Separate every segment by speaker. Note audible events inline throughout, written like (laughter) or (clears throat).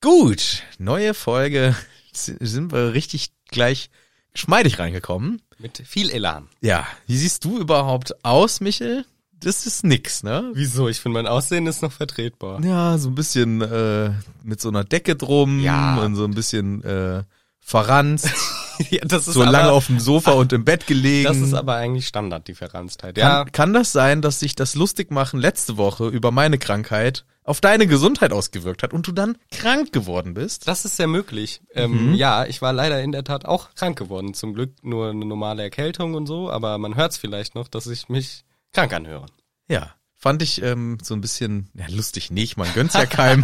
Speaker 1: Gut, neue Folge. (laughs) Sind wir richtig gleich schmeidig reingekommen.
Speaker 2: Mit viel Elan.
Speaker 1: Ja, wie siehst du überhaupt aus, Michel? Das ist nix, ne?
Speaker 2: Wieso? Ich finde, mein Aussehen ist noch vertretbar.
Speaker 1: Ja, so ein bisschen äh, mit so einer Decke drum
Speaker 2: Ja.
Speaker 1: und so ein bisschen äh, verranzt,
Speaker 2: (laughs) ja, das ist
Speaker 1: so lange auf dem Sofa und im Bett gelegen.
Speaker 2: Das ist aber eigentlich Standard, die Verranztheit. Ja,
Speaker 1: kann, kann das sein, dass sich das lustig machen letzte Woche über meine Krankheit auf deine Gesundheit ausgewirkt hat und du dann krank geworden bist?
Speaker 2: das ist sehr möglich. Ähm, Ja, ich war leider in der Tat auch krank geworden. Zum Glück nur eine normale Erkältung und so, aber man hört es vielleicht noch, dass ich mich krank anhöre.
Speaker 1: Ja. Fand ich ähm, so ein bisschen, ja, lustig nicht, man gönnt's ja keinem.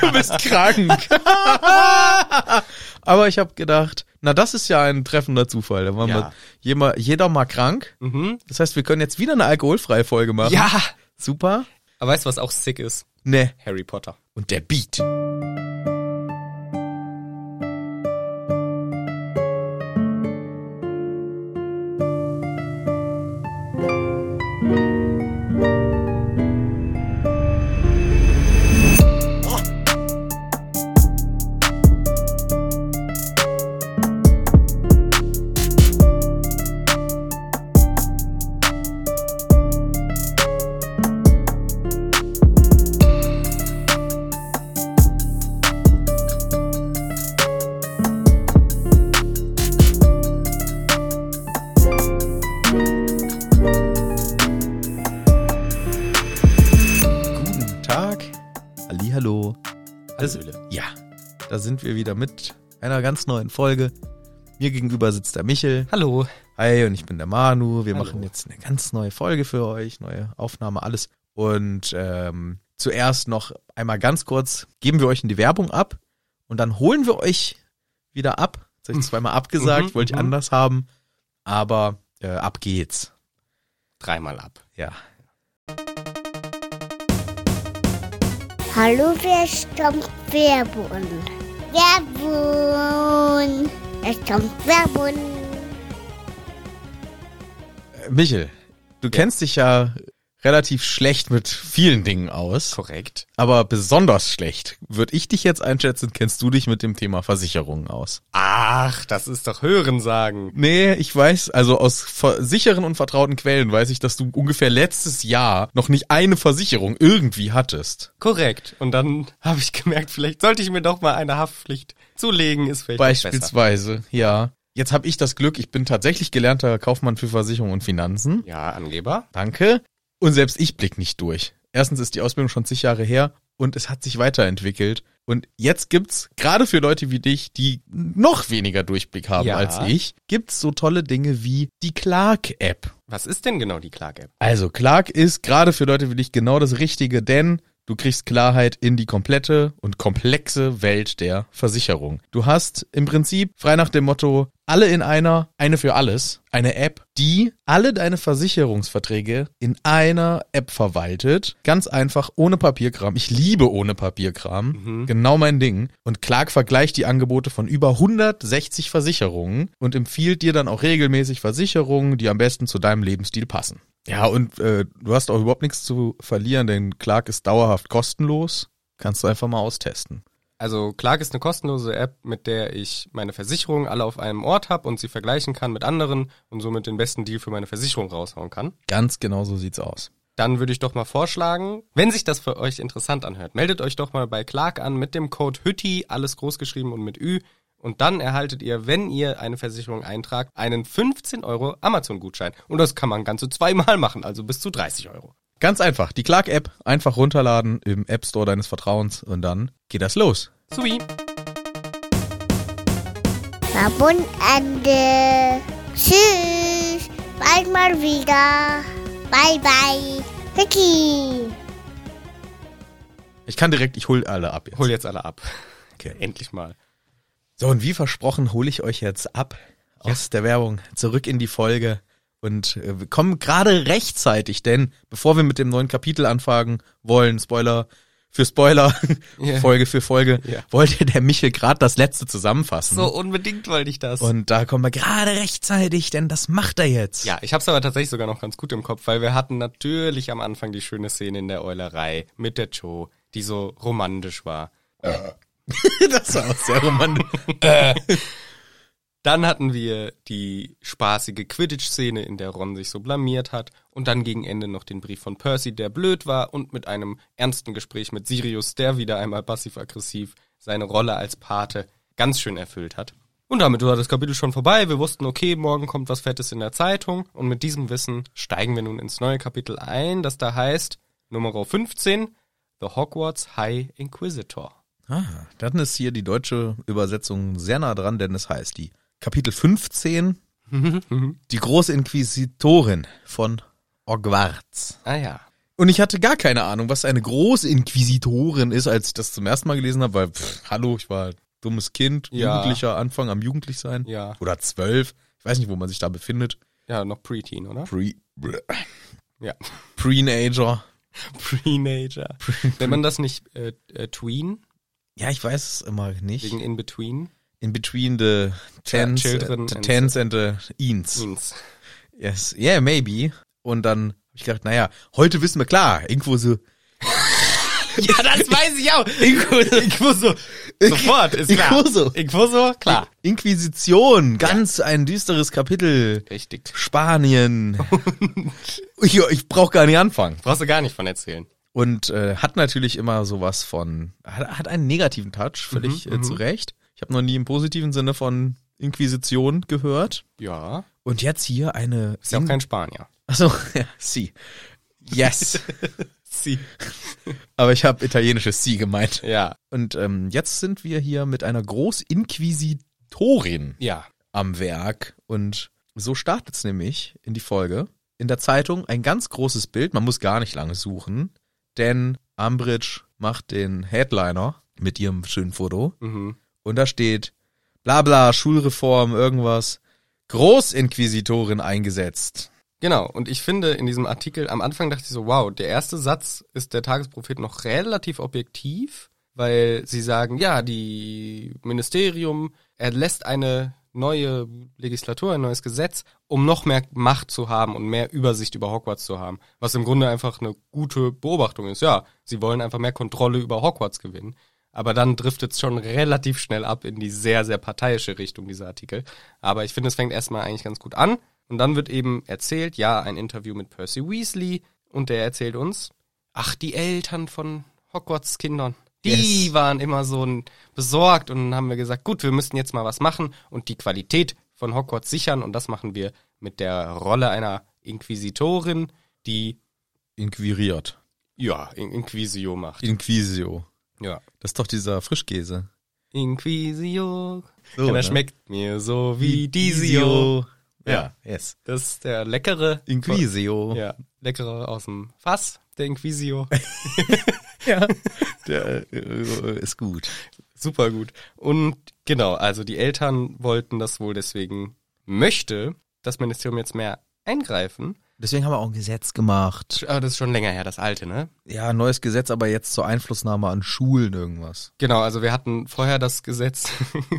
Speaker 1: (laughs) du bist krank. (laughs) Aber ich habe gedacht, na das ist ja ein treffender Zufall. Da waren
Speaker 2: Ja.
Speaker 1: wir jeder, jeder mal krank.
Speaker 2: Mhm.
Speaker 1: Das heißt, wir können jetzt wieder eine alkoholfreie Folge machen.
Speaker 2: Ja,
Speaker 1: Super.
Speaker 2: aber weißt du, was auch sick ist?
Speaker 1: Ne.
Speaker 2: Harry Potter.
Speaker 1: Und der Beat. Guten Tag. Hallihallo.
Speaker 2: Hallöle.
Speaker 1: Ja, da sind wir wieder mit einer ganz neuen Folge. Mir gegenüber sitzt der Michel.
Speaker 2: Hallo.
Speaker 1: Hi, und ich bin der Manu. Wir
Speaker 2: Hallo.
Speaker 1: machen jetzt eine ganz neue Folge für euch, neue Aufnahme, alles. Und ähm, zuerst noch einmal ganz kurz, geben wir euch in die Werbung ab und dann holen wir euch wieder ab. Jetzt (laughs) habe ich zweimal abgesagt,
Speaker 2: Mhm,
Speaker 1: wollte ich
Speaker 2: mhm.
Speaker 1: anders haben, aber äh, ab geht's.
Speaker 2: Dreimal ab.
Speaker 1: Ja.
Speaker 3: Hallo, wer stammt Werbun? Werbun! Es kommt Werbun!
Speaker 1: Äh, Michel, du kennst dich ja relativ schlecht mit vielen Dingen aus.
Speaker 2: Korrekt.
Speaker 1: Aber besonders schlecht, würde ich dich jetzt einschätzen, kennst du dich mit dem Thema Versicherungen aus?
Speaker 2: Ach, das ist doch Hörensagen.
Speaker 1: Nee, ich weiß, also aus ver- sicheren und vertrauten Quellen weiß ich, dass du ungefähr letztes Jahr noch nicht eine Versicherung irgendwie hattest.
Speaker 2: Korrekt. Und dann (laughs) habe ich gemerkt, vielleicht sollte ich mir doch mal eine Haftpflicht zulegen, ist vielleicht besser.
Speaker 1: Beispielsweise, ja. Jetzt habe ich das Glück, ich bin tatsächlich gelernter Kaufmann für Versicherung und Finanzen.
Speaker 2: Ja, Angeber.
Speaker 1: Danke. Und selbst ich blick nicht durch. Erstens ist die Ausbildung schon zig Jahre her und es hat sich weiterentwickelt. Und jetzt gibt's, gerade für Leute wie dich, die noch weniger Durchblick haben
Speaker 2: Ja.
Speaker 1: als ich, gibt's so tolle Dinge wie die Clark-App.
Speaker 2: Was ist denn genau die Clark-App?
Speaker 1: Also Clark ist gerade für Leute wie dich genau das Richtige, denn du kriegst Klarheit in die komplette und komplexe Welt der Versicherung. Du hast im Prinzip frei nach dem Motto alle in einer, eine für alles, eine App, die alle deine Versicherungsverträge in einer App verwaltet. Ganz einfach, ohne Papierkram. Ich liebe ohne Papierkram. Genau mein Ding. Und Clark vergleicht die Angebote von über 160 Versicherungen und empfiehlt dir dann auch regelmäßig Versicherungen, die am besten zu deinem Lebensstil passen. Ja, und äh, du hast auch überhaupt nichts zu verlieren, denn Clark ist dauerhaft kostenlos. Kannst du einfach mal austesten.
Speaker 2: Also Clark ist eine kostenlose App, mit der ich meine Versicherungen alle auf einem Ort habe und sie vergleichen kann mit anderen und somit den besten Deal für meine Versicherung raushauen kann.
Speaker 1: Ganz genau so sieht's aus.
Speaker 2: Dann würde ich doch mal vorschlagen, wenn sich das für euch interessant anhört, meldet euch doch mal bei Clark an mit dem Code HÜTTI, alles groß geschrieben und mit Ü. Und dann erhaltet ihr, wenn ihr eine Versicherung eintragt, einen 15 Euro Amazon-Gutschein. Und das kann man ganze zweimal (laughs) machen, also bis zu 30 Euro.
Speaker 1: Ganz einfach, die Clark-App einfach runterladen im App Store deines Vertrauens und dann geht das los.
Speaker 2: Sowie.
Speaker 3: Werbun Ende! Tschüss! Bald mal wieder! Bye bye! Vicky!
Speaker 1: Ich kann direkt, ich hol alle ab jetzt.
Speaker 2: Hol jetzt alle ab. (laughs)
Speaker 1: Okay.
Speaker 2: Endlich mal.
Speaker 1: So, und wie versprochen hole ich euch jetzt ab aus der Werbung zurück in die Folge und äh, wir kommen gerade rechtzeitig, denn bevor wir mit dem neuen Kapitel anfangen wollen, Spoiler für Spoiler,
Speaker 2: (laughs) Ja.
Speaker 1: Folge für Folge,
Speaker 2: Ja.
Speaker 1: wollte der Michel gerade das letzte zusammenfassen.
Speaker 2: So unbedingt wollte ich das.
Speaker 1: Und da kommen wir gerade rechtzeitig, denn das macht er jetzt.
Speaker 2: Ja, ich hab's aber tatsächlich sogar noch ganz gut im Kopf, weil wir hatten natürlich am Anfang die schöne Szene in der Eulerei mit der Jo, die so romantisch war.
Speaker 1: (laughs) das war auch sehr romantisch.
Speaker 2: Dann hatten wir die spaßige Quidditch-Szene, in der Ron sich so blamiert hat. Und dann gegen Ende noch den Brief von Percy, der blöd war und mit einem ernsten Gespräch mit Sirius, der wieder einmal passiv-aggressiv seine Rolle als Pate ganz schön erfüllt hat. Und damit war das Kapitel schon vorbei. Wir wussten, okay, morgen kommt was Fettes in der Zeitung. Und mit diesem Wissen steigen wir nun ins neue Kapitel ein, das da heißt Nummer 15, The Hogwarts High Inquisitor.
Speaker 1: Ah, dann ist hier die deutsche Übersetzung sehr nah dran, denn es heißt die Kapitel 15, die große Inquisitorin von Hogwarts.
Speaker 2: Ah ja.
Speaker 1: Und ich hatte gar keine Ahnung, was eine große Inquisitorin ist, als ich das zum ersten Mal gelesen habe, weil, pff, hallo, ich war halt dummes Kind,
Speaker 2: Ja.
Speaker 1: Jugendlicher, Anfang am jugendlich sein.
Speaker 2: Ja.
Speaker 1: Oder zwölf. Ich weiß nicht, wo man sich da befindet.
Speaker 2: Ja, noch Preteen, oder?
Speaker 1: Pre, bleh.
Speaker 2: Ja.
Speaker 1: Preenager.
Speaker 2: Preenager. Wenn man das nicht äh, äh, tween,
Speaker 1: Ja, ich weiß es immer nicht.
Speaker 2: wegen in between,
Speaker 1: In between the tens,
Speaker 2: children
Speaker 1: the
Speaker 2: and- Mm.
Speaker 1: tens and the eens.
Speaker 2: means.
Speaker 1: Yes, yeah, maybe. Und dann habe ich gedacht, naja, heute wissen wir klar, irgendwo (laughs) so.
Speaker 2: (laughs) Ja, das weiß ich auch. Inquuso. Sofort, ist klar.
Speaker 1: Inquuso.
Speaker 2: Inquuso, klar.
Speaker 1: Inquisition, ganz ein düsteres Kapitel.
Speaker 2: Richtig. (laughs)
Speaker 1: Spanien. ich ich brauche gar nicht anfangen.
Speaker 2: Brauchst du gar nicht von erzählen.
Speaker 1: Und äh, hat natürlich immer sowas von, hat, hat einen negativen Touch,
Speaker 2: Mhm,
Speaker 1: völlig äh, zu Recht. Ich habe noch nie im positiven Sinne von Inquisition gehört.
Speaker 2: Ja.
Speaker 1: Und jetzt hier eine.
Speaker 2: Ist ja auch kein Spanier.
Speaker 1: Achso, (laughs) ja, sie.
Speaker 2: (laughs)
Speaker 1: Yes.
Speaker 2: Sie.
Speaker 1: Aber ich habe italienisches sie gemeint.
Speaker 2: Ja.
Speaker 1: Und ähm, jetzt sind wir hier mit einer Großinquisitorin
Speaker 2: Ja.
Speaker 1: am Werk. Und so startet's nämlich in die Folge. In der Zeitung ein ganz großes Bild. Man muss gar nicht lange suchen, denn Ambridge macht den Headliner mit ihrem schönen Foto.
Speaker 2: Mhm.
Speaker 1: Und da steht bla bla, Schulreform, irgendwas. Großinquisitorin eingesetzt.
Speaker 2: Genau. Und ich finde in diesem Artikel, am Anfang dachte ich so, wow, der erste Satz ist der Tagesprophet noch relativ objektiv, weil sie sagen, ja, die Ministerium erlässt eine neue Legislatur, ein neues Gesetz, um noch mehr Macht zu haben und mehr Übersicht über Hogwarts zu haben. Was im Grunde einfach eine gute Beobachtung ist. Ja, sie wollen einfach mehr Kontrolle über Hogwarts gewinnen. Aber dann driftet es schon relativ schnell ab in die sehr, sehr parteiische Richtung, dieser Artikel. Aber ich finde, es fängt erstmal eigentlich ganz gut an. Und dann wird eben erzählt, ja, ein Interview mit Percy Weasley. Und der erzählt uns, ach, die Eltern von Hogwarts Kindern, die
Speaker 1: Yes.
Speaker 2: waren immer so n- besorgt. Und dann haben wir gesagt, gut, wir müssen jetzt mal was machen und die Qualität von Hogwarts sichern. Und das machen wir mit der Rolle einer Inquisitorin, die,
Speaker 1: Inquiriert.
Speaker 2: ja, In- Inquisio macht.
Speaker 1: Inquisio.
Speaker 2: Ja.
Speaker 1: Das ist doch dieser Frischkäse.
Speaker 2: Inquisio.
Speaker 1: So,
Speaker 2: Ja,
Speaker 1: ne?
Speaker 2: der schmeckt mir so wie Disio.
Speaker 1: Ja, yes.
Speaker 2: Das ist der leckere.
Speaker 1: Inquisio.
Speaker 2: Ja, leckere aus dem Fass, der Inquisio.
Speaker 1: Ja, der äh, ist gut.
Speaker 2: (laughs) Super gut. Und genau, also die Eltern wollten das wohl deswegen, möchte das Ministerium jetzt mehr eingreifen.
Speaker 1: Deswegen haben wir auch ein Gesetz gemacht.
Speaker 2: Aber Ah, das ist schon länger her, das alte, ne?
Speaker 1: Ja, neues Gesetz, aber jetzt zur Einflussnahme an Schulen irgendwas.
Speaker 2: Genau, also wir hatten vorher das Gesetz. (laughs)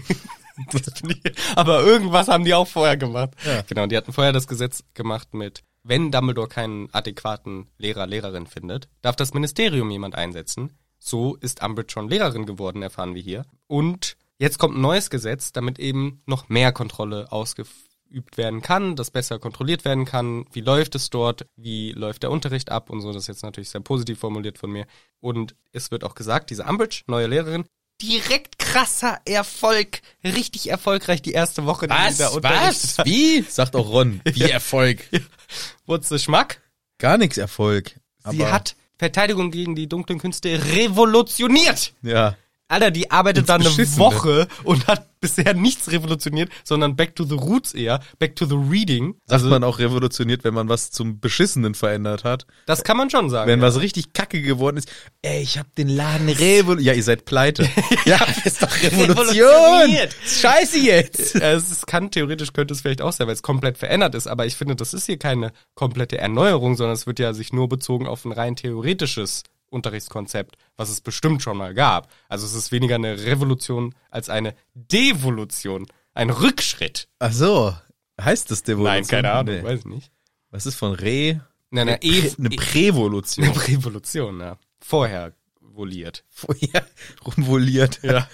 Speaker 2: Das finde ich- Aber irgendwas haben die auch vorher gemacht.
Speaker 1: Ja.
Speaker 2: Genau, die hatten vorher das Gesetz gemacht mit, wenn Dumbledore keinen adäquaten Lehrer, Lehrerin findet, darf das Ministerium jemand einsetzen. So ist Umbridge schon Lehrerin geworden, erfahren wir hier. Und jetzt kommt ein neues Gesetz, damit eben noch mehr Kontrolle ausgeübt werden kann, das besser kontrolliert werden kann. Wie läuft es dort? Wie läuft der Unterricht ab? Und so, das ist jetzt natürlich sehr positiv formuliert von mir. Und es wird auch gesagt, diese Umbridge, neue Lehrerin, direkt krasser Erfolg, richtig erfolgreich die erste Woche, die sie da unterrichtet hat.
Speaker 1: Wie? Sagt auch Ron. Wie Erfolg?
Speaker 2: Wurze Schmack.
Speaker 1: Gar nichts Erfolg.
Speaker 2: Sie hat Verteidigung gegen die dunklen Künste revolutioniert.
Speaker 1: Ja.
Speaker 2: Alter, die arbeitet da eine
Speaker 1: Beschissene.
Speaker 2: Woche und hat bisher nichts revolutioniert, sondern back to the roots eher, back to the reading.
Speaker 1: Sagt man auch revolutioniert, wenn man was zum Beschissenen verändert hat.
Speaker 2: Das kann man schon sagen.
Speaker 1: Wenn was richtig kacke geworden ist. Ey, ich hab den Laden revolutioniert. Ja, ihr seid pleite. (laughs) ja, ist doch
Speaker 2: Revolutioniert.
Speaker 1: Ist Scheiße jetzt.
Speaker 2: Ja, Äh, es ist- kann theoretisch könnte es vielleicht auch sein, weil es komplett verändert ist, aber ich finde, das ist hier keine komplette Erneuerung, sondern es wird ja sich nur bezogen auf ein rein theoretisches Unterrichtskonzept, was es bestimmt schon mal gab. Also es ist weniger eine Revolution als eine Devolution, ein Rückschritt.
Speaker 1: Ach so. Heißt das Devolution?
Speaker 2: Nein, keine Ahnung,
Speaker 1: Nee.
Speaker 2: weiß ich nicht.
Speaker 1: Was ist von Re?
Speaker 2: Nein,
Speaker 1: Prä-
Speaker 2: nein, e (laughs)
Speaker 1: eine Prävolution.
Speaker 2: eine Revolution, ja. Vorher voliert.
Speaker 1: vorher (laughs) rumvoliert.
Speaker 2: Ja.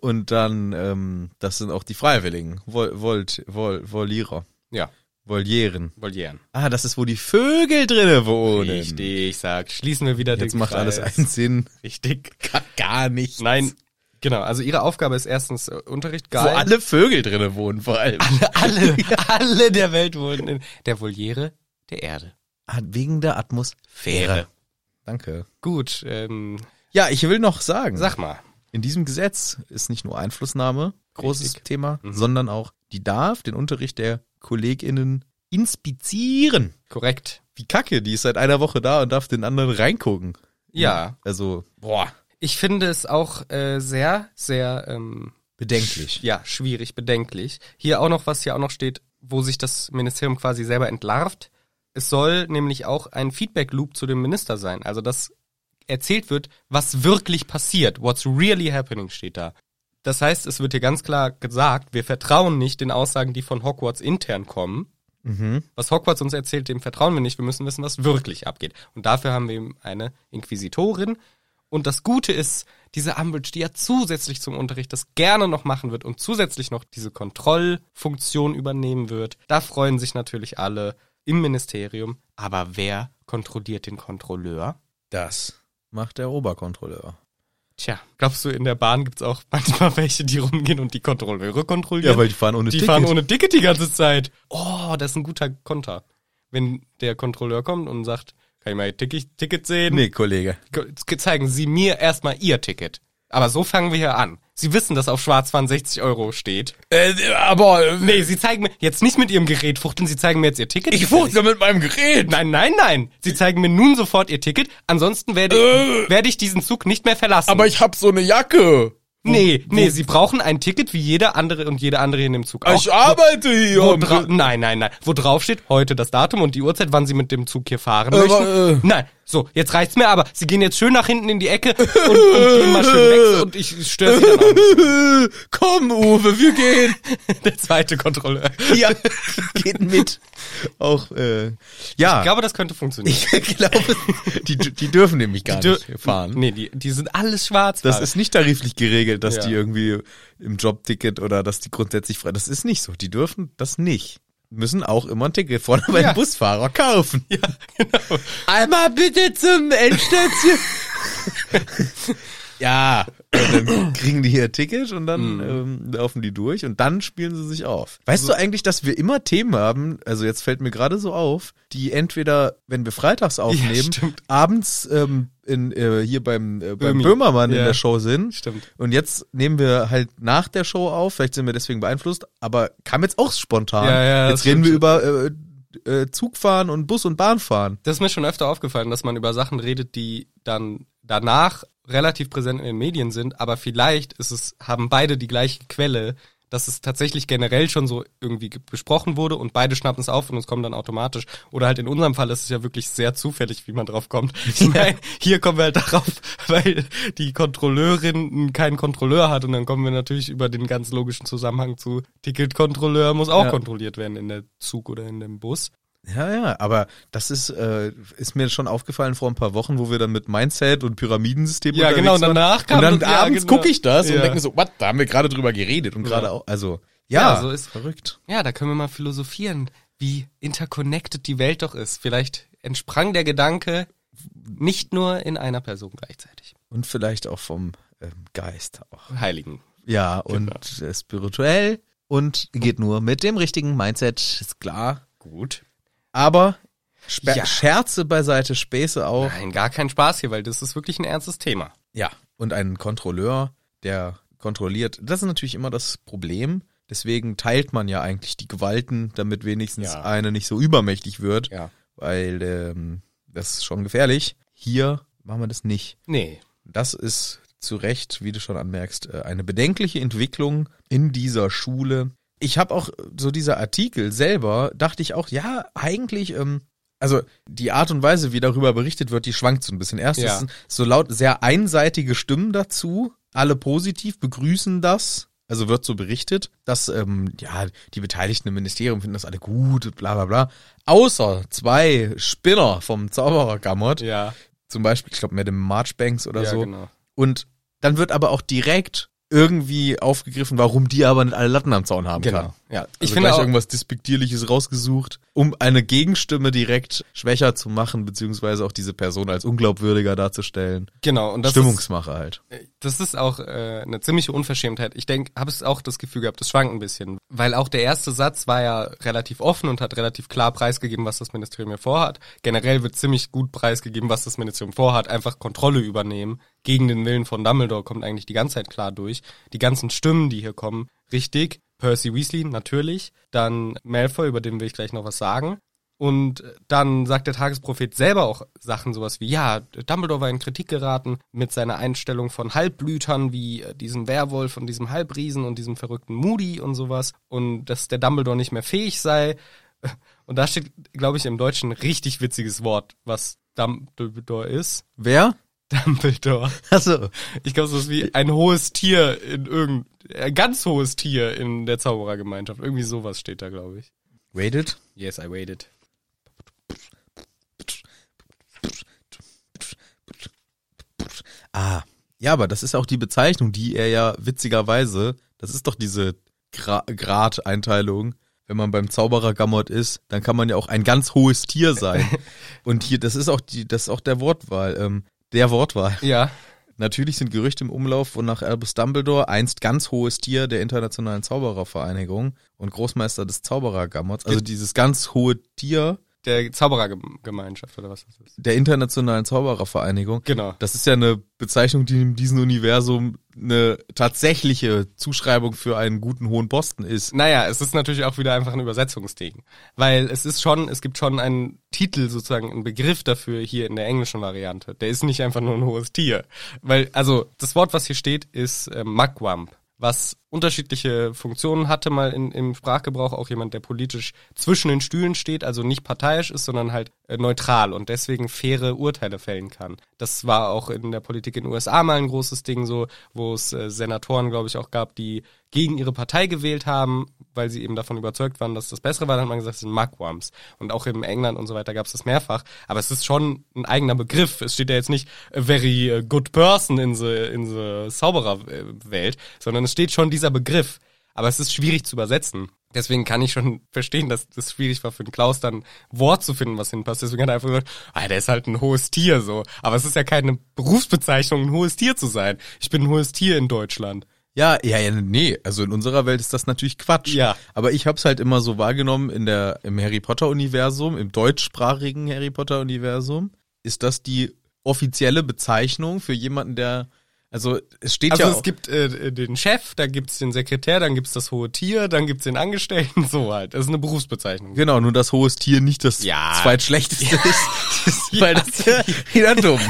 Speaker 1: Und dann, ähm, das sind auch die Freiwilligen. Vol, Volt, Vol, Volierer.
Speaker 2: Ja,
Speaker 1: Volieren.
Speaker 2: volieren.
Speaker 1: Ah, das ist, wo die Vögel drinne wohnen.
Speaker 2: Richtig, sag. Schließen wir wieder
Speaker 1: Jetzt
Speaker 2: den
Speaker 1: macht alles
Speaker 2: Kreis.
Speaker 1: einen Sinn. (laughs)
Speaker 2: Richtig.
Speaker 1: Gar, gar nicht.
Speaker 2: Nein, genau. Also ihre Aufgabe ist erstens äh, Unterricht
Speaker 1: Wo
Speaker 2: geil.
Speaker 1: alle Vögel drinne wohnen, vor allem. (laughs)
Speaker 2: alle, (laughs) alle der Welt wohnen in der Voliere der Erde.
Speaker 1: Ah, Wegen der Atmosphäre. Danke.
Speaker 2: Gut, ähm,
Speaker 1: Ja, ich will noch sagen,
Speaker 2: sag mal.
Speaker 1: in diesem Gesetz ist nicht nur Einflussnahme großes
Speaker 2: Richtig.
Speaker 1: Thema,
Speaker 2: Mhm.
Speaker 1: sondern auch, die darf den Unterricht der KollegInnen inspizieren.
Speaker 2: Korrekt.
Speaker 1: Wie kacke, die ist seit einer Woche da und darf den anderen reingucken.
Speaker 2: Ja.
Speaker 1: Also, boah,
Speaker 2: Ich finde es auch äh, sehr, sehr ähm,
Speaker 1: bedenklich.
Speaker 2: ja, schwierig, bedenklich. Hier auch noch, was hier auch noch steht, wo sich das Ministerium quasi selber entlarvt. Es soll nämlich auch ein Feedback-Loop zu dem Minister sein. Also, dass erzählt wird, was wirklich passiert. What's really happening steht da. Das heißt, es wird hier ganz klar gesagt, wir vertrauen nicht den Aussagen, die von Hogwarts intern kommen.
Speaker 1: Mhm.
Speaker 2: Was Hogwarts uns erzählt, dem vertrauen wir nicht. Wir müssen wissen, was wirklich abgeht. Und dafür haben wir eben eine Inquisitorin. Und das Gute ist, diese Umbridge, die ja zusätzlich zum Unterricht das gerne noch machen wird und zusätzlich noch diese Kontrollfunktion übernehmen wird, da freuen sich natürlich alle im Ministerium. Aber wer kontrolliert den Kontrolleur?
Speaker 1: Das macht der Oberkontrolleur.
Speaker 2: Tja, glaubst du, in der Bahn gibt's auch (laughs) manchmal welche, die rumgehen und die Kontrolleure kontrollieren?
Speaker 1: Ja, weil die fahren ohne
Speaker 2: die
Speaker 1: Ticket.
Speaker 2: fahren ohne Ticket die ganze Zeit. Oh, das ist ein guter Konter. Wenn der Kontrolleur kommt und sagt, kann ich mal Ihr Ticket, Ticket sehen?
Speaker 1: Nee, Kollege.
Speaker 2: Ge- Zeigen Sie mir erstmal Ihr Ticket. Aber so fangen wir hier an. Sie wissen, dass auf Schwarz 62 Euro steht.
Speaker 1: Äh, aber
Speaker 2: Nee, Sie zeigen mir, jetzt nicht mit Ihrem Gerät fuchteln, Sie zeigen mir jetzt Ihr Ticket.
Speaker 1: fuchtle mit meinem Gerät.
Speaker 2: Äh, Nein, nein, nein. Sie zeigen mir nun sofort Ihr Ticket. Ansonsten werde,
Speaker 1: Äh.
Speaker 2: werde ich diesen Zug nicht mehr verlassen.
Speaker 1: ich hab so eine Jacke.
Speaker 2: nee, nee, Sie brauchen ein Ticket wie jeder andere und jede andere in dem Zug. auch.
Speaker 1: arbeite hier.
Speaker 2: Wo dra nein, nein, nein. Wo drauf steht heute das Datum und die Uhrzeit, wann Sie mit dem Zug hier fahren
Speaker 1: Aber,
Speaker 2: möchten.
Speaker 1: äh.
Speaker 2: Nein, so, jetzt reicht's mir aber. Sie gehen jetzt schön nach hinten in die Ecke und, und gehen mal schön weg und ich störe Sie dann auch nicht.
Speaker 1: Komm, Uwe, (laughs) wir gehen.
Speaker 2: (laughs) Der zweite Kontrolleur.
Speaker 1: Ja,
Speaker 2: (laughs)
Speaker 1: geht mit. Auch, äh, ja.
Speaker 2: Ich glaube, das könnte funktionieren.
Speaker 1: (laughs) Ich glaube, die, die dürfen nämlich gar
Speaker 2: Die dür-
Speaker 1: nicht fahren.
Speaker 2: Nee, die, die sind alles schwarz.
Speaker 1: Das ist nicht tariflich geregelt, dass
Speaker 2: Ja.
Speaker 1: die irgendwie im Jobticket oder dass die grundsätzlich frei. Das ist nicht so. Die dürfen das nicht. Müssen auch immer ein Ticket vorne bei
Speaker 2: Ja.
Speaker 1: dem Busfahrer kaufen.
Speaker 2: (laughs) ja, genau.
Speaker 1: Einmal bitte zum Endstation. ja, und Äh, dann kriegen die hier ein Ticket und
Speaker 2: Mhm.
Speaker 1: dann ähm, laufen die durch und dann spielen sie sich auf. Weißt du eigentlich, dass wir immer Themen haben, also jetzt fällt mir gerade so auf, die entweder, wenn wir freitags aufnehmen,
Speaker 2: stimmt.
Speaker 1: abends ähm, in, äh, hier beim, äh, beim
Speaker 2: Böhmi.
Speaker 1: Böhmermann
Speaker 2: Ja.
Speaker 1: in der Show sind.
Speaker 2: Stimmt.
Speaker 1: Und jetzt nehmen wir halt nach der Show auf, vielleicht sind wir deswegen beeinflusst, aber kam jetzt auch spontan.
Speaker 2: Ja, ja, das
Speaker 1: jetzt reden wir über äh, äh, Zugfahren und Bus und Bahnfahren.
Speaker 2: Das ist mir schon öfter aufgefallen, dass man über Sachen redet, die dann danach relativ präsent in den Medien sind, aber vielleicht ist es, haben beide die gleiche Quelle, dass es tatsächlich generell schon so irgendwie ge- besprochen wurde und beide schnappen es auf und es kommt dann automatisch. Oder halt in unserem Fall ist es ja wirklich sehr zufällig, wie man drauf kommt. Ich meine, hier kommen wir halt darauf, (laughs) weil die Kontrolleurin keinen Kontrolleur hat und dann kommen wir natürlich über den ganz logischen Zusammenhang zu Ticketkontrolleur muss auch
Speaker 1: Ja.
Speaker 2: kontrolliert werden in der Zug oder in dem Bus.
Speaker 1: Ja, ja, aber das ist, äh, ist mir schon aufgefallen vor ein paar Wochen, wo wir dann mit Mindset und Pyramidensystem
Speaker 2: Ja,
Speaker 1: unterwegs
Speaker 2: genau,
Speaker 1: waren.
Speaker 2: danach kam
Speaker 1: und dann
Speaker 2: das- ja,
Speaker 1: abends
Speaker 2: genau.
Speaker 1: gucke ich das
Speaker 2: Ja.
Speaker 1: und denke mir so, what, da haben wir gerade drüber geredet und gerade auch, also, ja,
Speaker 2: Ja, so ist-
Speaker 1: verrückt.
Speaker 2: Ja, da können wir mal philosophieren, wie interconnected die Welt doch ist. Vielleicht entsprang der Gedanke nicht nur in einer Person gleichzeitig.
Speaker 1: Und vielleicht auch vom ähm, Geist auch.
Speaker 2: Heiligen.
Speaker 1: Ja,
Speaker 2: Genau.
Speaker 1: und äh, spirituell und geht nur mit dem richtigen Mindset, ist klar.
Speaker 2: Gut.
Speaker 1: Aber Spe
Speaker 2: Ja.
Speaker 1: Scherze beiseite, Späße auch.
Speaker 2: Nein, gar kein Spaß hier, weil das ist wirklich ein ernstes Thema.
Speaker 1: Ja. Und ein Kontrolleur, der kontrolliert. Das ist natürlich immer das Problem. Deswegen teilt man ja eigentlich die Gewalten, damit wenigstens
Speaker 2: Ja.
Speaker 1: eine nicht so übermächtig wird,
Speaker 2: Ja.
Speaker 1: weil ähm, das ist schon gefährlich. Hier machen wir das nicht.
Speaker 2: Nee.
Speaker 1: Das ist zu Recht, wie du schon anmerkst, äh, eine bedenkliche Entwicklung in dieser Schule. Ich habe auch äh, so dieser Artikel selber, dachte ich auch, ja, eigentlich, ähm, also die Art und Weise, wie darüber berichtet wird, die schwankt so ein bisschen. Erstens
Speaker 2: Ja.
Speaker 1: sind so laut sehr einseitige Stimmen dazu, alle positiv begrüßen das. Also wird so berichtet, dass ähm, ja die Beteiligten im Ministerium finden das alle gut, bla bla bla. Außer zwei Spinner vom Zaubererkammert,
Speaker 2: Ja.
Speaker 1: Zum Beispiel, ich glaube, mehr dem Marchbanks oder
Speaker 2: ja,
Speaker 1: so.
Speaker 2: genau.
Speaker 1: Und dann wird aber auch direkt irgendwie aufgegriffen, warum die aber nicht alle Latten am Zaun haben
Speaker 2: Genau,
Speaker 1: kann.
Speaker 2: ja.
Speaker 1: Also
Speaker 2: Ich finde
Speaker 1: gleich
Speaker 2: auch-
Speaker 1: irgendwas Despektierliches rausgesucht, um eine Gegenstimme direkt schwächer zu machen, beziehungsweise auch diese Person als unglaubwürdiger darzustellen.
Speaker 2: Genau, und das ist,
Speaker 1: Stimmungsmacher halt.
Speaker 2: das ist auch äh, eine ziemliche Unverschämtheit. Ich denke, habe es auch das Gefühl gehabt, das schwankt ein bisschen. Weil auch der erste Satz war ja relativ offen und hat relativ klar preisgegeben, was das Ministerium hier vorhat. Generell wird ziemlich gut preisgegeben, was das Ministerium vorhat. Einfach Kontrolle übernehmen. Gegen den Willen von Dumbledore kommt eigentlich die ganze Zeit klar durch. Die ganzen Stimmen, die hier kommen, richtig. Percy Weasley, natürlich. Dann Malfoy, über den will ich gleich noch was sagen. Und dann sagt der Tagesprophet selber auch Sachen sowas wie, ja, Dumbledore war in Kritik geraten mit seiner Einstellung von Halbblütern wie äh, diesem Werwolf und diesem Halbriesen und diesem verrückten Moody und sowas und dass der Dumbledore nicht mehr fähig sei. (laughs) Und da steht, glaube ich, im Deutschen ein richtig witziges Wort, was Dumbledore ist. (laughs)
Speaker 1: Wer?
Speaker 2: Dumbledore.
Speaker 1: Achso.
Speaker 2: Ich glaube, so ist wie ein hohes Tier in irgendein, ein ganz hohes Tier in der Zauberergemeinschaft. Irgendwie sowas steht da, glaube ich.
Speaker 1: Rated?
Speaker 2: Yes, I waited.
Speaker 1: Ah. Ja, aber das ist auch die Bezeichnung, die er ja witzigerweise, das ist doch diese Gra Grad-Einteilung. Wenn man beim Zauberer Gamot ist, dann kann man ja auch ein ganz hohes Tier sein. Und hier, das ist auch die, das ist auch der Wortwahl, ähm, der Wortwahl.
Speaker 2: Ja.
Speaker 1: Natürlich sind Gerüchte im Umlauf, wonach Albus Dumbledore, einst ganz hohes Tier der Internationalen Zauberervereinigung und Großmeister des Zauberergammots, also dieses ganz hohe Tier
Speaker 2: der Zauberergemeinschaft oder was das ist.
Speaker 1: der Internationalen Zauberervereinigung,
Speaker 2: Genau.
Speaker 1: das ist ja eine Bezeichnung, die in diesem Universum eine tatsächliche Zuschreibung für einen guten hohen Posten ist.
Speaker 2: Naja, es ist natürlich auch wieder einfach ein Übersetzungsding. Weil es ist schon, es gibt schon einen Titel sozusagen, einen Begriff dafür hier in der englischen Variante. Der ist nicht einfach nur ein hohes Tier. Weil, also, das Wort, was hier steht, ist äh, Mugwump. Was unterschiedliche Funktionen hatte mal in, im Sprachgebrauch auch jemand, der politisch zwischen den Stühlen steht, also nicht parteiisch ist, sondern halt äh, neutral und deswegen faire Urteile fällen kann. Das war auch in der Politik in den USA mal ein großes Ding so, wo es äh, Senatoren, glaube ich, auch gab, die gegen ihre Partei gewählt haben, weil sie eben davon überzeugt waren, dass das Bessere war, dann hat man gesagt, das sind Mugwumps. Und auch in England und so weiter gab es das mehrfach. Aber es ist schon ein eigener Begriff. Es steht ja jetzt nicht a very äh, good person in the, in the Zaubererwelt, sondern es steht schon dieser Begriff. Aber es ist schwierig zu übersetzen. Deswegen kann ich schon (laughs) verstehen, dass das schwierig war für den Klaus, dann ein Wort zu finden, was hinpasst. Deswegen hat er einfach gesagt, ah, der ist halt ein hohes Tier, so. Aber es ist ja keine Berufsbezeichnung, ein hohes Tier zu sein. Ich bin ein hohes Tier in Deutschland.
Speaker 1: Ja, ja, ja, nee, also in unserer Welt ist das natürlich Quatsch.
Speaker 2: Ja.
Speaker 1: Aber ich hab's halt immer so wahrgenommen in der, im Harry Potter Universum, im deutschsprachigen Harry Potter Universum, ist das die offizielle Bezeichnung für jemanden, der, also es steht
Speaker 2: Also
Speaker 1: ja
Speaker 2: es
Speaker 1: auch-
Speaker 2: gibt äh, den Chef, dann gibt's den Sekretär, dann gibt's das hohe Tier, dann gibt's den Angestellten, (laughs) so halt. Das ist eine Berufsbezeichnung.
Speaker 1: Genau, nur das hohes Tier nicht das
Speaker 2: Ja.
Speaker 1: zweitschlechteste ist, (laughs) weil
Speaker 2: Ja.
Speaker 1: das ist ja wieder
Speaker 2: (laughs)
Speaker 1: dumm.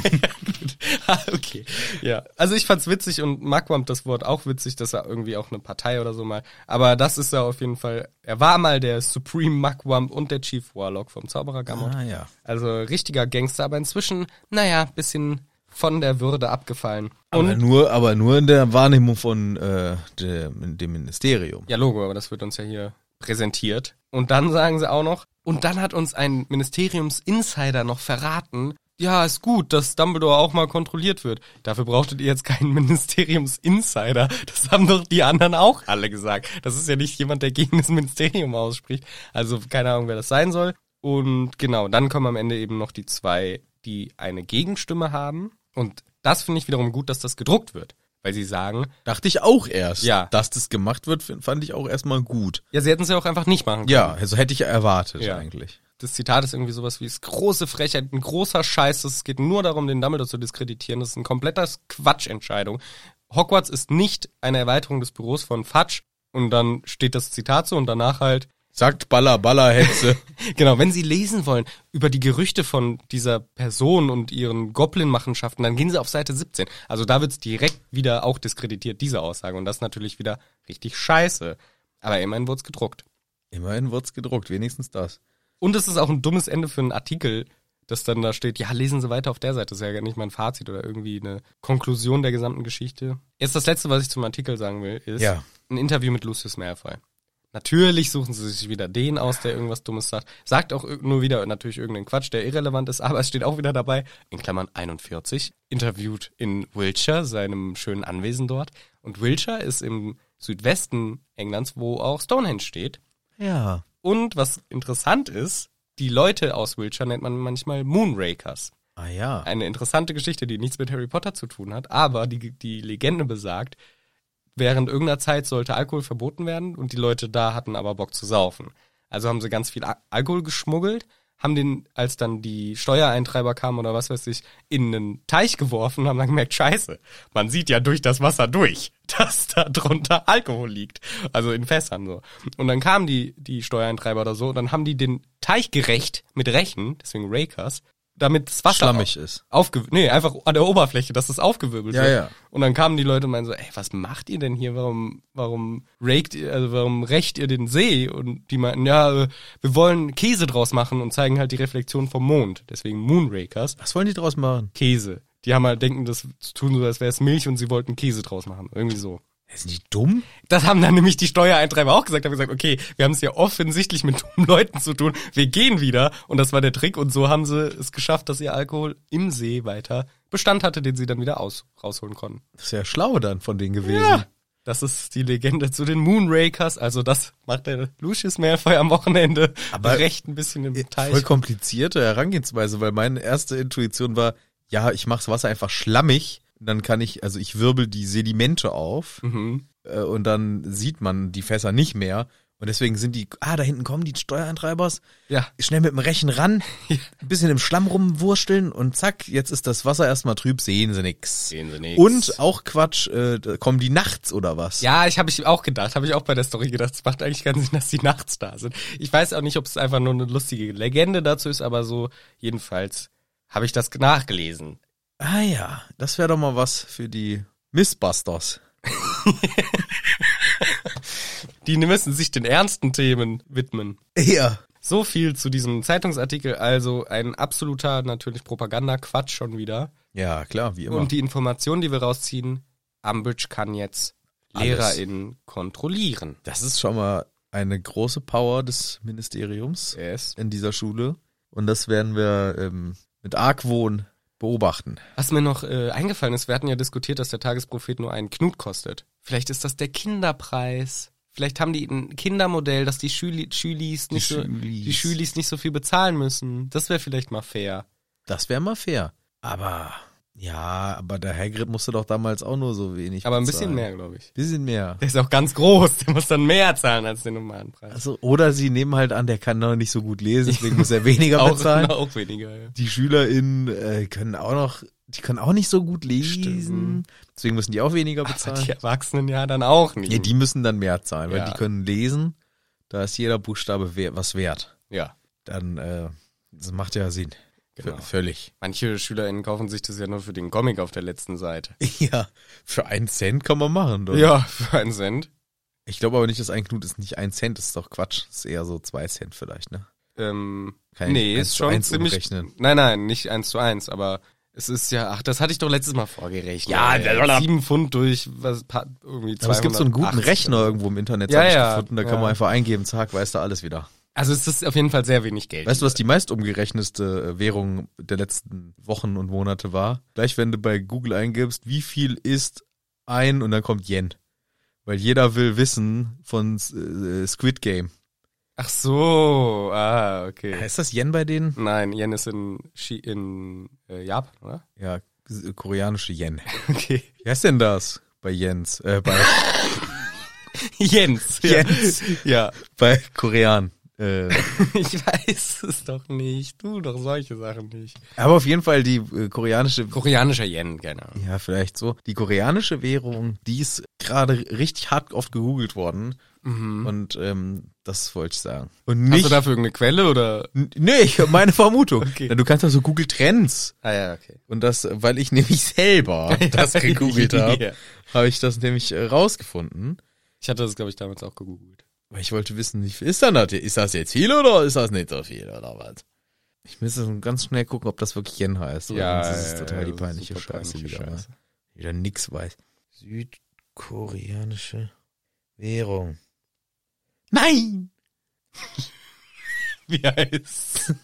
Speaker 2: Ah, okay. Ja. Also ich fand's witzig und Magwamp das Wort auch witzig, dass er irgendwie auch eine Partei oder so mal. Aber das ist er auf jeden Fall. Er war mal der Supreme Magwamp und der Chief Warlock vom Zauberergamot.
Speaker 1: (laughs) Ah, ja.
Speaker 2: Also richtiger Gangster, aber inzwischen, naja, bisschen von der Würde abgefallen.
Speaker 1: Aber
Speaker 2: Und
Speaker 1: nur, aber nur in der Wahrnehmung von äh, dem, dem Ministerium.
Speaker 2: Ja, Logo, aber das wird uns ja hier präsentiert. Und dann sagen sie auch noch, und dann hat uns ein Ministeriums-Insider noch verraten, ja, ist gut, dass Dumbledore auch mal kontrolliert wird. Dafür brauchtet ihr jetzt keinen (laughs) Ministeriums-Insider. Das haben doch die anderen auch alle gesagt. Das ist ja nicht jemand, der gegen das Ministerium ausspricht. Also keine Ahnung, wer das sein soll. Und genau, dann kommen am Ende eben noch die zwei, die eine Gegenstimme haben. Und das finde ich wiederum gut, dass das gedruckt wird. Weil sie sagen,
Speaker 1: Dachte ich auch erst.
Speaker 2: Ja.
Speaker 1: Dass das gemacht wird, find- fand ich auch erstmal gut.
Speaker 2: ja, sie hätten es ja auch einfach nicht machen können.
Speaker 1: Ja, also hätte ich erwartet
Speaker 2: Ja.
Speaker 1: eigentlich.
Speaker 2: das Zitat ist irgendwie sowas wie, es ist große Frechheit, ein großer Scheiß, es geht nur darum, den Dumbledore zu diskreditieren, das ist ein kompletter Quatschentscheidung. Hogwarts ist nicht eine Erweiterung des Büros von Fudge und dann steht das Zitat so und danach halt, (laughs)
Speaker 1: Sagt Baller, Baller, Hexe.
Speaker 2: genau, wenn Sie lesen wollen über die Gerüchte von dieser Person und ihren Goblin-Machenschaften, dann gehen Sie auf Seite 17. Also da wird's direkt wieder auch diskreditiert, diese Aussage und das ist natürlich wieder richtig scheiße. Aber immerhin wurd's gedruckt.
Speaker 1: (laughs) Immerhin wird's gedruckt, wenigstens das.
Speaker 2: Und es ist auch ein dummes Ende für einen Artikel, dass dann da steht, ja, lesen Sie weiter auf der Seite. Das ist ja gar nicht mal ein Fazit oder irgendwie eine Konklusion der gesamten Geschichte. Jetzt das Letzte, was ich zum Artikel sagen will, ist
Speaker 1: Ja.
Speaker 2: ein Interview mit Lucius Malfoy. Natürlich suchen sie sich wieder den aus, der irgendwas Dummes sagt. Sagt auch irg- nur wieder natürlich irgendeinen Quatsch, der irrelevant ist, (laughs) aber es steht auch wieder dabei, in Klammern 41, interviewt in Wiltshire, seinem schönen Anwesen dort. Und Wiltshire ist im Südwesten Englands, wo auch Stonehenge steht.
Speaker 1: Ja.
Speaker 2: Und was interessant ist, die Leute aus Wiltshire nennt man manchmal Moonrakers.
Speaker 1: Ah ja.
Speaker 2: Eine interessante Geschichte, die nichts mit Harry Potter zu tun hat, aber die, die Legende besagt, während irgendeiner Zeit sollte Alkohol verboten werden und die Leute da hatten aber Bock zu saufen. Also haben sie ganz viel Al- Alkohol geschmuggelt, haben den, als dann die Steuereintreiber kamen oder was weiß ich, in einen Teich geworfen und haben dann gemerkt, scheiße, man sieht ja durch das Wasser durch, (laughs) dass da drunter Alkohol liegt. Also in Fässern so. Und dann kamen die, die Steuereintreiber oder so, und dann haben die den Teich gerecht mit Rechen, deswegen Rakers, damit das Wasser
Speaker 1: Schlammig ist.
Speaker 2: aufgewirbelt. Nee, einfach an der Oberfläche, dass das aufgewirbelt
Speaker 1: Ja,
Speaker 2: wird.
Speaker 1: ja.
Speaker 2: Und dann kamen die Leute und meinten so, ey, was macht ihr denn hier? Warum, warum regt ihr, also warum rächt ihr den See? Und die meinten, ja, äh, wir wollen Käse draus machen und zeigen halt die Reflexion vom Mond. Deswegen Moonrakers.
Speaker 1: Was wollen die draus machen?
Speaker 2: Käse. Die haben halt denken, das tun so, als wäre es Milch und sie wollten Käse draus machen. Irgendwie so.
Speaker 1: Sind die dumm?
Speaker 2: Das haben dann nämlich die Steuereintreiber auch gesagt, haben gesagt, okay, wir haben es ja offensichtlich mit dummen (laughs) Leuten zu tun, wir gehen wieder. Und das war der Trick. Und so haben sie es geschafft, dass ihr Alkohol im See weiter Bestand hatte, den sie dann wieder aus, rausholen konnten.
Speaker 1: Das ist ja schlau dann von denen gewesen.
Speaker 2: Das ist die Legende zu den Moonrakers. Also das macht der Lucius Malfoy am Wochenende
Speaker 1: Aber-
Speaker 2: recht ein bisschen im Teich.
Speaker 1: Voll komplizierte Herangehensweise, weil meine erste Intuition war, ja, ich mach's Wasser einfach schlammig, dann kann ich, also ich wirbel die Sedimente auf
Speaker 2: Mhm.
Speaker 1: äh, und dann sieht man die Fässer nicht mehr. Und deswegen sind die, ah, da hinten kommen die Steuereintreibers,
Speaker 2: Ja,
Speaker 1: schnell mit dem Rechen ran,
Speaker 2: (laughs) Ja.
Speaker 1: ein bisschen im Schlamm rumwursteln und zack, jetzt ist das Wasser erstmal trüb, sehen sie nix.
Speaker 2: Sehen sie nix.
Speaker 1: Und auch Quatsch, äh, da kommen die nachts oder was?
Speaker 2: Ja, ich habe ich auch gedacht, habe ich auch bei der Story gedacht, es macht eigentlich keinen Sinn, dass die nachts da sind. Ich weiß auch nicht, ob es einfach nur eine lustige Legende dazu ist, aber so jedenfalls habe ich das nachgelesen.
Speaker 1: Ah ja, das wäre doch mal was für die Missbusters.
Speaker 2: Die müssen sich den ernsten Themen widmen.
Speaker 1: Ja.
Speaker 2: So viel zu diesem Zeitungsartikel, also ein absoluter natürlich Propaganda-Quatsch schon wieder.
Speaker 1: Ja, klar, wie immer.
Speaker 2: Und die Informationen, die wir rausziehen, Umbridge kann jetzt
Speaker 1: Alles.
Speaker 2: LehrerInnen kontrollieren.
Speaker 1: Das ist schon mal eine große Power des Ministeriums
Speaker 2: Yes.
Speaker 1: in dieser Schule. Und das werden wir ähm, mit Argwohn beobachten.
Speaker 2: Was mir noch äh, eingefallen ist, wir hatten ja diskutiert, dass der Tagesprophet nur einen Knut kostet. Vielleicht ist das der Kinderpreis. Vielleicht haben die ein Kindermodell, dass die Schüli Schülis nicht so
Speaker 1: Schülis.
Speaker 2: die Schülis nicht so viel bezahlen müssen. Das wäre vielleicht mal fair.
Speaker 1: Das wäre mal fair. Aber, ja, aber der Hagrid musste doch damals auch nur so wenig
Speaker 2: Aber ein
Speaker 1: bezahlen.
Speaker 2: bisschen mehr, glaube ich.
Speaker 1: Bisschen mehr.
Speaker 2: Der ist auch ganz groß, der muss dann mehr zahlen als den normalen Preis.
Speaker 1: Also, oder sie nehmen halt an, der kann noch nicht so gut lesen, deswegen
Speaker 2: (laughs)
Speaker 1: muss er weniger
Speaker 2: Auch,
Speaker 1: bezahlen.
Speaker 2: auch weniger. Ja.
Speaker 1: Die SchülerInnen äh, können auch noch, die können auch nicht so gut lesen. Deswegen müssen die auch weniger
Speaker 2: Aber
Speaker 1: bezahlen.
Speaker 2: die Erwachsenen ja dann auch nicht.
Speaker 1: Ja, die müssen dann mehr zahlen, weil
Speaker 2: Ja.
Speaker 1: die können lesen. Da ist jeder Buchstabe wer- was wert.
Speaker 2: ja.
Speaker 1: Dann äh, das macht ja Sinn. V-
Speaker 2: Genau.
Speaker 1: (laughs) Völlig.
Speaker 2: Manche SchülerInnen kaufen sich das ja nur für den Comic auf der letzten Seite.
Speaker 1: Ja, für einen Cent kann man machen. Doch.
Speaker 2: Ja, für einen Cent.
Speaker 1: Ich glaube aber nicht, dass ein Knut ist nicht ein Cent, das ist doch Quatsch. Das ist eher so zwei Cent vielleicht, ne?
Speaker 2: Ähm,
Speaker 1: Kein
Speaker 2: nee,
Speaker 1: 1
Speaker 2: ist
Speaker 1: zu
Speaker 2: schon
Speaker 1: 1
Speaker 2: ziemlich.
Speaker 1: umrechnen.
Speaker 2: Nein, nein, nicht eins zu eins, aber es ist ja, ach, das hatte ich doch letztes Mal vorgerechnet.
Speaker 1: Ja,
Speaker 2: Ey,
Speaker 1: der Dollar-
Speaker 2: sieben Pfund durch was pa- irgendwie
Speaker 1: Aber es gibt so einen guten
Speaker 2: 280.
Speaker 1: Rechner irgendwo im Internet,
Speaker 2: Ja,
Speaker 1: hab ich
Speaker 2: ja,
Speaker 1: gefunden. Da
Speaker 2: ja.
Speaker 1: kann man einfach eingeben, zack, weißt du alles wieder.
Speaker 2: Also es ist auf jeden Fall sehr wenig Geld.
Speaker 1: Weißt du, was die meist umgerechnetste äh, Währung der letzten Wochen und Monate war? Gleich, wenn du bei Google eingibst, wie viel ist ein und dann kommt Yen. Weil jeder will wissen von äh, Squid Game.
Speaker 2: Ach so, ah, okay.
Speaker 1: Ist das Yen bei denen?
Speaker 2: Nein, Yen ist in, Chi- in äh, Japan, oder? (laughs)
Speaker 1: Ja, s- äh, koreanische Yen.
Speaker 2: Okay.
Speaker 1: Wie heißt denn das? Bei Jens. Äh, bei, (laughs)
Speaker 2: Jens. Ja.
Speaker 1: Jens. (laughs)
Speaker 2: Ja.
Speaker 1: bei Korean. Äh,
Speaker 2: Ich weiß es doch nicht. Du doch solche Sachen nicht.
Speaker 1: (laughs) aber auf jeden Fall die äh, koreanische
Speaker 2: Koreanischer Yen, genau.
Speaker 1: Ja, vielleicht so. Die koreanische Währung, die ist gerade richtig hart oft gegoogelt worden. Und ähm, das wollte ich sagen. Und
Speaker 2: Mhm. Hast du
Speaker 1: nicht.
Speaker 2: dafür irgendeine Quelle oder?
Speaker 1: N- nee, ich, meine Vermutung.
Speaker 2: (laughs) Okay.
Speaker 1: Na, du kannst doch so Google Trends.
Speaker 2: Ah ja, okay.
Speaker 1: Und das, äh, weil ich (laughs) nämlich
Speaker 2: (laughs)
Speaker 1: selber das gegoogelt
Speaker 2: Ja.
Speaker 1: habe, habe ich das nämlich äh, rausgefunden.
Speaker 2: Ich hatte das, glaube ich, damals auch gegoogelt.
Speaker 1: Weil ich wollte wissen, wie viel ist denn das? hier? Ist das jetzt viel oder ist das nicht so viel oder was? Ich müsste so ganz schnell gucken, ob das wirklich Yen heißt. oder?
Speaker 2: Ja,
Speaker 1: das ist
Speaker 2: ja,
Speaker 1: total
Speaker 2: ja,
Speaker 1: die
Speaker 2: das ist
Speaker 1: peinliche
Speaker 2: super
Speaker 1: Scheiße.
Speaker 2: peinliche
Speaker 1: wieder,
Speaker 2: Scheiße.
Speaker 1: Ne? wieder nix weiß. Südkoreanische Währung. Nein!
Speaker 2: (laughs) Wie heißt?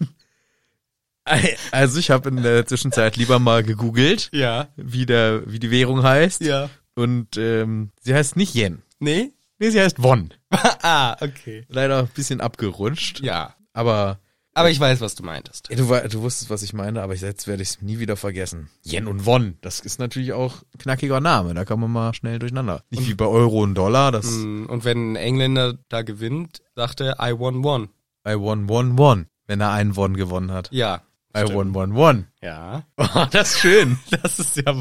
Speaker 1: Also ich habe in der Zwischenzeit lieber mal gegoogelt,
Speaker 2: Ja.
Speaker 1: wie, der, wie die Währung heißt.
Speaker 2: Ja.
Speaker 1: Und ähm, sie heißt nicht Yen.
Speaker 2: Nee?
Speaker 1: Nee, sie heißt Won.
Speaker 2: ah, okay.
Speaker 1: Leider ein bisschen abgerutscht.
Speaker 2: Ja.
Speaker 1: Aber
Speaker 2: Aber ich weiß, was du meintest.
Speaker 1: ja, du, wei- du wusstest, was ich meine, aber jetzt werde ich es nie wieder vergessen. Yen und Won, das ist natürlich auch ein knackiger Name. Da kann man mal schnell durcheinander. Nicht wie bei Euro und Dollar, das
Speaker 2: Mm, Und wenn ein Engländer da gewinnt, sagt er, I won one.
Speaker 1: I won, won, won. Wenn er einen Won gewonnen hat.
Speaker 2: Ja.
Speaker 1: I won, won, won.
Speaker 2: Ja.
Speaker 1: Oh, das ist schön.
Speaker 2: Das ist ja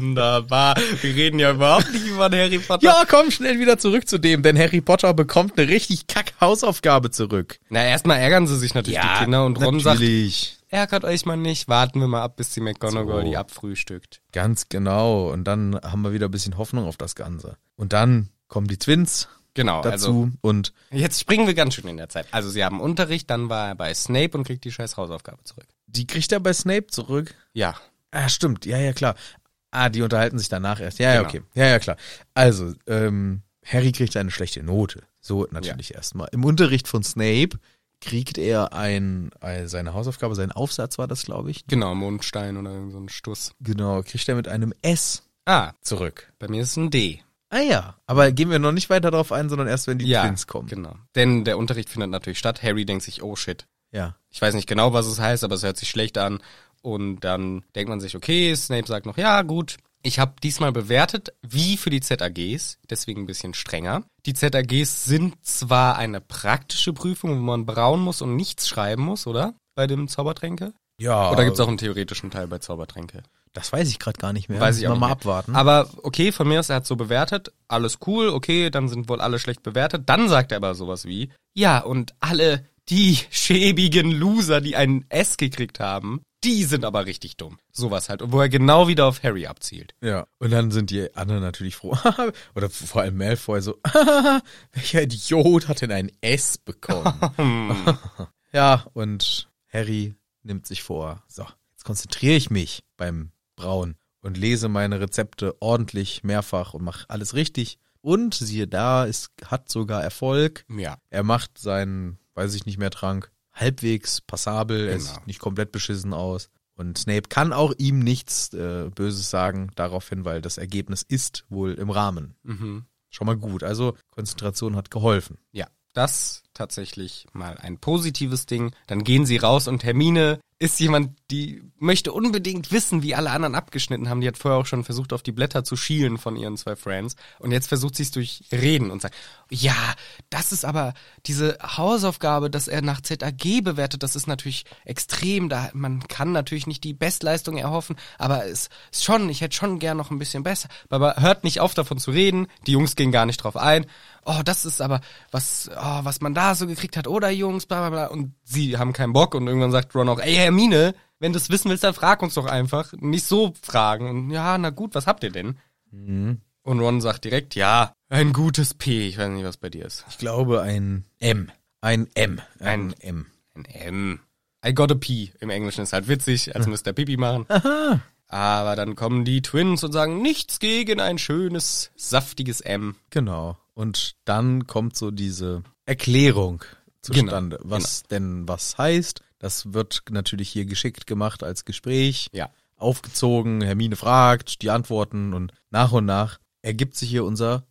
Speaker 2: wunderbar. Wir reden ja überhaupt nicht über den Harry Potter.
Speaker 1: Ja, komm schnell wieder zurück zu dem, denn Harry Potter bekommt eine richtig kack Hausaufgabe zurück.
Speaker 2: Na, erstmal ärgern sie sich natürlich die Kinder genau, und Ron
Speaker 1: natürlich.
Speaker 2: sagt, ärgert euch mal nicht, warten wir mal ab, bis die McGonagall
Speaker 1: So.
Speaker 2: die abfrühstückt.
Speaker 1: Ganz genau. Und dann haben wir wieder ein bisschen Hoffnung auf das Ganze. Und dann kommen die Twins
Speaker 2: Genau, also
Speaker 1: dazu und
Speaker 2: jetzt springen wir ganz schön in der Zeit. Also sie haben Unterricht, dann war er bei Snape und kriegt die scheiß Hausaufgabe zurück.
Speaker 1: die kriegt er bei Snape zurück.
Speaker 2: Ja.
Speaker 1: Ah, stimmt. Ja, ja, klar. Ah, die unterhalten sich danach erst. Ja, ja,
Speaker 2: Genau.
Speaker 1: okay. Ja, ja, klar. Also, ähm, Harry kriegt eine schlechte Note. So natürlich erstmal. Im Unterricht von Snape kriegt er ein, ein, seine Hausaufgabe, seinen Aufsatz war das, glaube ich.
Speaker 2: Genau, Mondstein oder irgend so ein Stuss.
Speaker 1: Genau, kriegt er mit einem S
Speaker 2: Ah,
Speaker 1: zurück.
Speaker 2: bei mir ist ein D.
Speaker 1: Ah ja, aber gehen wir noch nicht weiter darauf ein, sondern erst, wenn die
Speaker 2: ja,
Speaker 1: Twins kommen.
Speaker 2: genau. Denn der Unterricht findet natürlich statt. Harry denkt sich, oh shit,
Speaker 1: Ja.
Speaker 2: Ich weiß nicht genau, was es heißt, aber es hört sich schlecht an. Und dann denkt man sich, okay, Snape sagt noch, ja gut, ich habe diesmal bewertet, wie für die ZAGs, deswegen ein bisschen strenger. Die ZAGs sind zwar eine praktische Prüfung, wo man brauen muss und nichts schreiben muss, oder? Bei dem Zaubertränke?
Speaker 1: Ja.
Speaker 2: Oder gibt's auch einen theoretischen Teil bei Zaubertränke?
Speaker 1: Das weiß ich gerade gar nicht mehr.
Speaker 2: Weiß ich
Speaker 1: Müssen wir
Speaker 2: auch nicht
Speaker 1: mal
Speaker 2: mehr.
Speaker 1: abwarten.
Speaker 2: Aber okay, von mir aus, er hat so bewertet, alles cool, okay, dann sind wohl alle schlecht bewertet. Dann sagt er aber sowas wie, ja, und alle die (laughs) schäbigen Loser, die ein S gekriegt haben, die sind aber richtig dumm. Sowas halt. Und wo er genau wieder auf Harry abzielt.
Speaker 1: ja. Und dann sind die anderen natürlich froh. (laughs) Oder vor allem Malfoy so, (laughs) welcher Idiot hat denn ein S bekommen? (laughs) ja, und Harry nimmt sich vor, so, jetzt konzentriere ich mich beim Brauen und lese meine Rezepte ordentlich mehrfach und mache alles richtig. Und siehe da, es hat sogar Erfolg.
Speaker 2: Ja.
Speaker 1: Er macht seinen, weiß ich nicht mehr, Trank halbwegs passabel. Er
Speaker 2: Genau.
Speaker 1: sieht nicht komplett beschissen aus. Und Snape kann auch ihm nichts äh, Böses sagen daraufhin, weil das Ergebnis ist wohl im Rahmen.
Speaker 2: Mhm.
Speaker 1: Schon mal gut. Also Konzentration hat geholfen.
Speaker 2: Ja. Das tatsächlich mal ein positives Ding. Dann gehen sie raus und Hermine ist jemand, die möchte unbedingt wissen, wie alle anderen abgeschnitten haben. Die hat vorher auch schon versucht, auf die Blätter zu schielen von ihren zwei Friends. Und jetzt versucht sie es durch Reden und sagt, ja, das ist aber diese Hausaufgabe, dass er nach ZAG bewertet, das ist natürlich extrem. Da, man kann natürlich nicht die Bestleistung erhoffen, aber es ist schon, ich hätte schon gern noch ein bisschen besser. Aber hört nicht auf, davon zu reden. Die Jungs gehen gar nicht drauf ein. Oh, das ist aber, was, oh, was man da so gekriegt hat, oder Jungs, bla, bla, bla. Und sie haben keinen Bock und irgendwann sagt Ron auch, ey, Hermine, wenn du es wissen willst, dann frag uns doch einfach. Nicht so fragen. Und ja, na gut, was habt ihr denn? Und Ron sagt direkt, ja, ein gutes P. Ich weiß nicht, was bei dir ist.
Speaker 1: Ich glaube, ein M. Ein M. Ein, M.
Speaker 2: Ein M. I got a P. Im Englischen ist halt witzig, als müsste er Pipi machen. Aber dann kommen die Twins und sagen, nichts gegen ein schönes, saftiges M.
Speaker 1: Genau. Und dann kommt so diese Erklärung zustande,
Speaker 2: Genau,
Speaker 1: was denn was heißt. Das wird natürlich hier geschickt gemacht als Gespräch.
Speaker 2: Ja.
Speaker 1: Aufgezogen, Hermine fragt, die Antworten und nach und nach ergibt sich hier unser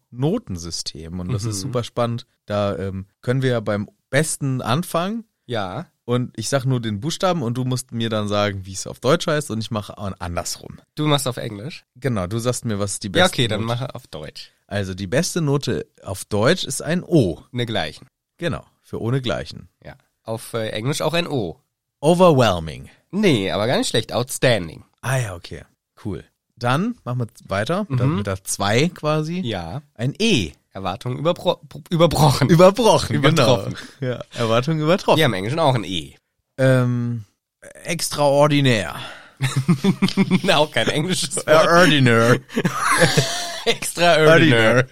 Speaker 1: Notensystem. Und das
Speaker 2: Mhm.
Speaker 1: ist super spannend. Da ähm, können wir ja beim besten anfangen.
Speaker 2: Ja.
Speaker 1: Und ich sag nur den Buchstaben und du musst mir dann sagen, wie es auf Deutsch heißt und ich mache an- andersrum.
Speaker 2: Du machst auf Englisch?
Speaker 1: Genau, du sagst mir, was die beste
Speaker 2: Ja, okay, dann
Speaker 1: Note-
Speaker 2: mache auf Deutsch.
Speaker 1: Also die beste Note auf Deutsch ist ein O.
Speaker 2: Ne gleichen.
Speaker 1: Genau, für ohnegleichen.
Speaker 2: Ja. Auf äh, Englisch auch ein O.
Speaker 1: Overwhelming.
Speaker 2: Nee, aber gar nicht schlecht. Outstanding.
Speaker 1: Ah ja, okay. Cool. Dann machen wir weiter dann mit der 2 quasi.
Speaker 2: Mhm. Ja.
Speaker 1: Ein E.
Speaker 2: Erwartungen überbro überbrochen.
Speaker 1: Überbrochen,
Speaker 2: Übertroffen.
Speaker 1: genau. Ja, Erwartung übertroffen.
Speaker 2: Wir haben im Englischen auch ein E. (laughs)
Speaker 1: Ähm, extraordinär.
Speaker 2: auch kein englisches
Speaker 1: (laughs)
Speaker 2: Wort. ne?
Speaker 1: Ordinary.
Speaker 2: Extraordinary.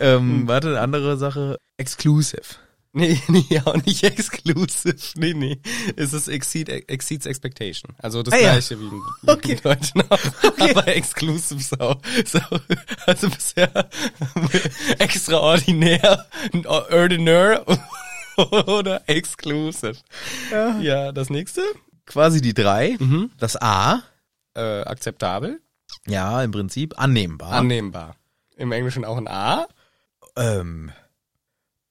Speaker 1: ähm, warte, eine andere Sache. Exclusive.
Speaker 2: (laughs) Nee, nee, auch nicht exclusive. Nee, nee. Es ist exceed, exceeds expectation. Also das
Speaker 4: Ah ja.
Speaker 2: gleiche wie, im- wie
Speaker 4: Okay.
Speaker 2: im Deutschen auch. Aber exclusive ist auch, ist auch also bisher (laughs) extraordinär, ordinär (laughs) oder exclusive. Ja, das nächste.
Speaker 1: Quasi die drei. Das A,
Speaker 2: Äh, akzeptabel.
Speaker 1: ja, im Prinzip annehmbar.
Speaker 2: Ah. Annehmbar. Im Englischen auch ein A.
Speaker 1: ähm,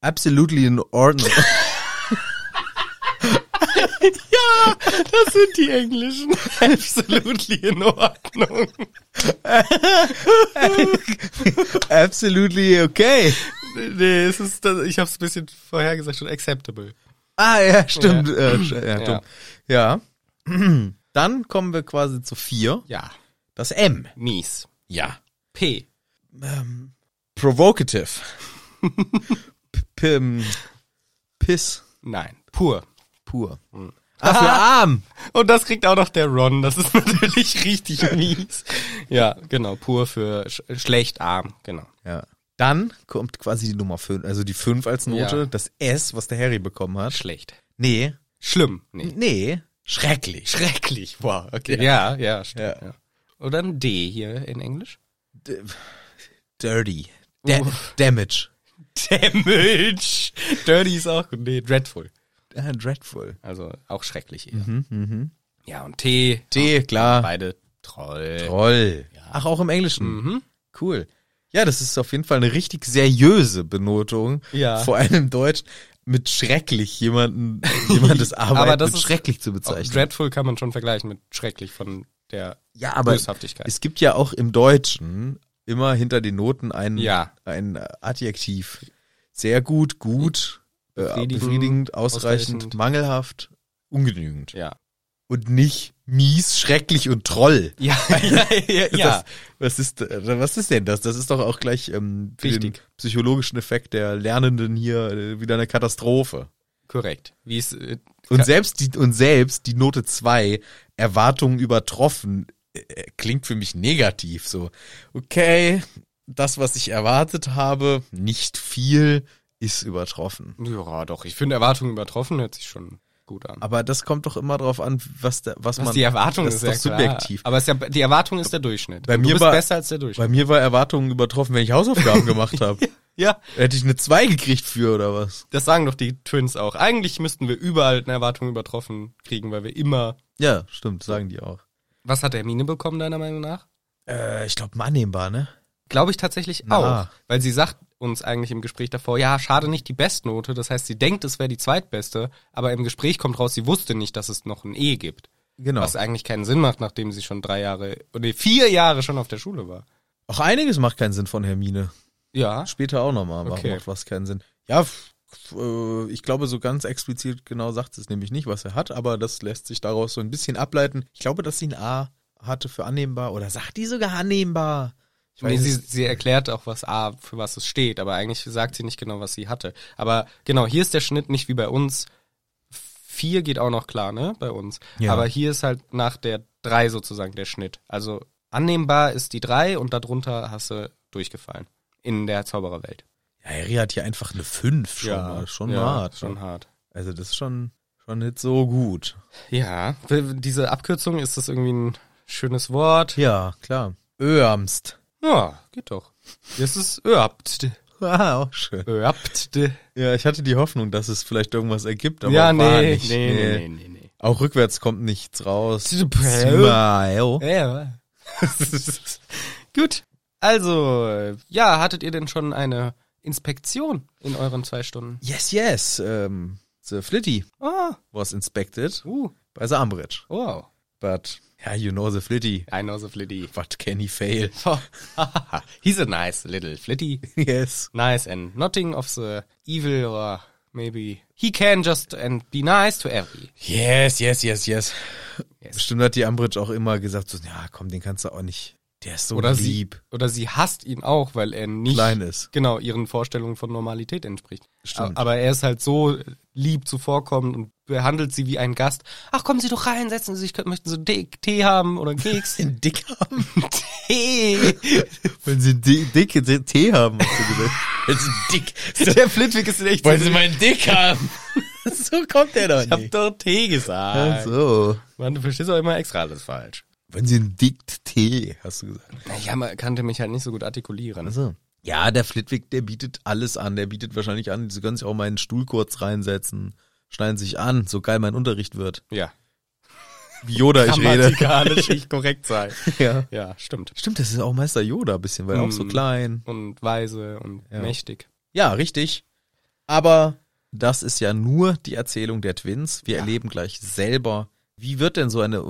Speaker 1: absolutely in Ordnung.
Speaker 2: Das sind die Englischen. (laughs) Absolutely in Ordnung.
Speaker 1: (laughs) absolutely okay.
Speaker 2: Nee, es ist, das, ich habe es ein bisschen vorher gesagt, schon acceptable.
Speaker 1: Ah, ja, stimmt. Ja, äh, ja,
Speaker 2: Ja.
Speaker 1: dumm. ja. (clears throat) Dann kommen wir quasi zu vier.
Speaker 2: Ja.
Speaker 1: Das M.
Speaker 2: Mies.
Speaker 1: Ja.
Speaker 2: P.
Speaker 1: Ähm, Provocative. P pim- Piss.
Speaker 2: Nein. Pur.
Speaker 1: Pur. Ach, für
Speaker 2: Ah.
Speaker 1: arm.
Speaker 2: Und das kriegt auch noch der Ron. Das ist (laughs) natürlich richtig (laughs) mies. Ja, genau. Pur für sch schlecht arm. Genau.
Speaker 1: Ja. Dann kommt quasi die Nummer 5, also die 5 als Note,
Speaker 2: Ja.
Speaker 1: das S, was der Harry bekommen hat.
Speaker 2: Schlecht.
Speaker 1: Nee,
Speaker 2: Schlimm. Nee.
Speaker 1: nee, schrecklich.
Speaker 2: Schrecklich. Wow. Okay. Ja, ja. Stimmt,
Speaker 1: Ja.
Speaker 2: ja. Oder ein D hier in Englisch.
Speaker 1: D- Dirty. Da
Speaker 2: Uff.
Speaker 1: Damage.
Speaker 2: (laughs) Damage. Dirty ist auch gut. Nee, dreadful.
Speaker 1: Ah, dreadful.
Speaker 2: Also auch schrecklich eher. mhm. Ja, und T.
Speaker 1: D, klar.
Speaker 2: Beide Troll.
Speaker 1: Toll. Ach, auch im Englischen.
Speaker 2: Mhm.
Speaker 1: Cool. Ja, das ist auf jeden Fall eine richtig seriöse Benotung.
Speaker 2: Ja.
Speaker 1: Vor allem im Deutschen mit schrecklich jemanden, (laughs) jemandes Arbeit
Speaker 2: das
Speaker 1: mit
Speaker 2: ist-
Speaker 1: schrecklich zu
Speaker 2: Auch
Speaker 1: bezeichnen.
Speaker 2: Dreadful kann man schon vergleichen mit schrecklich von der
Speaker 1: Ja, aber
Speaker 2: Boshaftigkeit.
Speaker 1: es gibt ja auch im Deutschen immer hinter den Noten ein,
Speaker 2: Ja.
Speaker 1: ein Adjektiv. Sehr gut, gut, äh,
Speaker 2: Befriedigend,
Speaker 1: befriedigend, ausreichend,
Speaker 2: ausreichend.
Speaker 1: mangelhaft, ungenügend. (laughs)
Speaker 2: Ja.
Speaker 1: Und nicht mies, schrecklich und Troll.
Speaker 2: Ja, ja, ja, ja.
Speaker 1: Das, was, ist, äh, was ist denn das? Das ist doch auch gleich ähm, für den
Speaker 2: Wichtig.
Speaker 1: psychologischen Effekt der Lernenden hier äh, wieder eine Katastrophe.
Speaker 2: korrekt. Wie es äh,
Speaker 1: Und
Speaker 2: Ka-
Speaker 1: selbst die, und selbst die Note 2, Erwartungen übertroffen, äh, äh, klingt für mich negativ. So, okay, das, was ich erwartet habe, nicht viel, ist übertroffen.
Speaker 2: ja, doch, ich finde Erwartungen übertroffen hört sich schon gut an.
Speaker 1: Aber das kommt doch immer drauf an, was, da, was,
Speaker 2: Was
Speaker 1: man.
Speaker 2: die Erwartung
Speaker 1: das
Speaker 2: ist,
Speaker 1: ist
Speaker 2: ja
Speaker 1: doch
Speaker 2: klar.
Speaker 1: subjektiv.
Speaker 2: Aber es ist ja, die Erwartung ist der Durchschnitt.
Speaker 1: Bei
Speaker 2: Und
Speaker 1: mir
Speaker 2: du bist
Speaker 1: war-
Speaker 2: besser als der Durchschnitt.
Speaker 1: Bei mir war Erwartungen übertroffen, wenn ich Hausaufgaben gemacht
Speaker 2: (laughs)
Speaker 1: habe.
Speaker 2: Ja,
Speaker 1: Hätte ich eine 2 gekriegt für oder was?
Speaker 2: das sagen doch die Twins auch. Eigentlich müssten wir überall eine Erwartung übertroffen kriegen, weil wir immer
Speaker 1: Ja, stimmt, sagen die auch.
Speaker 2: Was hat Hermine bekommen deiner Meinung nach?
Speaker 1: Äh, ich glaube, annehmbar, ne?
Speaker 2: Glaube ich tatsächlich
Speaker 1: Na.
Speaker 2: auch, weil sie sagt uns eigentlich im Gespräch davor, ja, schade nicht die Bestnote, das heißt, sie denkt, es wäre die zweitbeste, aber im Gespräch kommt raus, sie wusste nicht, dass es noch ein E gibt.
Speaker 1: Genau.
Speaker 2: Was eigentlich keinen Sinn macht, nachdem sie schon drei Jahre, nee, vier Jahre schon auf der Schule war.
Speaker 1: Auch einiges macht keinen Sinn von Hermine.
Speaker 2: Ja.
Speaker 1: Später auch nochmal, okay.
Speaker 2: Okay.
Speaker 1: macht was keinen Sinn. Ja, f- f- äh, ich glaube, so ganz explizit genau sagt sie es nämlich nicht, was er hat, aber das lässt sich daraus so ein bisschen ableiten. Ich glaube, dass sie ein A hatte für annehmbar oder sagt die sogar annehmbar. Ich
Speaker 2: Nee,
Speaker 1: weiß
Speaker 2: sie,
Speaker 1: es-
Speaker 2: sie erklärt auch, was A, für was es steht, aber eigentlich sagt sie nicht genau, was sie hatte. Aber genau, hier ist der Schnitt nicht wie bei uns. Vier geht auch noch klar, ne, bei uns.
Speaker 1: Ja.
Speaker 2: Aber hier ist halt nach der drei sozusagen der Schnitt. Also annehmbar ist die drei und darunter hast du durchgefallen. In der Zaubererwelt.
Speaker 1: ja, Harry hat hier einfach eine 5 schon mal, schon
Speaker 2: ja,
Speaker 1: hart.
Speaker 2: Schon hart.
Speaker 1: Also das ist schon, schon nicht so gut.
Speaker 2: Ja, diese Abkürzung, ist das irgendwie ein schönes Wort?
Speaker 1: Ja, klar. Öamst. (laughs)
Speaker 2: Ja, geht doch. Das ist öapt.
Speaker 1: Ah, auch schön.
Speaker 2: Öapt.
Speaker 1: Ja, ich hatte die Hoffnung, dass es vielleicht irgendwas ergibt, aber
Speaker 2: Ja,
Speaker 1: war
Speaker 2: nee,
Speaker 1: nicht.
Speaker 2: nee, nee, nee, nee, nee.
Speaker 1: Auch rückwärts kommt nichts raus.
Speaker 2: Smile. Ja. (laughs) Gut. Also, ja, hattet ihr denn schon eine Inspektion in euren zwei Stunden?
Speaker 1: Yes, yes. Um, the Flitty
Speaker 2: Ah,
Speaker 1: was inspected
Speaker 2: uh,
Speaker 1: by the Umbridge.
Speaker 2: wow.
Speaker 1: But, yeah, you know the Flitty.
Speaker 2: I know the flitty.
Speaker 1: What can he fail? (laughs)
Speaker 2: (laughs) He's a nice little flitty.
Speaker 1: yes.
Speaker 2: Nice and nothing of the evil or maybe he can just and be nice to every.
Speaker 1: Yes, yes, yes, yes.
Speaker 2: Yes.
Speaker 1: Bestimmt hat die Umbridge auch immer gesagt, so, ja, komm, den kannst du auch nicht,
Speaker 5: Der ist so
Speaker 2: Oder sie, (laughs)
Speaker 5: lieb.
Speaker 2: oder sie hasst ihn auch, weil er nicht
Speaker 5: Klein ist.
Speaker 2: genau ihren Vorstellungen von Normalität entspricht.
Speaker 5: Stimmt.
Speaker 2: A- Aber er ist halt so lieb zuvorkommend und behandelt sie wie einen Gast. Ach, kommen Sie doch rein, setzen Sie sich, kö- möchten Sie einen Tee- Tee haben oder
Speaker 5: (laughs)
Speaker 2: einen Keks?
Speaker 5: Den dick haben.
Speaker 2: Tee!
Speaker 1: Wenn sie di dicke T- Tee haben, hast du
Speaker 2: (laughs)
Speaker 1: gesagt.
Speaker 5: Das ist dick.
Speaker 2: Der Flitwick ist echt
Speaker 5: Wollen Sie meinen Dick haben? (laughs) so kommt der
Speaker 2: Ich
Speaker 5: doch
Speaker 2: hab
Speaker 5: nicht.
Speaker 2: doch Tee gesagt.
Speaker 1: Ach
Speaker 5: Also.
Speaker 1: so.
Speaker 2: Mann, du verstehst auch immer extra alles falsch.
Speaker 1: Wenn Also, sie einen dickt Tee, hast du gesagt.
Speaker 2: Ja, man kannte mich halt nicht so gut artikulieren.
Speaker 1: Also. Ja, der Flitwick, der bietet alles an. Der bietet wahrscheinlich an, sie können sich auch mal einen Stuhl kurz reinsetzen, schneiden sich an, so geil mein Unterricht wird.
Speaker 2: Ja.
Speaker 1: Wie Yoda
Speaker 5: (laughs)
Speaker 1: ich rede.
Speaker 2: Grammatikalisch nicht korrekt sein.
Speaker 1: Ja.
Speaker 2: Ja, stimmt.
Speaker 1: Stimmt, das ist auch Meister Yoda ein bisschen, weil er auch so
Speaker 5: Hm.
Speaker 2: Mm.
Speaker 1: klein.
Speaker 2: Und weise und
Speaker 1: Ja.
Speaker 2: mächtig.
Speaker 5: Ja, richtig.
Speaker 1: Aber das ist ja nur die Erzählung der Twins. Wir erleben gleich selber, wie wird denn so eine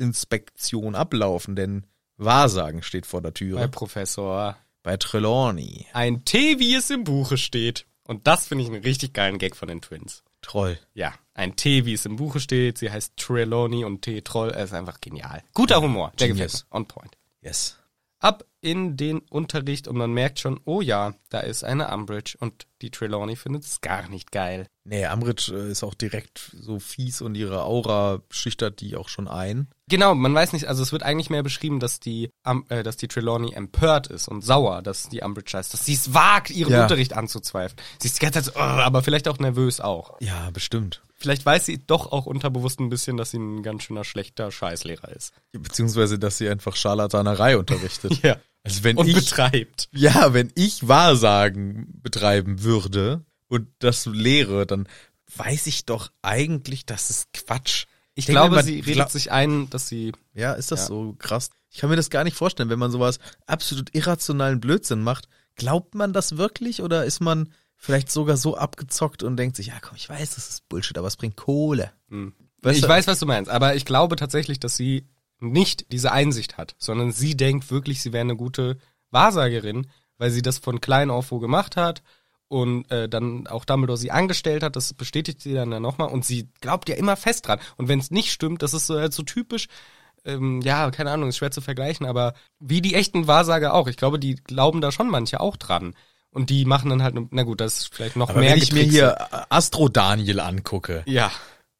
Speaker 1: Unterrichtsinspektion ablaufen? Denn Wahrsagen steht vor der Türe
Speaker 2: Herr Professor,
Speaker 1: bei Trelawney.
Speaker 2: ein Tee, wie es im Buche steht. Und das finde ich einen richtig geilen Gag von den Twins.
Speaker 1: Troll.
Speaker 2: Ja, ein Tee, wie es im Buche steht. Sie heißt Trelawney und Tee Troll. Er ist einfach genial. Guter Humor. Der
Speaker 1: Genius.
Speaker 2: gefällt mir. On point.
Speaker 1: Yes.
Speaker 2: Ab in den Unterricht und man merkt schon, oh ja, da ist eine Umbridge und die Trelawney findet es gar nicht geil.
Speaker 1: Nee, Amrit äh, ist auch direkt so fies und ihre Aura schüchtert die auch schon ein.
Speaker 2: Genau, man weiß nicht, also es wird eigentlich mehr beschrieben, dass die, Am- äh, dass die Trelawney empört ist und sauer, dass die Umbridge heißt, dass sie es wagt, ihren
Speaker 1: Ja.
Speaker 2: Unterricht anzuzweifeln. Sie ist die ganze Zeit so, "Ugh", aber vielleicht auch nervös auch.
Speaker 1: Ja, bestimmt.
Speaker 2: Vielleicht weiß sie doch auch unterbewusst ein bisschen, dass sie ein ganz schöner schlechter Scheißlehrer ist.
Speaker 1: Beziehungsweise, dass sie einfach Scharlatanerei unterrichtet.
Speaker 2: (laughs) Ja.
Speaker 1: Also wenn
Speaker 2: Und
Speaker 1: ich,
Speaker 2: betreibt.
Speaker 1: ja, wenn ich Wahrsagen betreiben würde und das lehre, dann weiß ich doch eigentlich, das ist Quatsch.
Speaker 2: Ich
Speaker 1: denke
Speaker 2: glaube,
Speaker 1: mir,
Speaker 2: sie redet
Speaker 1: gla-
Speaker 2: sich ein, dass sie
Speaker 1: Ja, ist das
Speaker 2: Ja.
Speaker 1: so krass? Ich kann mir das gar nicht vorstellen, wenn man sowas absolut irrationalen Blödsinn macht. Glaubt man das wirklich oder ist man vielleicht sogar so abgezockt und denkt sich, ja komm, ich weiß, das ist Bullshit, aber es bringt Kohle. Weißt
Speaker 2: ich
Speaker 1: du-
Speaker 2: weiß, was du meinst, aber ich glaube tatsächlich, dass sie nicht diese Einsicht hat, sondern sie denkt wirklich, sie wäre eine gute Wahrsagerin, weil sie das von klein auf wo gemacht hat und äh, dann auch Dumbledore sie angestellt hat, das bestätigt sie dann ja nochmal und sie glaubt ja immer fest dran. Und wenn es nicht stimmt, das ist so, halt so typisch, ähm, ja, keine Ahnung, ist schwer zu vergleichen, aber wie die echten Wahrsager auch. Ich glaube, die glauben da schon manche auch dran. Und die machen dann halt, ne- na gut, das ist vielleicht noch
Speaker 5: Aber
Speaker 2: mehr
Speaker 5: wenn ich mir
Speaker 2: Getrickse.
Speaker 5: hier Astro Daniel angucke
Speaker 2: Ja,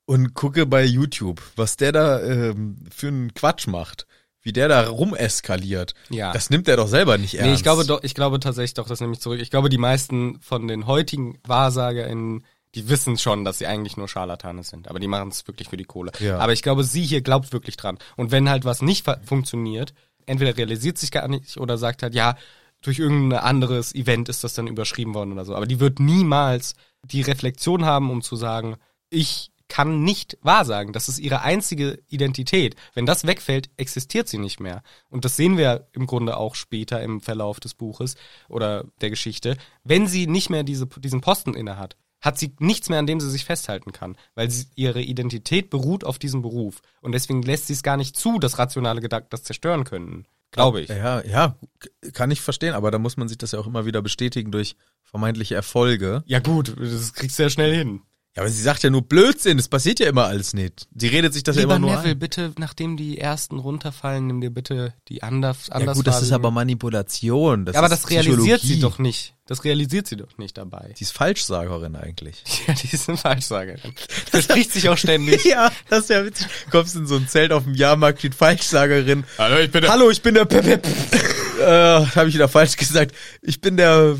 Speaker 5: und gucke bei YouTube, was der da ähm, für einen Quatsch macht, wie der da rumeskaliert,
Speaker 2: ja.
Speaker 5: das nimmt er doch selber nicht ernst.
Speaker 2: Nee, ich glaube, doch, ich glaube tatsächlich doch, das nehme ich zurück. Ich glaube, die meisten von den heutigen WahrsagerInnen, die wissen schon, dass sie eigentlich nur Scharlatane sind. Aber die machen es wirklich für die Kohle.
Speaker 5: Ja.
Speaker 2: Aber ich glaube, sie hier glaubt wirklich dran. Und wenn halt was nicht fa- funktioniert, entweder realisiert sich gar nicht oder sagt halt, ja, durch irgendein anderes Event ist das dann überschrieben worden oder so. Aber die wird niemals die Reflexion haben, um zu sagen, ich kann nicht wahrsagen. Das ist ihre einzige Identität. Wenn das wegfällt, existiert sie nicht mehr. Und das sehen wir im Grunde auch später im Verlauf des Buches oder der Geschichte. Wenn sie nicht mehr diese, diesen Posten innehat, hat sie nichts mehr, an dem sie sich festhalten kann, weil sie, ihre Identität beruht auf diesem Beruf. Und deswegen lässt sie es gar nicht zu, dass rationale Gedanken das zerstören können. Glaube ich.
Speaker 1: Ja, ja, k- kann ich verstehen, aber da muss man sich das ja auch immer wieder bestätigen durch vermeintliche Erfolge.
Speaker 2: Ja gut, das kriegst du ja schnell hin.
Speaker 1: Ja, aber sie sagt ja nur Blödsinn, es passiert ja immer alles nicht. Sie redet sich das ja
Speaker 2: Lieber
Speaker 1: immer nur
Speaker 2: Neville,
Speaker 1: ein.
Speaker 2: bitte, nachdem die ersten runterfallen, nimm dir bitte die anders
Speaker 1: Ja gut, das ist aber
Speaker 2: mal.
Speaker 1: Manipulation. Das
Speaker 2: Ja, aber
Speaker 1: ist
Speaker 2: das realisiert
Speaker 1: Psychologie.
Speaker 2: sie doch nicht. Das realisiert sie doch nicht dabei.
Speaker 1: Die ist Falschsagerin eigentlich.
Speaker 2: (laughs) Ja, die ist eine Falschsagerin. Verspricht sich auch ständig.
Speaker 1: (laughs) Ja, das ist ja witzig. Kommst in so ein Zelt auf dem Jahrmarkt, steht Falschsagerin.
Speaker 2: Hallo, ich bin der
Speaker 1: Hallo, ich bin der Pepe.
Speaker 2: (laughs)
Speaker 1: äh, habe ich wieder falsch gesagt. Ich bin der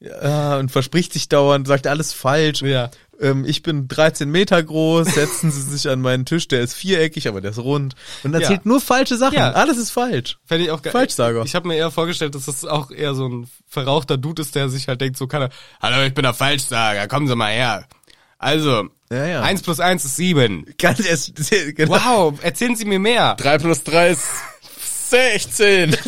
Speaker 1: äh, und verspricht sich dauernd, sagt alles falsch.
Speaker 2: Ja.
Speaker 1: Ähm, ich bin 13 Meter groß, setzen Sie sich an meinen Tisch, der ist viereckig, aber der ist rund. Und erzählt nur falsche Sachen.
Speaker 2: Ja.
Speaker 1: Alles ist falsch.
Speaker 2: Fände ich auch geil.
Speaker 1: Falschsager.
Speaker 2: Ich habe mir eher vorgestellt, dass das auch eher so ein verrauchter Dude ist, der sich halt denkt, so kann er, hallo, ich bin der Falschsager, kommen Sie mal her. Also,
Speaker 1: Ja, ja.
Speaker 2: eins plus eins ist sieben.
Speaker 1: Ganz erst, (laughs) genau. (laughs)
Speaker 2: Wow, erzählen Sie mir mehr.
Speaker 5: 3 plus 3 ist 16.
Speaker 2: (laughs)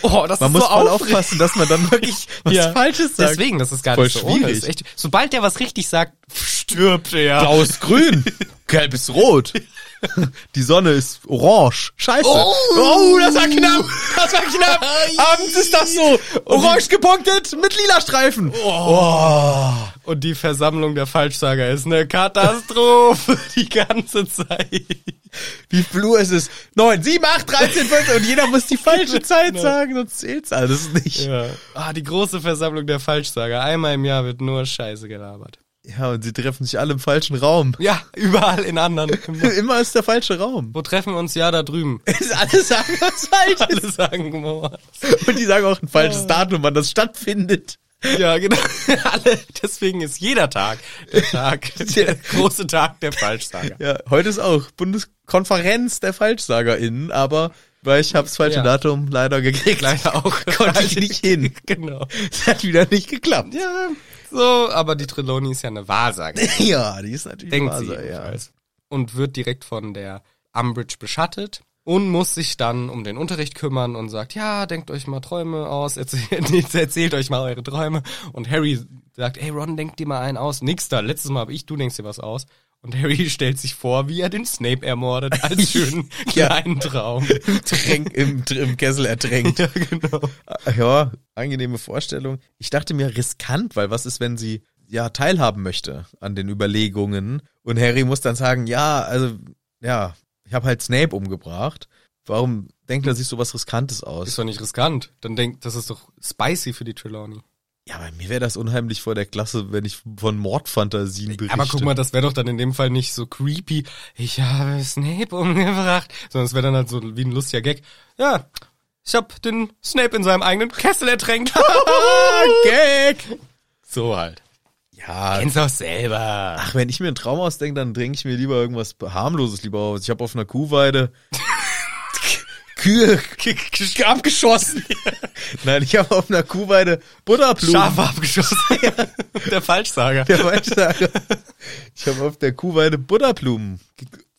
Speaker 2: Oh, das
Speaker 1: Man muss voll aufpassen, dass man dann wirklich was
Speaker 2: (laughs) Ja.
Speaker 1: Falsches sagt.
Speaker 2: Deswegen, das ist gar
Speaker 1: Voll
Speaker 2: nicht so ohne.
Speaker 1: schwierig.
Speaker 2: Ist echt, sobald der was richtig sagt, stirbt er.
Speaker 5: Blau ist grün, gelb ist rot.
Speaker 1: (laughs) Die Sonne ist orange. Scheiße.
Speaker 6: Oh.
Speaker 1: das war knapp. Das war (laughs)
Speaker 2: (laughs)
Speaker 1: knapp. Abends ist das so. Orange gepunktet mit lila Streifen. Oh.
Speaker 2: Und die Versammlung der Falschsager ist eine Katastrophe (laughs) die ganze Zeit.
Speaker 1: Wie blue ist es? 9, 7, 8, 13, 14. Und jeder muss die
Speaker 2: (laughs)
Speaker 1: falsche Zeit sagen, sonst zählt's alles nicht.
Speaker 2: Ja. Ah, die große Versammlung der Falschsager. Einmal im Jahr wird nur Scheiße gelabert.
Speaker 1: Ja, und sie treffen sich alle im falschen Raum. (laughs)
Speaker 2: Ja, überall in anderen.
Speaker 1: Immer ist der falsche Raum.
Speaker 2: Wo treffen wir uns? Ja, da
Speaker 1: (laughs)
Speaker 2: drüben.
Speaker 1: Alle sagen was Falsches.
Speaker 2: Alle sagen, wo war's?
Speaker 1: (laughs) Und die sagen auch ein falsches Datum, wann das stattfindet.
Speaker 2: Ja, genau. (laughs) Alle, deswegen ist jeder Tag der
Speaker 1: (laughs)
Speaker 2: Tag, der große Tag der Falschsager.
Speaker 1: Ja, heute ist auch Bundeskonferenz der FalschsagerInnen, aber weil ich hab's falsche
Speaker 2: Ja.
Speaker 1: Datum leider gekriegt.
Speaker 2: Leider auch.
Speaker 1: (laughs) Konnte ich nicht hin.
Speaker 2: (laughs) Genau.
Speaker 1: Das hat wieder nicht geklappt.
Speaker 2: Ja, so, aber die Trelawney ist ja eine Wahrsagerin.
Speaker 1: (laughs) Ja, die ist natürlich
Speaker 2: denkt
Speaker 1: Wahrsager,
Speaker 2: sie
Speaker 1: ja.
Speaker 2: jedenfalls. Und wird direkt von der Umbridge beschattet und muss sich dann um den Unterricht kümmern und sagt, ja, denkt euch mal Träume aus, erzählt, (laughs) jetzt erzählt euch mal eure Träume. Und Harry sagt, hey Ron, denkt dir mal einen aus. Nix da, letztes Mal habe ich, du denkst dir was aus. Und Harry (laughs) stellt sich vor, wie er den Snape ermordet, als schönen
Speaker 1: (laughs) Ja.
Speaker 2: kleinen Traum.
Speaker 1: (laughs)
Speaker 2: (laughs)
Speaker 1: Tränk, im, im Kessel ertränkt.
Speaker 2: ja, genau.
Speaker 1: Ja, angenehme Vorstellung. Ich dachte mir riskant, weil was ist, wenn sie ja teilhaben möchte an den Überlegungen und Harry muss dann sagen, ja, also ja, ich habe halt Snape umgebracht. Warum denkt er sich sowas riskantes
Speaker 2: Ist
Speaker 1: aus?
Speaker 2: doch nicht riskant. Dann denkt, das ist doch spicy für die Trelawney.
Speaker 1: Ja, bei mir wäre das unheimlich vor der Klasse, wenn ich von Mordfantasien berichte.
Speaker 2: Aber guck mal, das wäre doch dann in dem Fall nicht so creepy. Ich habe Snape umgebracht, sondern es wäre dann halt so wie ein lustiger Gag. Ja, ich habe den Snape in seinem eigenen Kessel ertränkt. (laughs)
Speaker 1: Gag!
Speaker 2: so halt.
Speaker 1: Ja,
Speaker 2: Kennst auch selber.
Speaker 1: ach, wenn ich mir einen Traum ausdenke, dann denke ich mir lieber irgendwas harmloses lieber aus. Ich habe auf einer Kuhweide Kühe
Speaker 2: (laughs) Abgeschossen.
Speaker 1: Nein, ich habe auf einer Kuhweide Butterblumen. (laughs)
Speaker 2: Scharf abgeschossen. Der Falschsager.
Speaker 1: Der Weissager. also, Ich habe auf der Kuhweide Butterblumen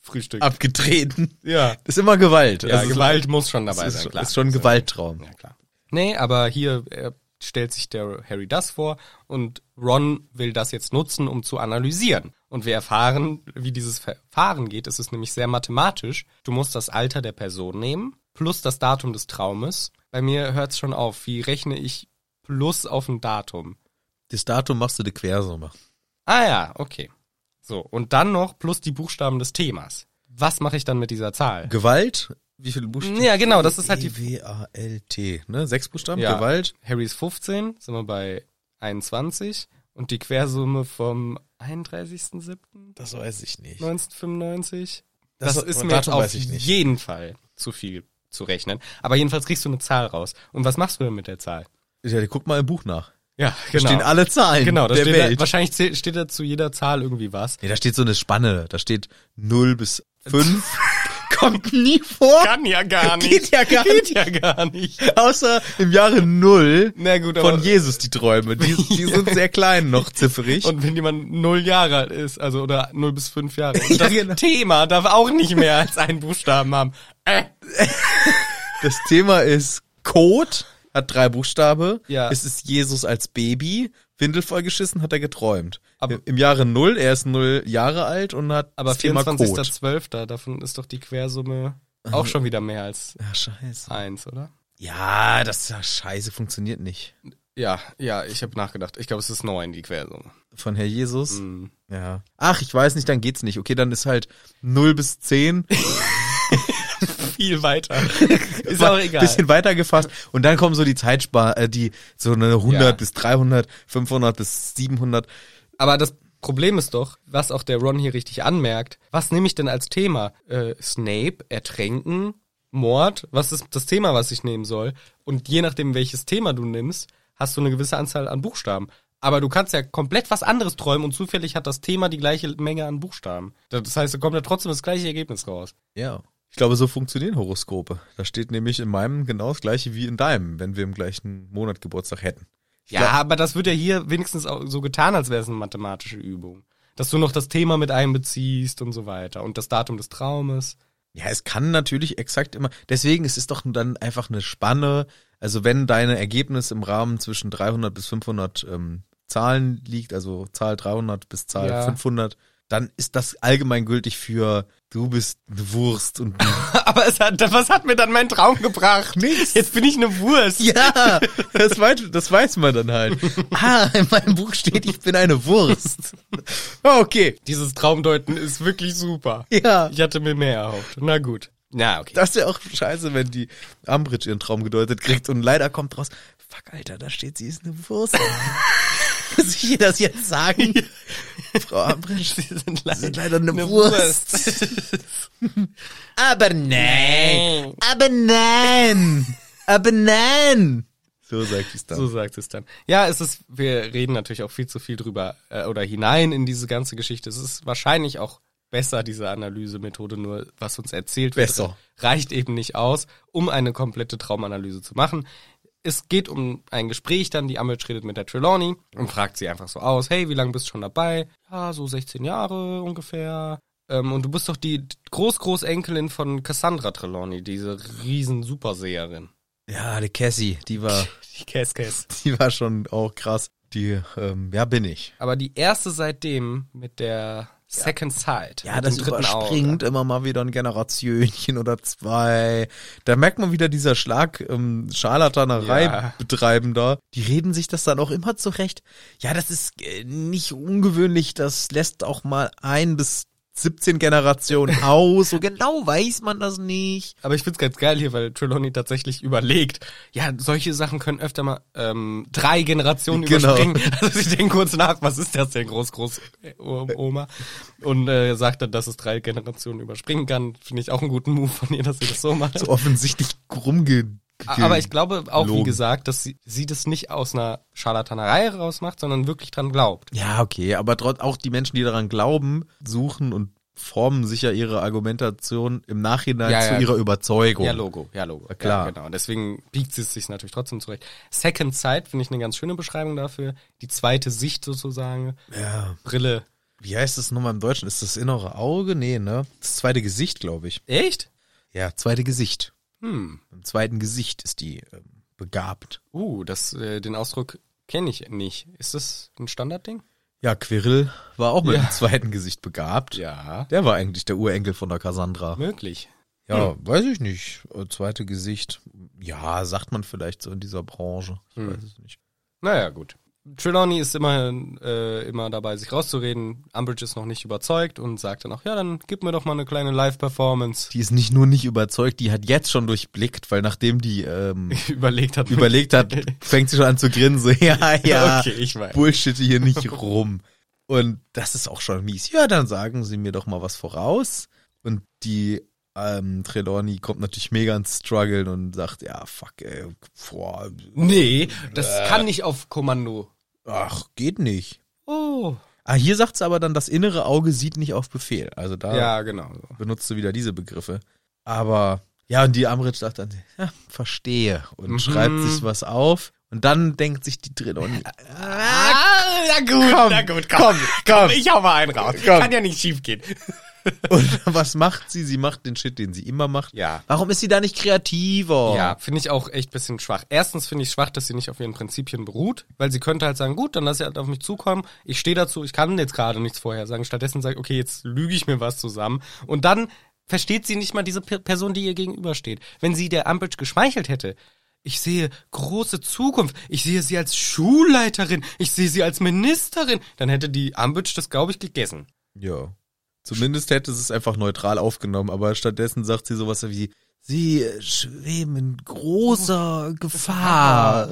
Speaker 2: Frühstück.
Speaker 1: abgetreten.
Speaker 2: ja.
Speaker 1: Das ist immer Gewalt.
Speaker 2: Ja,
Speaker 1: Also es
Speaker 2: Gewalt muss schon dabei
Speaker 1: Ist,
Speaker 2: sein,
Speaker 1: schon-
Speaker 2: klar.
Speaker 1: ist schon ein Gewalttraum.
Speaker 2: Ja, klar. Nee, aber hier äh, stellt sich der Harry das vor und Ron will das jetzt nutzen, um zu analysieren. Und wir erfahren, wie dieses Verfahren geht. Es ist nämlich sehr mathematisch. Du musst das Alter der Person nehmen, plus das Datum des Traumes. Bei mir hört's schon auf. Wie rechne ich plus auf ein Datum?
Speaker 1: Das Datum machst du de Quersumme.
Speaker 2: Ah ja, okay. So, und dann noch plus die Buchstaben des Themas. Was mache ich dann mit dieser Zahl?
Speaker 1: Gewalt, wie viele Buchstaben? E
Speaker 2: Ja, genau, das ist halt die
Speaker 1: W-A-L-T, ne? Sechs Buchstaben,
Speaker 2: Ja.
Speaker 1: Gewalt.
Speaker 2: Harry ist 15, sind wir bei 21 und die Quersumme vom 31.07.1995.
Speaker 1: Das weiß ich nicht.
Speaker 2: Das,
Speaker 1: Das-
Speaker 2: ist
Speaker 1: aber
Speaker 2: mir
Speaker 1: Datum
Speaker 2: auf
Speaker 1: weiß ich nicht.
Speaker 2: jeden Fall zu viel zu rechnen. Aber jedenfalls kriegst du eine Zahl raus. Und was machst du denn mit der Zahl?
Speaker 1: Ja, guck mal im Buch nach.
Speaker 2: Ja,
Speaker 1: Da stehen alle Zahlen
Speaker 2: genau, da
Speaker 1: der
Speaker 2: steht
Speaker 1: Welt.
Speaker 2: Da, wahrscheinlich zäh- steht da zu jeder Zahl irgendwie was.
Speaker 1: nee, da steht so eine Spanne. Da steht 0 bis (laughs) 5. Kommt nie vor.
Speaker 2: Kann ja gar nicht.
Speaker 1: Geht ja gar
Speaker 2: Geht ja gar nicht.
Speaker 1: Außer im Jahre null
Speaker 2: Na genau. gut, aber
Speaker 1: von Jesus die Träume. Die, die sind sehr klein
Speaker 2: (laughs)
Speaker 1: noch zifferig.
Speaker 2: und wenn jemand null Jahre alt ist, also oder null bis fünf Jahre, und
Speaker 1: Ja,
Speaker 2: das
Speaker 1: genau.
Speaker 2: Thema darf auch nicht mehr als einen Buchstaben haben. Äh.
Speaker 1: das Thema ist Code, hat drei Buchstabe.
Speaker 2: Ja.
Speaker 1: Es ist Jesus als Baby. Windel vollgeschissen, hat er geträumt.
Speaker 2: Aber-
Speaker 1: Im Jahre null, er ist null Jahre alt und hat
Speaker 2: Aber
Speaker 1: das Thema Code.
Speaker 2: 24.12., davon ist doch die Quersumme auch schon wieder mehr als
Speaker 1: Ja, scheiße.
Speaker 2: eins, oder?
Speaker 1: Ja, das ja, scheiße funktioniert nicht.
Speaker 2: Ja, ja, ich habe nachgedacht. Ich glaube, es ist neun, die Quersumme.
Speaker 1: Von Herr Jesus.
Speaker 2: Mhm.
Speaker 1: Ja. Ach, ich weiß nicht, dann geht's nicht. Okay, dann ist halt null bis zehn.
Speaker 2: Viel (laughs) weiter. ist auch egal.
Speaker 1: Bisschen weiter gefasst. Und dann kommen so die Zeitspar, äh, die so eine 100
Speaker 2: Ja.
Speaker 1: bis 300, 500 bis 700.
Speaker 2: Aber das Problem ist doch, was auch der Ron hier richtig anmerkt, was nehme ich denn als Thema? Äh, Snape, Ertränken, Mord, was ist das Thema, was ich nehmen soll? Und je nachdem, welches Thema du nimmst, hast du eine gewisse Anzahl an Buchstaben. Aber du kannst ja komplett was anderes träumen und zufällig hat das Thema die gleiche Menge an Buchstaben. Das heißt, da kommt ja trotzdem das gleiche Ergebnis raus.
Speaker 1: Ja. Ich glaube, so funktionieren Horoskope. Da steht nämlich in meinem genau das gleiche wie in deinem, wenn wir im gleichen Monat Geburtstag hätten.
Speaker 2: Ja, aber das wird ja hier wenigstens auch so getan, als wäre es eine mathematische Übung. Dass du noch das Thema mit einbeziehst und so weiter. Und das Datum des Traumes.
Speaker 1: Ja, es kann natürlich exakt immer. Deswegen es ist doch dann einfach eine Spanne. Also wenn deine Ergebnis im Rahmen zwischen 300 bis 500 ähm, Zahlen liegt, also Zahl 300 bis Zahl
Speaker 2: Ja.
Speaker 1: 500, dann ist das allgemeingültig für du bist eine Wurst und
Speaker 2: Aber es hat, was hat mir dann mein Traum gebracht?
Speaker 1: Nix.
Speaker 2: Jetzt bin ich eine
Speaker 1: (laughs)
Speaker 2: Wurst.
Speaker 1: Ja, das weiß, das weiß man dann halt. Ah, in meinem Buch steht, ich bin eine Wurst. Okay,
Speaker 2: Ah, Dieses Traumdeuten ist wirklich super.
Speaker 1: ja.
Speaker 2: Ich hatte mir mehr erhofft. Na gut. Na, okay.
Speaker 1: Das wäre auch scheiße, wenn die Ambridge ihren Traum gedeutet kriegt und leider kommt raus, fuck, Alter, da steht, sie ist eine Wurst. (laughs) Muss ich ihr das jetzt sagen? Frau Ambridge,
Speaker 2: Sie sind leider,
Speaker 1: Sie sind leider eine, Wurst. Aber nein, aber nein, aber nein. So sagt sie es dann.
Speaker 2: So sagt es dann. Ja, es ist, wir reden natürlich auch viel zu viel drüber äh, oder hinein in diese ganze Geschichte. Es ist wahrscheinlich auch besser, diese Analysemethode, nur was uns erzählt wird,
Speaker 1: Besser.
Speaker 2: reicht eben nicht aus, um eine komplette Traumanalyse zu machen. Es geht um ein Gespräch dann, die Ambridge redet mit der Trelawney und fragt sie einfach so aus, hey, wie lange bist du schon dabei? Ja, so 16 Jahre ungefähr. Ähm, und du bist doch die Groß-Großenkelin von Cassandra Trelawney, diese riesen Superseherin.
Speaker 1: Ja, die Cassie, die war,
Speaker 2: Die Cass-Cass.
Speaker 1: (laughs) die war schon auch krass. Die, ähm, ja, bin ich.
Speaker 2: Aber die erste seitdem mit der Second Sight.
Speaker 1: Ja,
Speaker 2: mit
Speaker 1: das
Speaker 2: dem dritten
Speaker 1: überspringt immer mal wieder ein Generationchen oder zwei. Da merkt man wieder dieser Schlag ähm, Scharlatanerei
Speaker 2: Ja.
Speaker 1: betreibender. Die reden sich das dann auch immer zurecht. Ja, das ist äh, nicht ungewöhnlich. Das lässt auch mal ein bis 17 Generationen (laughs) aus. So genau weiß man das nicht.
Speaker 2: Aber ich find's ganz geil hier, weil Trelawney tatsächlich überlegt, ja, solche Sachen können öfter mal ähm, drei Generationen
Speaker 1: Genau.
Speaker 2: überspringen. (laughs) Also sie denken kurz nach, was ist das denn, Groß, Groß, äh, Oma? Und äh, sagt dann, dass es drei Generationen überspringen kann. Finde ich auch einen guten Move von ihr, dass sie das so macht.
Speaker 1: So offensichtlich rumge...
Speaker 2: Aber ich glaube auch, wie
Speaker 1: Logen.
Speaker 2: gesagt, dass sie, sie das nicht aus einer Scharlatanerei rausmacht, sondern wirklich dran glaubt.
Speaker 1: Ja, okay, aber trotz auch die Menschen, die daran glauben, suchen und formen sich ja ihre Argumentation im Nachhinein
Speaker 2: Ja,
Speaker 1: zu
Speaker 2: ja.
Speaker 1: ihrer Überzeugung.
Speaker 2: Ja, Logo, ja, Logo.
Speaker 1: Ja, klar.
Speaker 2: Ja, genau. Und deswegen biegt es sich natürlich trotzdem zurecht. Second Sight finde ich eine ganz schöne Beschreibung dafür. Die zweite Sicht sozusagen.
Speaker 1: ja.
Speaker 2: Brille.
Speaker 1: wie heißt das nochmal im Deutschen? Ist das innere Auge? Nee, ne? Das zweite Gesicht, glaube ich.
Speaker 2: Echt?
Speaker 1: Ja, zweite Gesicht.
Speaker 2: Hm.
Speaker 1: Im zweiten Gesicht ist die ähm, begabt.
Speaker 2: Uh, das, äh, den Ausdruck kenne ich nicht. Ist das ein Standardding?
Speaker 1: Ja, Quirrell war auch mit
Speaker 2: Ja.
Speaker 1: dem zweiten Gesicht begabt.
Speaker 2: Ja.
Speaker 1: Der war eigentlich der Urenkel von der Cassandra.
Speaker 2: Möglich.
Speaker 1: Ja,
Speaker 2: Hm.
Speaker 1: weiß ich nicht. Äh, Zweite Gesicht. Ja, sagt man vielleicht so in dieser Branche. Ich
Speaker 2: Hm.
Speaker 1: weiß es nicht.
Speaker 2: Naja, gut. Trelawney ist immerhin äh, immer dabei, sich rauszureden. Umbridge ist noch nicht überzeugt und sagt dann auch, ja, dann gib mir doch mal eine kleine Live-Performance. (laughs)
Speaker 1: Die ist nicht nur nicht überzeugt, die hat jetzt schon durchblickt, weil nachdem die
Speaker 2: (laughs)
Speaker 1: ähm,
Speaker 2: Überlegt hat. (laughs)
Speaker 1: überlegt hat, fängt sie schon an zu grinsen. So, (laughs) ja, ja.
Speaker 2: Okay, ich weiß.
Speaker 1: bullshit hier nicht rum. Und das ist auch schon mies. Ja, dann sagen sie mir doch mal was voraus. Und die ähm, Trelawney kommt natürlich mega ins Struggeln und sagt, ja, fuck, ey, boah,
Speaker 2: Nee, das kann nicht auf Kommando.
Speaker 1: ach, geht nicht.
Speaker 2: Oh.
Speaker 1: Ah, hier sagt sie aber dann, das innere Auge sieht nicht auf Befehl. Also da
Speaker 2: Ja, genau. So.
Speaker 1: benutzt du wieder diese Begriffe. Aber ja, und die Amrit sagt dann, (laughs) ja, verstehe und schreibt sich was auf. Und dann denkt sich die Trelawney, (laughs)
Speaker 2: Ah, na gut, komm, na gut, komm, komm, Ich hau mal einen raus. Kann ja nicht schief gehen.
Speaker 1: Und was macht sie? Sie macht den Shit, den sie immer macht.
Speaker 2: Ja.
Speaker 1: Warum ist sie da nicht kreativer?
Speaker 2: Ja, finde ich auch echt bisschen schwach. Erstens finde ich schwach, dass sie nicht auf ihren Prinzipien beruht, weil sie könnte halt sagen, gut, dann lass sie halt auf mich zukommen. Ich stehe dazu, ich kann jetzt gerade nichts vorher sagen. Stattdessen sagt, okay, jetzt lüge ich mir was zusammen. Und dann versteht sie nicht mal diese Pe- Person, die ihr gegenübersteht. Wenn sie der Umbridge geschmeichelt hätte, ich sehe große Zukunft. Ich sehe sie als Schulleiterin. Ich sehe sie als Ministerin. Dann hätte die Umbridge das, glaube ich, gegessen.
Speaker 1: Ja. Zumindest hätte sie es einfach neutral aufgenommen, aber stattdessen sagt sie sowas wie, sie äh, schweben in großer Gefahr.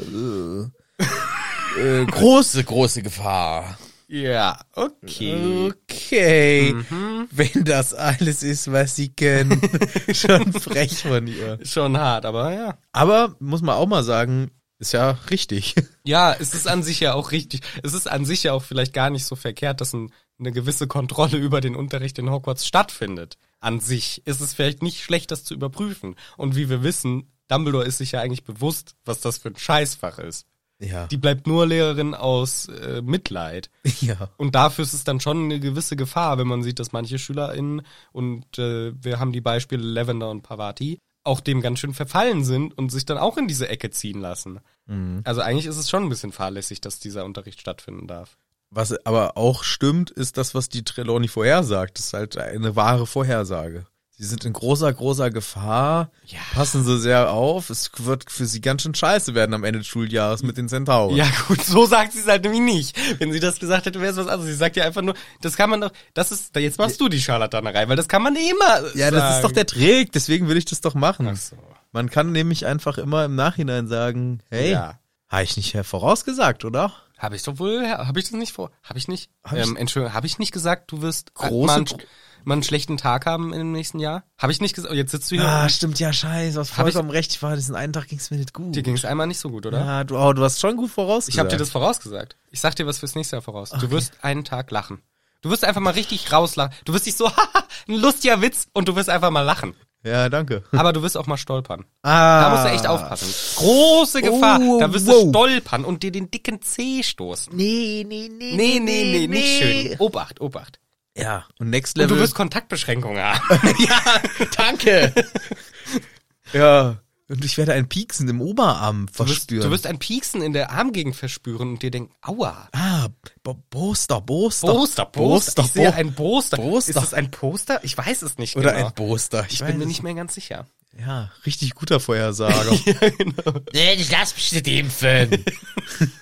Speaker 1: Äh, (laughs) äh, große, große Gefahr.
Speaker 2: Ja, okay.
Speaker 1: Okay.
Speaker 2: Mhm.
Speaker 1: Wenn das alles ist, was sie (laughs) können. Schon frech von ihr.
Speaker 2: Schon hart, aber ja.
Speaker 1: Aber muss man auch mal sagen, ist ja richtig.
Speaker 2: Ja, es ist an sich ja auch richtig. Es ist an sich ja auch vielleicht gar nicht so verkehrt, dass ein, eine gewisse Kontrolle (laughs) über den Unterricht in Hogwarts stattfindet. An sich ist es vielleicht nicht schlecht, das zu überprüfen. Und wie wir wissen, Dumbledore ist sich ja eigentlich bewusst, was das für ein Scheißfach ist.
Speaker 1: Ja.
Speaker 2: Die bleibt nur Lehrerin aus äh, Mitleid.
Speaker 1: ja.
Speaker 2: Und dafür ist es dann schon eine gewisse Gefahr, wenn man sieht, dass manche SchülerInnen und äh, wir haben die Beispiele Lavender und Pavati auch dem ganz schön verfallen sind und sich dann auch in
Speaker 1: Mhm.
Speaker 2: diese Ecke ziehen lassen. Also eigentlich ist es schon ein bisschen fahrlässig, dass dieser Unterricht stattfinden darf.
Speaker 1: Was aber auch stimmt, ist das, was die Trelawney vorhersagt. Das ist halt eine wahre Vorhersage. Sie sind in großer, großer Gefahr.
Speaker 2: Ja.
Speaker 1: Passen Sie sehr auf. Es wird für Sie ganz schön scheiße werden am Ende des Schuljahres mit den Centauren.
Speaker 2: Ja gut, so sagt sie es halt nämlich nicht. Wenn sie das gesagt hätte, wäre es was anderes. Sie sagt ja einfach nur, das kann man doch, das ist, jetzt machst du die Scharlatanerei, weil das kann man eh immer
Speaker 1: Ja, das ist doch der Trick. Deswegen will ich das doch machen.
Speaker 2: Ach so.
Speaker 1: Man kann nämlich einfach immer im Nachhinein sagen, hey,
Speaker 2: Ja.
Speaker 1: habe ich nicht vorausgesagt, oder?
Speaker 2: Habe ich doch wohl, habe ich das nicht vor, habe ich nicht,
Speaker 1: Hab ich-
Speaker 2: ähm, Entschuldigung, habe ich nicht gesagt, du wirst äh,
Speaker 1: Große
Speaker 2: mal, einen,
Speaker 1: Pro-
Speaker 2: mal einen schlechten Tag haben im nächsten Jahr? Habe ich nicht gesagt, oh, jetzt sitzt du hier,
Speaker 1: Ah,
Speaker 2: und
Speaker 1: stimmt, ja, scheiße. Du hast
Speaker 2: Hab ich-
Speaker 1: vollkommen recht. Ich war, diesen einen Tag ging es mir nicht gut.
Speaker 2: dir ging es einmal nicht so gut, oder?
Speaker 1: ja, du, oh, du hast schon gut vorausgesagt.
Speaker 2: Ich habe dir das vorausgesagt. Ich sag dir was fürs nächste Jahr voraus. Du wirst einen Tag lachen. Du wirst einfach mal richtig rauslachen. Du wirst dich so, (laughs) haha, ein lustiger Witz und du wirst einfach mal lachen.
Speaker 1: Ja, danke.
Speaker 2: Aber du wirst auch mal stolpern.
Speaker 1: Ah.
Speaker 2: Da musst du echt aufpassen. Große Gefahr.
Speaker 1: Oh,
Speaker 2: da wirst
Speaker 1: wow.
Speaker 2: du stolpern und dir den dicken Zeh stoßen.
Speaker 1: Nee, nee, nee.
Speaker 2: Nee, nee, nee, nicht schön. Obacht, Obacht.
Speaker 1: Ja, und Next
Speaker 2: Und
Speaker 1: Level.
Speaker 2: du wirst Kontaktbeschränkungen (laughs) haben.
Speaker 1: Danke. ja. Und ich werde ein Pieksen im Oberarm
Speaker 2: Du wirst,
Speaker 1: verspüren.
Speaker 2: du wirst ein Pieksen in der Armgegend verspüren und dir denken, aua.
Speaker 1: ah, Bo Boster, Boster.
Speaker 2: Poster, Poster. Ich sehe
Speaker 1: Bo-
Speaker 2: ein Poster.
Speaker 1: Poster.
Speaker 2: Ist das ein Poster? Ich weiß es nicht
Speaker 1: Oder
Speaker 2: genau.
Speaker 1: ein Boster.
Speaker 2: Ich bin mir
Speaker 1: es
Speaker 2: nicht mehr ganz sicher.
Speaker 1: Ja, richtig guter (laughs) Vorhersager. genau.
Speaker 7: Nee, ich lass mich nicht impfen.
Speaker 1: (laughs)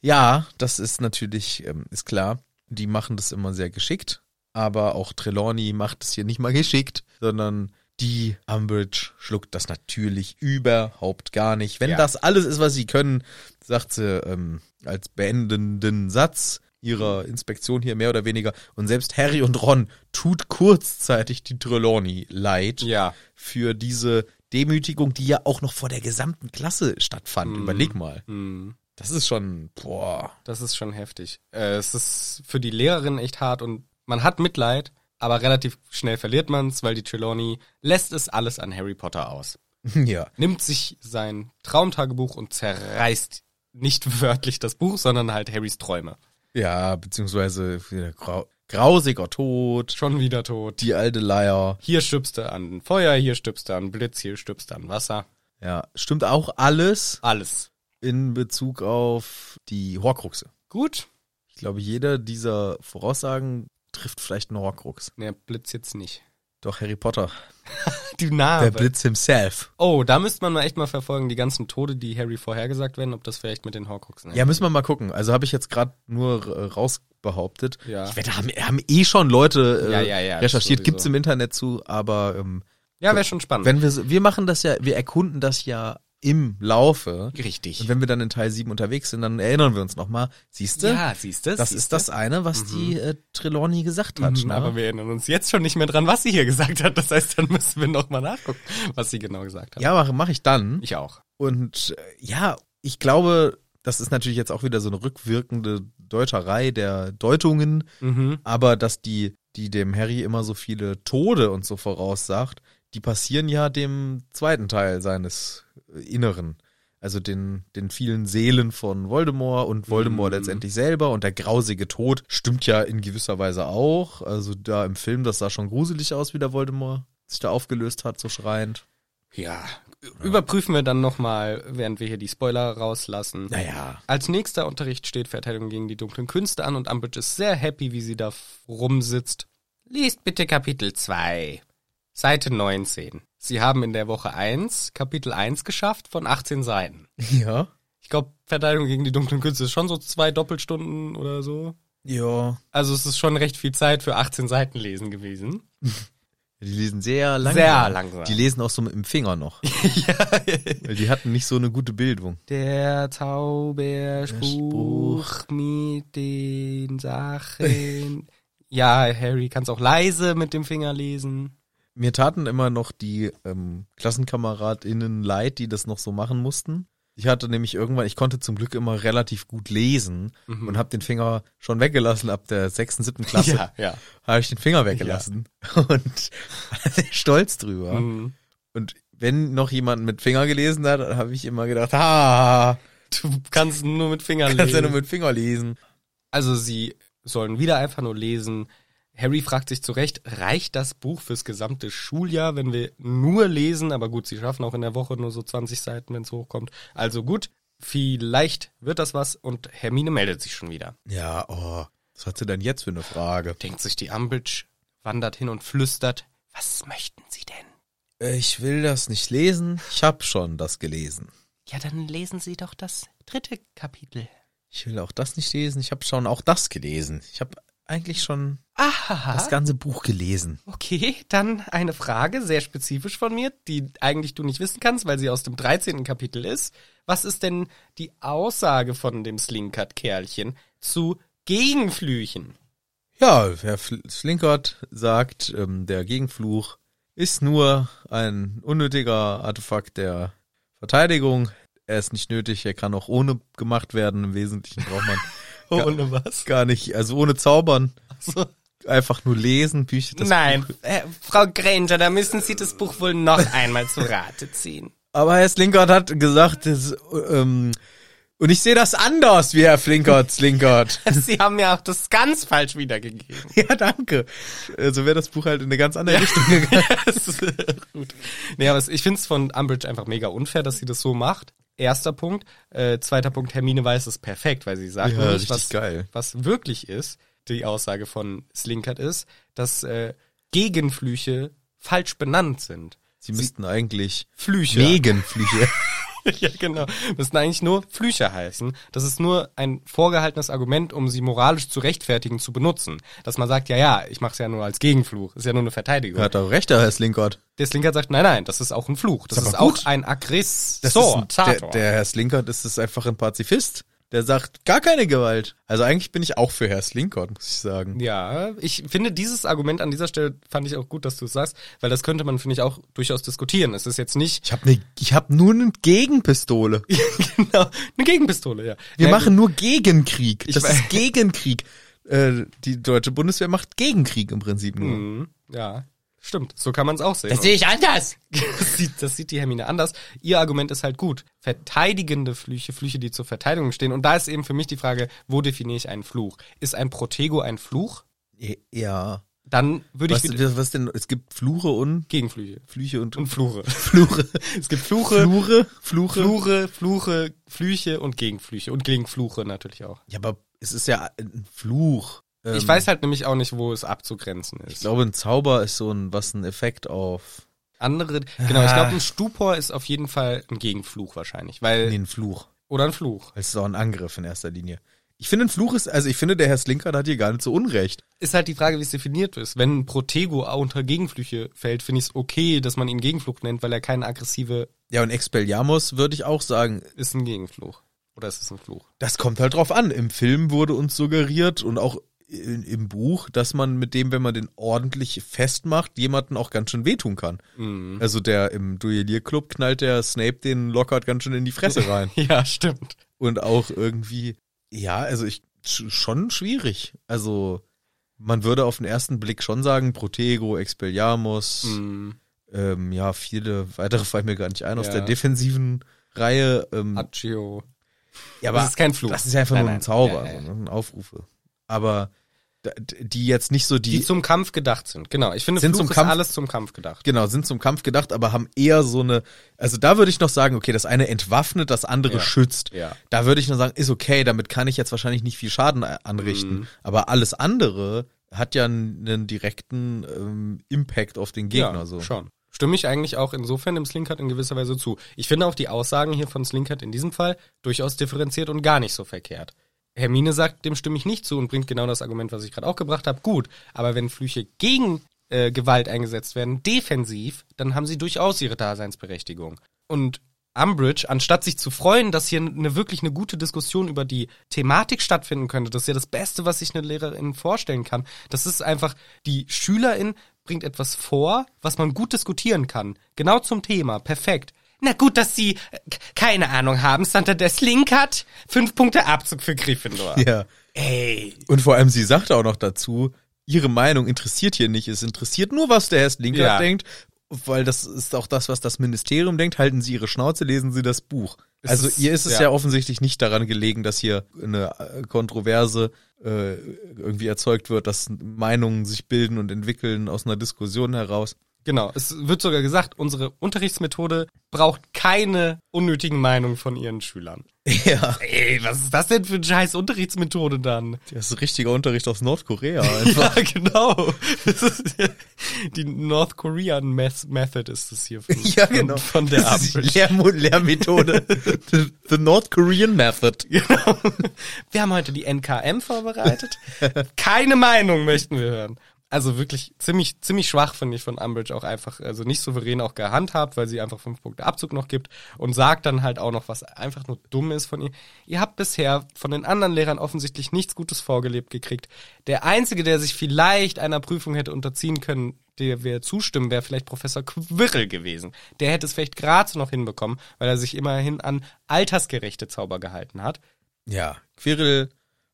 Speaker 1: ja, das ist natürlich, ähm, ist klar. Die machen das immer sehr geschickt. Aber auch Trelawney macht es hier nicht mal geschickt, sondern die Umbridge schluckt das natürlich überhaupt gar nicht. Wenn
Speaker 2: Ja.
Speaker 1: das alles ist, was sie können, sagt sie ähm, als beendenden Satz ihrer Inspektion hier mehr oder weniger. Und selbst Harry und Ron tut kurzzeitig die Trelawney leid.
Speaker 2: Ja.
Speaker 1: für diese Demütigung, die ja auch noch vor der gesamten Klasse stattfand. Überleg mal.
Speaker 2: Hm.
Speaker 1: Das ist schon, boah. (laughs)
Speaker 2: Das ist schon heftig. Äh, es ist für die Lehrerin echt hart und man hat Mitleid, aber relativ schnell verliert man es, weil die Trelawney lässt es alles an Harry Potter aus.
Speaker 1: Ja.
Speaker 2: Nimmt sich sein Traumtagebuch und zerreißt nicht (laughs) wörtlich das Buch, sondern halt Harrys Träume.
Speaker 1: Ja, beziehungsweise wieder grau grausiger Tod,
Speaker 2: Schon wieder tot.
Speaker 1: die alte Leier.
Speaker 2: Hier stirbst du an Feuer, hier stirbst du an Blitz, hier stirbst du an Wasser.
Speaker 1: Ja, stimmt auch alles
Speaker 2: Alles.
Speaker 1: in Bezug auf die Horcruxe.
Speaker 2: Gut?
Speaker 1: Ich glaube, jeder dieser Voraussagen trifft vielleicht einen Horcrux.
Speaker 2: Ne, Blitz jetzt nicht.
Speaker 1: Doch Harry Potter,
Speaker 2: Die
Speaker 1: der
Speaker 2: Narbe.
Speaker 1: Blitz himself.
Speaker 2: Oh, da müsste man mal echt mal verfolgen, die ganzen Tode, die Harry vorhergesagt werden, ob das vielleicht mit den Horcruxen
Speaker 1: Ja, müssen wir mal gucken. Also habe ich jetzt gerade nur äh, rausbehauptet.
Speaker 2: Ja.
Speaker 1: Ich wette, haben, haben eh schon Leute äh,
Speaker 2: Ja, ja, ja, das
Speaker 1: recherchiert,
Speaker 2: sowieso.
Speaker 1: gibt's im Internet zu, aber ähm,
Speaker 2: Ja, wäre schon spannend.
Speaker 1: wenn wir so- wir machen das ja, wir erkunden das ja im Laufe. Und
Speaker 2: Richtig.
Speaker 1: wenn wir dann in Teil 7 unterwegs sind, dann erinnern wir uns nochmal. Siehst du?
Speaker 2: Ja, siehst du?
Speaker 1: das ist das eine, was die äh, Trelawney gesagt hat. ne?
Speaker 2: Mhm, Aber wir erinnern uns jetzt schon nicht mehr dran, was sie hier gesagt hat. Das heißt, dann müssen wir nochmal nachgucken, was sie genau gesagt hat.
Speaker 1: ja, mache mach ich dann.
Speaker 2: Ich auch.
Speaker 1: Und äh, ja, ich glaube, das ist natürlich jetzt auch wieder so eine rückwirkende Deuterei der Deutungen.
Speaker 2: Mhm.
Speaker 1: Aber dass die, die dem Harry immer so viele Tode und so voraussagt, die passieren ja dem zweiten Teil seines äh, Inneren. Also den, den vielen Seelen von Voldemort und Voldemort letztendlich selber und der grausige Tod stimmt ja in gewisser Weise auch. Also da im Film, das sah schon gruselig aus, wie der Voldemort sich da aufgelöst hat, so schreiend.
Speaker 2: Ja. Überprüfen wir dann nochmal, während wir hier die Spoiler rauslassen.
Speaker 1: Naja.
Speaker 2: Als nächster Unterricht steht Verteidigung gegen die dunklen Künste an und Umbridge ist sehr happy, wie sie da f- rumsitzt. Liest bitte Kapitel 2. Seite 19. Sie haben in der Woche 1 Kapitel 1 geschafft von 18 Seiten.
Speaker 1: (laughs) Ja.
Speaker 2: Ich glaube, Verteidigung gegen die dunklen Künste ist schon so zwei Doppelstunden oder so.
Speaker 1: Ja.
Speaker 2: Also es ist schon recht viel Zeit für 18 Seiten lesen gewesen.
Speaker 1: Die lesen sehr langsam.
Speaker 2: Sehr langsam.
Speaker 1: Die lesen auch so mit dem Finger noch. Weil die hatten nicht so eine gute Bildung.
Speaker 2: Der Zauberspruch mit den Sachen. ja, Harry kann es auch leise mit dem Finger lesen.
Speaker 1: Mir taten immer noch die ähm, KlassenkameradInnen leid, die das noch so machen mussten. Ich hatte nämlich irgendwann, ich konnte zum Glück immer relativ gut lesen
Speaker 2: Mhm.
Speaker 1: und habe den Finger schon weggelassen. Ab der sechsten, siebten Klasse
Speaker 2: (laughs) Ja, ja.
Speaker 1: habe ich den Finger weggelassen (laughs) und war sehr stolz drüber.
Speaker 2: Mhm.
Speaker 1: Und wenn noch jemand mit Finger gelesen hat, dann habe ich immer gedacht, ha, (laughs)
Speaker 2: Du kannst nur mit Finger
Speaker 1: kannst ja
Speaker 2: lesen.
Speaker 1: nur mit Finger lesen.
Speaker 2: also sie sollen wieder einfach nur lesen. Harry fragt sich zu Recht, reicht das Buch fürs gesamte Schuljahr, wenn wir nur lesen? Aber gut, sie schaffen auch in der Woche nur so 20 Seiten, wenn es hochkommt. Also gut. Vielleicht wird das was und Hermine meldet sich schon wieder.
Speaker 1: Ja, oh. Was hat sie denn jetzt für eine Frage?
Speaker 2: Denkt sich die Umbridge, wandert hin und flüstert, was möchten Sie denn?
Speaker 1: Ich will das nicht lesen. Ich hab schon das gelesen.
Speaker 2: Ja, dann lesen Sie doch das dritte Kapitel.
Speaker 1: Ich will auch das nicht lesen. Ich hab schon auch das gelesen. Ich hab eigentlich schon das
Speaker 2: Aha,
Speaker 1: ganze Buch gelesen.
Speaker 2: okay, dann eine Frage, sehr spezifisch von mir, die eigentlich du nicht wissen kannst, weil sie aus dem 13. Kapitel ist. Was ist denn die Aussage von dem Slinkert-Kerlchen zu Gegenflüchen?
Speaker 1: Ja, Herr Fl- Slinkert sagt, ähm, der Gegenfluch ist nur ein unnötiger Artefakt der Verteidigung. Er ist nicht nötig, er kann auch ohne gemacht werden. Im Wesentlichen braucht
Speaker 2: (laughs)
Speaker 1: man
Speaker 2: (laughs) Ohne was?
Speaker 1: gar nicht, also ohne Zaubern,
Speaker 2: So.
Speaker 1: einfach nur lesen, Bücher. das-
Speaker 2: Nein, äh, Frau Granger, da müssen Sie das Buch wohl noch einmal zu Rate ziehen. (laughs)
Speaker 1: Aber Herr Slinkert hat gesagt, das, ähm, und ich sehe das anders, wie Herr Flinkert, Slinkert.
Speaker 2: Sie haben ja auch das ganz falsch wiedergegeben.
Speaker 1: (laughs) ja, danke. Also wäre das Buch halt in eine ganz andere Richtung gegangen.
Speaker 2: Das ist (laughs) gut. Nee, aber es- ich finde es von Umbridge einfach mega unfair, dass sie das so macht. Erster Punkt. Äh, zweiter Punkt, Hermine weiß es perfekt, weil sie sagt,
Speaker 1: Ja,
Speaker 2: nämlich,
Speaker 1: richtig
Speaker 2: was,
Speaker 1: geil.
Speaker 2: was wirklich ist, die Aussage von Slinkert ist, dass äh, Gegenflüche falsch
Speaker 1: (laughs)
Speaker 2: benannt sind.
Speaker 1: Sie müssten eigentlich (laughs)
Speaker 2: Flüche.
Speaker 1: Negenflüche.
Speaker 2: ja, genau. Müssen eigentlich nur Flüche heißen. Das ist nur ein vorgehaltenes Argument, um sie moralisch zu rechtfertigen, zu benutzen. Dass man sagt, ja, ja, ich mache es ja nur als Gegenfluch. Ist ja nur eine Verteidigung.
Speaker 1: Hat auch recht, der Herr Slinkert.
Speaker 2: Der Slinker sagt, nein, nein, das ist auch ein Fluch. Das ist,
Speaker 1: Ist aber
Speaker 2: auch
Speaker 1: gut.
Speaker 2: ein Aggressor.
Speaker 1: Das ist ein, der, der Herr Slinkert ist es einfach ein Pazifist. Der sagt gar keine Gewalt. Also eigentlich bin ich auch für Herr Slinkert, muss ich sagen.
Speaker 2: ja, ich finde dieses Argument an dieser Stelle fand ich auch gut, dass du es sagst, weil das könnte man, finde ich, auch durchaus diskutieren. Es ist jetzt
Speaker 1: (laughs)
Speaker 2: nicht
Speaker 1: Ich habe ne, ich hab nur eine Gegenpistole.
Speaker 2: genau eine Gegenpistole, ja.
Speaker 1: Wir
Speaker 2: Na
Speaker 1: machen nur Gegenkrieg.
Speaker 2: Ich
Speaker 1: Das
Speaker 2: weiß-
Speaker 1: ist Gegenkrieg. Äh, die deutsche Bundeswehr macht Gegenkrieg im Prinzip nur.
Speaker 2: gut. Mhm, ja, stimmt. So kann man es auch sehen.
Speaker 8: Das sehe ich anders.
Speaker 2: (laughs) das, sieht, das sieht die Hermine anders. Ihr Argument ist halt gut. Verteidigende Flüche, Flüche, die zur Verteidigung stehen. Und da ist eben für mich die Frage, wo definiere ich einen Fluch? Ist ein Protego ein Fluch?
Speaker 1: Hm. Ja.
Speaker 2: Dann würde ich
Speaker 1: Was,
Speaker 2: wieder-
Speaker 1: was denn? Es gibt Flure und
Speaker 2: Gegenflüche
Speaker 1: Flüche und,
Speaker 2: und
Speaker 1: (laughs)
Speaker 2: Flure.
Speaker 1: Flure.
Speaker 2: Es gibt um Fluche,
Speaker 1: Flure? Fluche?
Speaker 2: Flure, Fluche, Flüche und Gegenflüche und Gegenfluche natürlich auch.
Speaker 1: Ja, aber es ist ja ein Fluch.
Speaker 2: ich
Speaker 1: Ähm,
Speaker 2: weiß halt nämlich auch nicht, wo es abzugrenzen
Speaker 1: Ich
Speaker 2: ist.
Speaker 1: glaube, ein Zauber ist so ein, was ein Effekt auf.
Speaker 2: Andere, genau, ich
Speaker 1: Ah.
Speaker 2: glaube, ein Stupor ist auf jeden Fall ein Gegenfluch wahrscheinlich, weil,
Speaker 1: Nee, ein Fluch.
Speaker 2: oder ein Fluch.
Speaker 1: Es ist auch ein Angriff in erster Linie. Ich finde, ein Fluch ist, also ich finde, der Herr Slinker hat hier gar nicht so unrecht.
Speaker 2: Ist halt die Frage, wie es definiert ist. Wenn ein Protego auch unter Gegenflüche fällt, finde ich es okay, dass man ihn Gegenfluch nennt, weil er keine aggressive,
Speaker 1: Ja, und Expelliarmus würde ich auch sagen,
Speaker 2: ist ein Gegenfluch. Oder ist es ein Fluch?
Speaker 1: das kommt halt drauf an. Im Film wurde uns suggeriert und auch in, im Buch, dass man mit dem, wenn man den ordentlich festmacht, jemanden auch ganz schön wehtun kann.
Speaker 2: Mhm. (laughs)
Speaker 1: Also der im Duellierclub knallt der Snape den Lockhart ganz schön in die Fresse rein.
Speaker 2: Ja, stimmt.
Speaker 1: und auch irgendwie, ja, also ich, sch- schon schwierig. Also, man würde auf den ersten Blick schon sagen, Protego, Expelliarmus,
Speaker 2: Mhm.
Speaker 1: ähm, ja, viele weitere fallen mir gar nicht ein aus
Speaker 2: Ja.
Speaker 1: der defensiven Reihe. Ähm,
Speaker 2: Accio.
Speaker 1: ja,
Speaker 2: Das ist kein Fluch.
Speaker 1: das ist ja einfach
Speaker 2: Nein,
Speaker 1: nur
Speaker 2: nein.
Speaker 1: ein Zauber,
Speaker 2: Ja, ja.
Speaker 1: So, ne? ein Aufrufe. Aber da- d- die jetzt nicht so
Speaker 2: Die,
Speaker 1: die,
Speaker 2: zum Kampf gedacht sind. Genau. Ich finde,
Speaker 1: Sind
Speaker 2: Fluch
Speaker 1: zum
Speaker 2: ist
Speaker 1: Kampf-
Speaker 2: alles zum Kampf gedacht.
Speaker 1: genau, sind zum Kampf gedacht, aber haben eher so eine, also da würde ich noch sagen, okay, das eine entwaffnet, das andere
Speaker 2: Ja.
Speaker 1: schützt.
Speaker 2: Ja.
Speaker 1: Da würde ich nur sagen, ist okay, damit kann ich jetzt wahrscheinlich nicht viel Schaden a- anrichten.
Speaker 2: Mhm.
Speaker 1: Aber alles andere hat ja n- einen direkten ähm, Impact auf den Gegner. so.
Speaker 2: Schon. Stimme ich eigentlich auch insofern dem Slinkert in gewisser Weise zu. Ich finde auch die Aussagen hier von Slinkert in diesem Fall durchaus differenziert und gar nicht so verkehrt. Hermine sagt, dem stimme ich nicht zu und bringt genau das Argument, was ich gerade auch gebracht habe. Gut, aber wenn Flüche gegen äh, Gewalt eingesetzt werden, defensiv, dann haben sie durchaus ihre Daseinsberechtigung. Und Umbridge, anstatt sich zu freuen, dass hier eine wirklich eine gute Diskussion über die Thematik stattfinden könnte, das ist ja das Beste, was sich eine Lehrerin vorstellen kann. Das ist einfach, die Schülerin bringt etwas vor, was man gut diskutieren kann. Genau zum Thema. Perfekt. Na gut, dass Sie äh, k- keine Ahnung haben. Santa der Slink hat fünf Punkte Abzug für Gryffindor.
Speaker 1: Ja.
Speaker 8: Ey.
Speaker 1: Und vor allem, sie sagte auch noch dazu, ihre Meinung interessiert hier nicht. Es interessiert nur, was der Herr Slinker
Speaker 2: Ja.
Speaker 1: denkt, weil das ist auch das, was das Ministerium denkt. Halten Sie Ihre Schnauze, lesen Sie das Buch.
Speaker 2: Es
Speaker 1: also
Speaker 2: ist-
Speaker 1: ihr ist es
Speaker 2: ja.
Speaker 1: ja. offensichtlich nicht daran gelegen, dass hier eine äh, Kontroverse äh, irgendwie erzeugt wird, dass Meinungen sich bilden und entwickeln aus einer Diskussion heraus.
Speaker 2: Genau, es wird sogar gesagt, unsere Unterrichtsmethode braucht keine unnötigen Meinungen von ihren Schülern.
Speaker 1: (laughs) Ja.
Speaker 2: Ey, was ist das denn für eine scheiß Unterrichtsmethode dann?
Speaker 1: Das ist richtiger Unterricht aus (laughs) Nordkorea.
Speaker 2: Ja, genau. Das ist, die North Korean Meth- Method ist das hier von,
Speaker 1: ja, genau.
Speaker 2: von, von der
Speaker 1: Das ist die
Speaker 2: Ampel.
Speaker 1: Lehr Lehrmethode. the, (laughs) the North Korean Method.
Speaker 2: Genau. Wir haben heute die NKM vorbereitet. Keine Meinung möchten wir hören. Also wirklich ziemlich, ziemlich schwach, finde ich, von Umbridge auch einfach, also nicht souverän auch gehandhabt, weil sie einfach fünf Punkte Abzug noch gibt und sagt dann halt auch noch, was einfach nur dumm ist von ihr. Ihr habt bisher von den anderen Lehrern offensichtlich nichts Gutes vorgelebt gekriegt. Der Einzige, der sich vielleicht einer Prüfung hätte unterziehen können, der wir zustimmen, wäre vielleicht Professor Quirrell gewesen. Der hätte es vielleicht gerade so noch hinbekommen, weil er sich immerhin an altersgerechte Zauber gehalten hat.
Speaker 1: Ja. Quirrell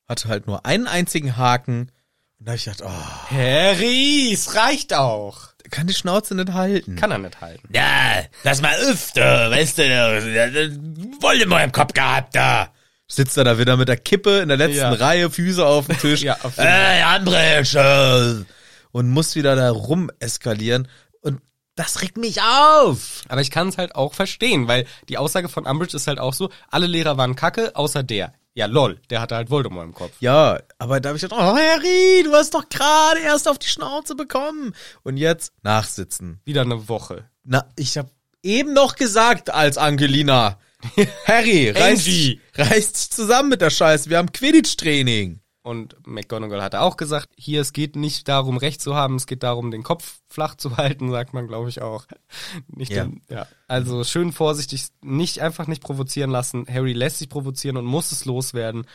Speaker 1: hatte halt nur einen einzigen Haken. Und da hab ich gedacht, oh,
Speaker 2: Herr Ries, reicht auch.
Speaker 1: der kann die Schnauze nicht halten.
Speaker 2: Kann er nicht halten.
Speaker 9: Ja, das mal öfter, weißt du, da- da- da- Voldemort im Kopf gehabt da.
Speaker 1: Sitzt er da wieder mit der Kippe in der letzten
Speaker 2: Ja.
Speaker 1: Reihe, Füße auf dem Tisch.
Speaker 2: (laughs) Ja, auf jeden Fall.
Speaker 1: Ey, Ambridge! äh, Und muss wieder da rum eskalieren. Und das regt mich auf.
Speaker 2: Aber ich kann es halt auch verstehen, weil die Aussage von Umbridge ist halt auch so, alle Lehrer waren kacke, außer der. Ja, lol, der hatte halt Voldemort im Kopf.
Speaker 1: Ja, aber da hab ich gedacht, oh Harry, du hast doch gerade erst auf die Schnauze bekommen. Und jetzt nachsitzen.
Speaker 2: Wieder eine Woche.
Speaker 1: Na, ich hab eben noch gesagt als
Speaker 2: (laughs)
Speaker 1: Angelina. Harry, reißt,
Speaker 2: Angie.
Speaker 1: reißt dich zusammen mit der Scheiße. Wir haben Quidditch-Training.
Speaker 2: Und McGonagall hatte auch gesagt, hier, es geht nicht darum, Recht zu haben, es geht darum, den Kopf flach zu halten, sagt man, glaube ich, auch. Nicht
Speaker 1: Ja.
Speaker 2: Den, ja. Also schön vorsichtig, nicht einfach nicht provozieren lassen. Harry lässt sich provozieren und muss es loswerden.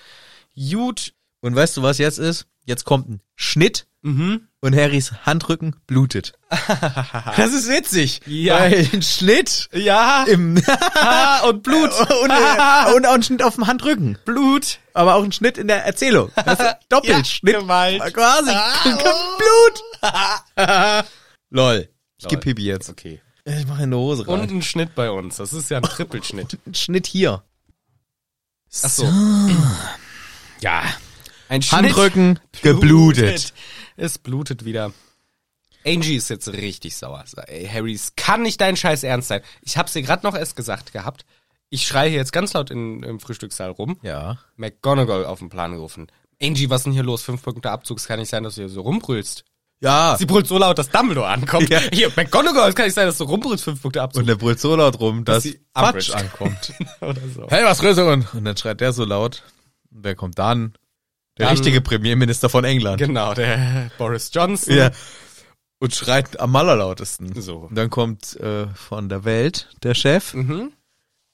Speaker 2: Huge,
Speaker 1: Und weißt du, was jetzt ist? Jetzt kommt ein Schnitt
Speaker 2: Mhm.
Speaker 1: und Harrys Handrücken
Speaker 2: (laughs)
Speaker 1: blutet. das ist witzig.
Speaker 2: Ja.
Speaker 1: Weil ein Schnitt
Speaker 2: ja,
Speaker 1: im
Speaker 2: und Blut.
Speaker 1: (laughs) und, äh, und auch ein Schnitt auf dem Handrücken.
Speaker 2: Blut.
Speaker 1: Aber auch ein Schnitt in der Erzählung. Das
Speaker 2: (laughs)
Speaker 1: ist doppelt
Speaker 2: Ja, genau.
Speaker 1: Schnitt.
Speaker 2: Gewalt.
Speaker 1: Quasi. (laughs) Blut. (laughs) Lol. Ich geb
Speaker 2: oh. Lol.
Speaker 1: Pipi jetzt.
Speaker 2: Okay.
Speaker 1: Ich mache in die Hose rein.
Speaker 2: Und ein Schnitt bei uns. Das ist ja ein Trippelschnitt.
Speaker 1: ein Schnitt hier.
Speaker 2: Ach so.
Speaker 9: Ja,
Speaker 2: Ein
Speaker 1: Handrücken
Speaker 2: Schnitt
Speaker 1: geblutet.
Speaker 2: Es blutet wieder. Angie ist jetzt richtig sauer. Ey, Harry, es kann nicht dein Scheiß ernst sein. Ich hab's dir gerade noch erst gesagt gehabt. Ich schreie hier jetzt ganz laut in, im Frühstückssaal rum.
Speaker 1: Ja.
Speaker 2: McGonagall auf den Plan gerufen. Angie, was ist denn hier los? Fünf Punkte Abzug. Es kann nicht sein, dass du hier so rumbrüllst.
Speaker 1: Ja.
Speaker 2: Sie brüllt so laut, dass Dumbledore ankommt.
Speaker 1: Ja.
Speaker 2: Hier, McGonagall, es kann nicht sein, dass du rumbrüllst. Fünf Punkte Abzug.
Speaker 1: Und der brüllt so laut rum, dass
Speaker 2: sie
Speaker 1: Quatsch
Speaker 2: Umbridge-
Speaker 1: ankommt.
Speaker 2: (laughs) Oder so.
Speaker 1: (laughs) hey, was Größeren? Und dann schreit der so laut. Und wer kommt dann? Der
Speaker 2: Dann-
Speaker 1: richtige Premierminister von England.
Speaker 2: Genau, der Boris Johnson.
Speaker 1: Ja. Und schreit am allerlautesten.
Speaker 2: So.
Speaker 1: Und dann kommt äh, von der Welt der Chef.
Speaker 2: Mhm.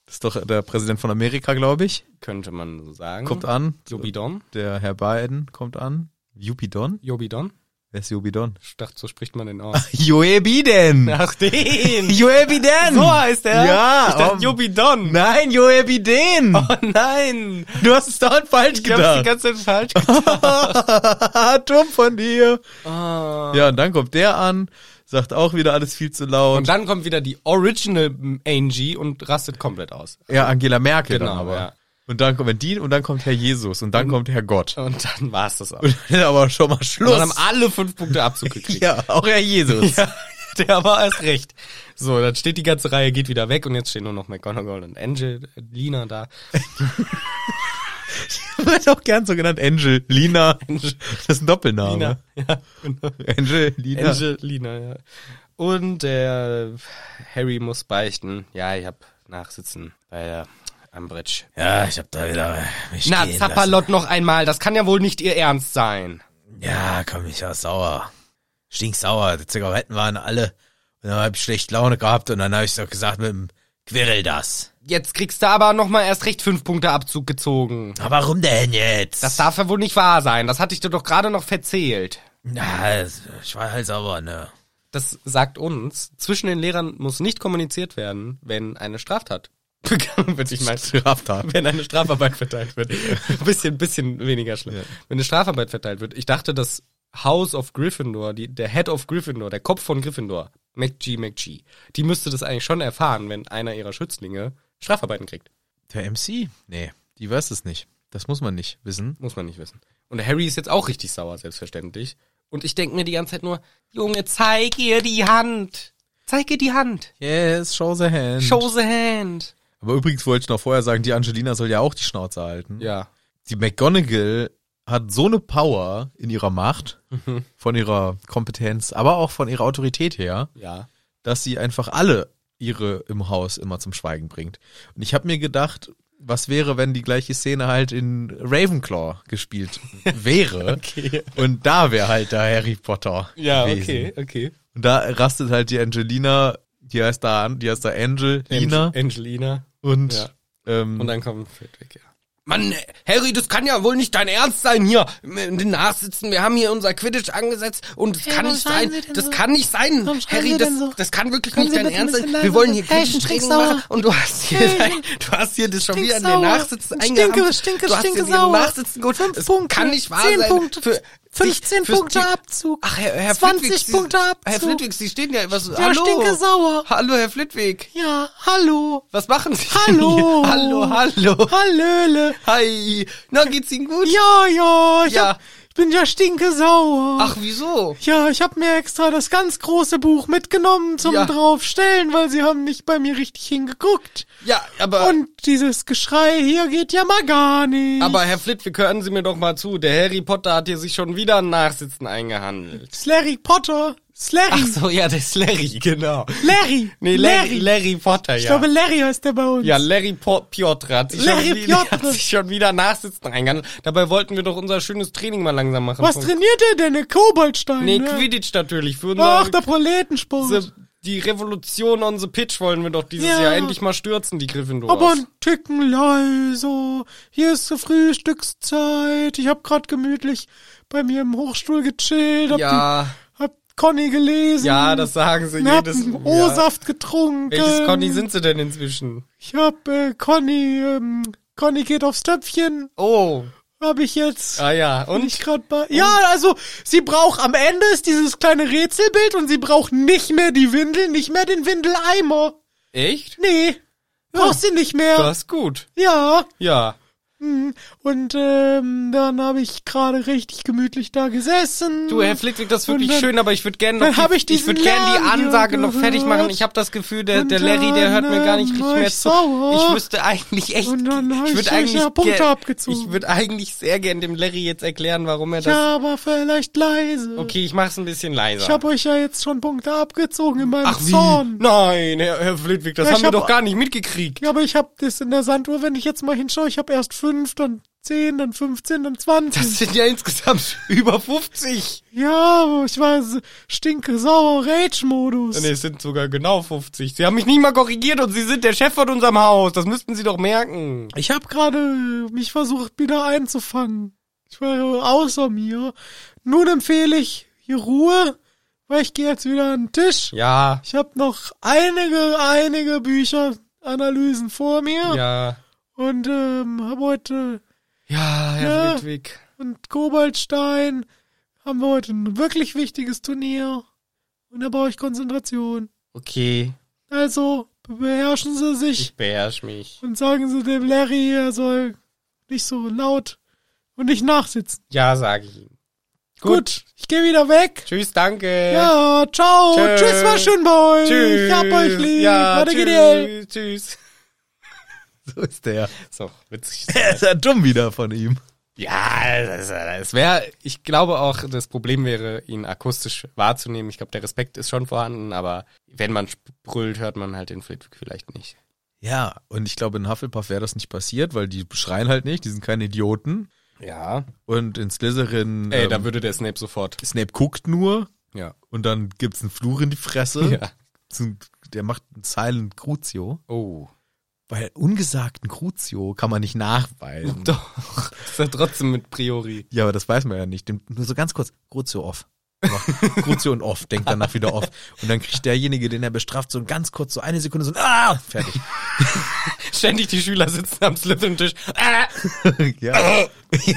Speaker 1: Das ist doch der Präsident von Amerika, glaube ich.
Speaker 2: Könnte man so sagen.
Speaker 1: Kommt an.
Speaker 2: Jobidon.
Speaker 1: Der Herr Biden kommt an. Jupidon?
Speaker 2: Jobidon.
Speaker 1: Wer ist Jupidon? (laughs)
Speaker 2: Ich dachte, so spricht man den aus.
Speaker 1: Joe Biden!
Speaker 2: Ach, den!
Speaker 1: Joe Biden!
Speaker 2: So heißt er?
Speaker 1: Ja,
Speaker 2: Ich dachte,
Speaker 1: um-
Speaker 2: Jobidon.
Speaker 1: Nein, Joe Biden!
Speaker 2: Oh nein!
Speaker 1: Du hast es dauernd falsch
Speaker 2: Ich hab's die
Speaker 1: gedacht.
Speaker 2: ganze Zeit falsch gedacht.
Speaker 1: Dumm von dir.
Speaker 2: Ah.
Speaker 1: Ja, und dann kommt der an, sagt auch wieder alles viel zu laut.
Speaker 2: Und dann kommt wieder die Original m, Angie und rastet komplett aus.
Speaker 1: ja, Angela Merkel
Speaker 2: Genau,
Speaker 1: dann aber.
Speaker 2: ja.
Speaker 1: Und dann kommt die und dann kommt Herr Jesus und dann kommt Herr Gott.
Speaker 2: Und dann war's das auch. Und
Speaker 1: (laughs) Und dann ist aber schon mal Schluss.
Speaker 2: Oh. dann haben alle fünf Punkte Abzug gekriegt.
Speaker 1: (laughs) ja, auch Herr Jesus.
Speaker 2: Ja, (laughs) der war erst recht. So, dann steht die ganze Reihe, geht wieder weg und jetzt stehen nur noch McGonagall und Angelina da.
Speaker 1: (laughs) Wird auch gern so genannt Angel, Lina. Das ist ein Doppelname.
Speaker 2: Lina. Ja, genau.
Speaker 1: Angel, Lina.
Speaker 2: Angelina, ja. Und der Harry muss beichten. Ja, ich hab Nachsitzen bei der Ambridge.
Speaker 9: ja, ich hab da wieder mich
Speaker 2: Na,
Speaker 9: gehen lassen.
Speaker 2: Zapperlott noch einmal. Das kann ja wohl nicht ihr Ernst sein.
Speaker 9: Ja, komm, ich war sauer. Stinksauer. Die Zigaretten waren alle. Und dann hab ich schlecht Laune gehabt und dann hab ich doch gesagt mit dem Quirrell das.
Speaker 2: Jetzt kriegst du aber noch mal erst recht fünf Punkte Abzug gezogen.
Speaker 9: Aber warum denn jetzt?
Speaker 2: Das darf ja wohl nicht wahr sein. Das hatte ich dir doch gerade noch verzählt.
Speaker 9: Na, ich war halt sauer, ne?
Speaker 2: Das sagt uns, zwischen den Lehrern muss nicht kommuniziert werden, wenn eine Straftat (laughs) begangen wird. Ich meine,
Speaker 1: Straftat.
Speaker 2: wenn eine Strafarbeit verteilt wird. Ein bisschen, bisschen weniger schlimm. Wenn eine Strafarbeit verteilt wird. Ich dachte, das House of Gryffindor, die, der Head of Gryffindor, der Kopf von Gryffindor, McG, McG, die müsste das eigentlich schon erfahren, wenn einer ihrer Schützlinge Strafarbeiten kriegt.
Speaker 1: Der MC? Nee, die weiß es nicht. Das muss man nicht wissen.
Speaker 2: Muss man nicht wissen. Und der Harry ist jetzt auch richtig sauer, selbstverständlich. Und ich denke mir die ganze Zeit nur, Junge, zeig ihr die Hand. Zeig ihr die Hand.
Speaker 1: Yes, show the hand.
Speaker 2: Show the hand.
Speaker 1: Aber übrigens wollte ich noch vorher sagen, die Angelina soll ja auch die Schnauze halten.
Speaker 2: Ja.
Speaker 1: Die McGonagall hat so eine Power in ihrer Macht,
Speaker 2: Mhm.
Speaker 1: von ihrer Kompetenz, aber auch von ihrer Autorität her,
Speaker 2: Ja.
Speaker 1: dass sie einfach alle ihre im Haus immer zum Schweigen bringt. Und ich habe mir gedacht, was wäre, wenn die gleiche Szene halt in Ravenclaw
Speaker 2: (laughs)
Speaker 1: gespielt wäre?
Speaker 2: Okay.
Speaker 1: Und da wäre halt der Harry Potter.
Speaker 2: Ja,
Speaker 1: gewesen.
Speaker 2: okay, okay.
Speaker 1: Und da rastet halt die Angelina, die heißt da, die heißt da Angel, Lina
Speaker 2: Angel- Angelina.
Speaker 1: und
Speaker 2: ja.
Speaker 1: ähm, (laughs)
Speaker 2: Und dann kommt Frederick, ja. Mhm. Mann, Harry, das kann ja wohl nicht dein Ernst sein hier. In den Nachsitzen, wir haben hier unser Quidditch angesetzt und das kann nicht sein. Das kann nicht sein. Harry, das, das kann wirklich nicht dein Ernst sein. Wir wollen hier Quidditch-Training machen und du hast hier, dein, du hast hier das schon wieder in den Nachsitzen eingerammt. Stinke, stinke, du hast stinke, hier in den Nachsitzen gut. Fünf das Punkte, kann nicht wahr sein. Punkte, für, 15 Punkte Abzug. Ach, Herr, Herr 20 Flitwick, Punkte Abzug. Herr Flitwick, Sie stehen ja was. Ja, hallo. stinke sauer. Hallo, Herr Flitwick. Ja, hallo. Was machen Sie? denn (laughs)
Speaker 4: Hallo.
Speaker 2: Hier? Hallo, hallo.
Speaker 4: Hallöle.
Speaker 2: Hi. Na, geht's Ihnen gut?
Speaker 4: Ja, ja, ich,
Speaker 2: Ja.
Speaker 4: Hab, ich bin ja stinke sauer.
Speaker 2: Ach, wieso?
Speaker 4: Ja, ich hab mir extra das ganz große Buch mitgenommen zum
Speaker 2: Ja.
Speaker 4: draufstellen, weil sie haben nicht bei mir richtig hingeguckt.
Speaker 2: Ja, aber.
Speaker 4: Und dieses Geschrei hier geht ja mal gar nicht.
Speaker 2: aber Herr Flitwick, hören Sie mir doch mal zu. Der Harry Potter hat hier sich schon wieder ein Nachsitzen eingehandelt.
Speaker 4: Slarry Potter,
Speaker 2: Ach
Speaker 4: Slarry,
Speaker 2: so, ja, der ist Larry, genau.
Speaker 4: Larry,
Speaker 2: Nee, Larry, Larry Potter, ja.
Speaker 4: Ich glaube, Larry heißt der bei uns.
Speaker 2: ja, Larry po Piotr hat sich,
Speaker 4: Larry
Speaker 2: schon wieder, hat
Speaker 4: Piotr.
Speaker 2: sich schon wieder Nachsitzen eingehandelt. Dabei wollten wir doch unser schönes Training mal langsam machen.
Speaker 4: Was trainiert er denn? Der Koboldstein?
Speaker 2: Nee,
Speaker 4: ne?
Speaker 2: Quidditch natürlich. Für unser
Speaker 4: Ach, der Proletensport.
Speaker 2: The- die Revolution on the Pitch wollen wir doch dieses
Speaker 4: Ja.
Speaker 2: Jahr endlich mal stürzen, die Gryffindors.
Speaker 4: Aber ein Ticken leiser. Hier ist so Frühstückszeit. Ich hab grad gemütlich bei mir im Hochstuhl gechillt, hab,
Speaker 2: ja,
Speaker 4: die, hab Conny gelesen.
Speaker 2: ja, das sagen sie
Speaker 4: ich hab
Speaker 2: jedes
Speaker 4: einen
Speaker 2: Jahr.
Speaker 4: O-Saft getrunken.
Speaker 2: Welches Conny sind sie denn inzwischen?
Speaker 4: Ich hab äh, Conny, ähm, Conny geht aufs Töpfchen,
Speaker 2: Oh,
Speaker 4: hab ich jetzt.
Speaker 2: ah ja,
Speaker 4: Bin
Speaker 2: und?
Speaker 4: ich grad bei. Ja, also sie braucht am Ende ist dieses kleine Rätselbild und sie braucht nicht mehr die Windel, nicht mehr den Windeleimer.
Speaker 2: Echt?
Speaker 4: Nee, braucht sie nicht mehr.
Speaker 2: Das ist gut.
Speaker 4: Ja.
Speaker 2: Ja.
Speaker 4: Und ähm, dann habe ich gerade richtig gemütlich da gesessen.
Speaker 2: Du, Herr Flitwick, das ist wirklich
Speaker 4: Und dann-
Speaker 2: schön, aber ich würde gerne
Speaker 4: dann
Speaker 2: noch,
Speaker 4: hab
Speaker 2: die-
Speaker 4: ich diesen
Speaker 2: würd gern die
Speaker 4: Lärm hier
Speaker 2: Ansage noch fertig machen.
Speaker 4: gehört.
Speaker 2: Ich habe das Gefühl, der,
Speaker 4: Und
Speaker 2: der Larry, der hört mir gar nicht richtig
Speaker 4: dann war
Speaker 2: mehr
Speaker 4: ich
Speaker 2: zu.
Speaker 4: sauer.
Speaker 2: Ich müsste eigentlich echt,
Speaker 4: Und dann hab
Speaker 2: ich
Speaker 4: ich
Speaker 2: würde
Speaker 4: euch
Speaker 2: eigentlich,
Speaker 4: ja Punkte
Speaker 2: gern-
Speaker 4: abgezogen.
Speaker 2: ich würde eigentlich sehr gern dem Larry jetzt erklären, warum er das,
Speaker 4: ja, aber vielleicht leise.
Speaker 2: okay, ich mach's ein bisschen leiser.
Speaker 4: Ich habe euch ja jetzt schon Punkte abgezogen in meinem
Speaker 2: Ach wie?
Speaker 4: Zorn.
Speaker 2: Nein, Herr, Herr Flitwick, das
Speaker 4: Ja,
Speaker 2: haben
Speaker 4: ich
Speaker 2: wir
Speaker 4: hab-
Speaker 2: doch gar nicht mitgekriegt.
Speaker 4: Ja, aber ich habe das in der Sanduhr, wenn ich jetzt mal hinschaue, ich habe erst fünf, dann zehn, dann 15, dann 20.
Speaker 2: Das sind ja insgesamt (laughs) über 50.
Speaker 4: ja, aber ich war s- stinke sauer Rage-Modus.
Speaker 2: Nee, es sind sogar genau 50. Sie haben mich nicht mal korrigiert und Sie sind der Chef von unserem Haus. Das müssten Sie doch merken.
Speaker 4: Ich habe gerade äh, mich versucht, wieder einzufangen. Ich war ja außer mir. Nun empfehle ich hier Ruhe, weil ich gehe jetzt wieder an den Tisch.
Speaker 2: Ja,
Speaker 4: Ich habe noch einige, einige Bücher, Analysen vor mir.
Speaker 2: ja,
Speaker 4: Und ähm, habe heute
Speaker 2: ja, Herr
Speaker 4: Ja.
Speaker 2: Flitwick.
Speaker 4: und Koboldstein haben wir heute ein wirklich wichtiges Turnier. Und da brauche ich Konzentration.
Speaker 2: Okay,
Speaker 4: Also beherrschen Sie sich
Speaker 2: ich beherrsch mich.
Speaker 4: und sagen Sie dem Larry, er soll nicht so laut und nicht nachsitzen.
Speaker 2: Ja, sage ich Ihnen.
Speaker 4: Gut, ich gehe wieder weg.
Speaker 2: Tschüss, danke.
Speaker 4: Ja, ciao.
Speaker 2: Tschö.
Speaker 4: Tschüss, war schön bei euch.
Speaker 2: Tschüss.
Speaker 4: Ich hab euch lieb.
Speaker 2: Ja,
Speaker 4: Warte, GDL.
Speaker 2: tschüss. Tschüss.
Speaker 1: so ist der.
Speaker 2: So, witzig. (laughs)
Speaker 1: Er ist ja dumm wieder von ihm.
Speaker 2: Ja, das, das wäre, ich glaube auch, das Problem wäre, ihn akustisch wahrzunehmen. Ich glaube, der Respekt ist schon vorhanden, aber wenn man sp- brüllt, hört man halt den Flitwick vielleicht nicht.
Speaker 1: Ja, und ich glaube, in Hufflepuff wäre das nicht passiert, weil die schreien halt nicht, die sind keine Idioten.
Speaker 2: Ja.
Speaker 1: Und in Slytherin
Speaker 2: Ey,
Speaker 1: ähm,
Speaker 2: da würde der Snape sofort.
Speaker 1: Snape guckt nur
Speaker 2: Ja.
Speaker 1: und dann gibt's einen Fluch in die Fresse. (laughs)
Speaker 2: Ja.
Speaker 1: Zum- Der macht einen Silent Crucio.
Speaker 2: Oh.
Speaker 1: Weil ungesagten Crucio kann man nicht nachweisen.
Speaker 2: Doch. Ist er trotzdem mit Priori.
Speaker 1: Ja, aber das weiß man ja nicht. Dem- Nur so ganz kurz, Crucio off.
Speaker 2: (laughs)
Speaker 1: Mach Crucio und off, denkt danach wieder off. Und dann kriegt derjenige, den er bestraft, so ganz kurz, so eine Sekunde, so ein Ah! (laughs) Fertig.
Speaker 2: Ständig die Schüler sitzen am Slytherin-Tisch. Ah,
Speaker 1: (laughs) ja. (laughs)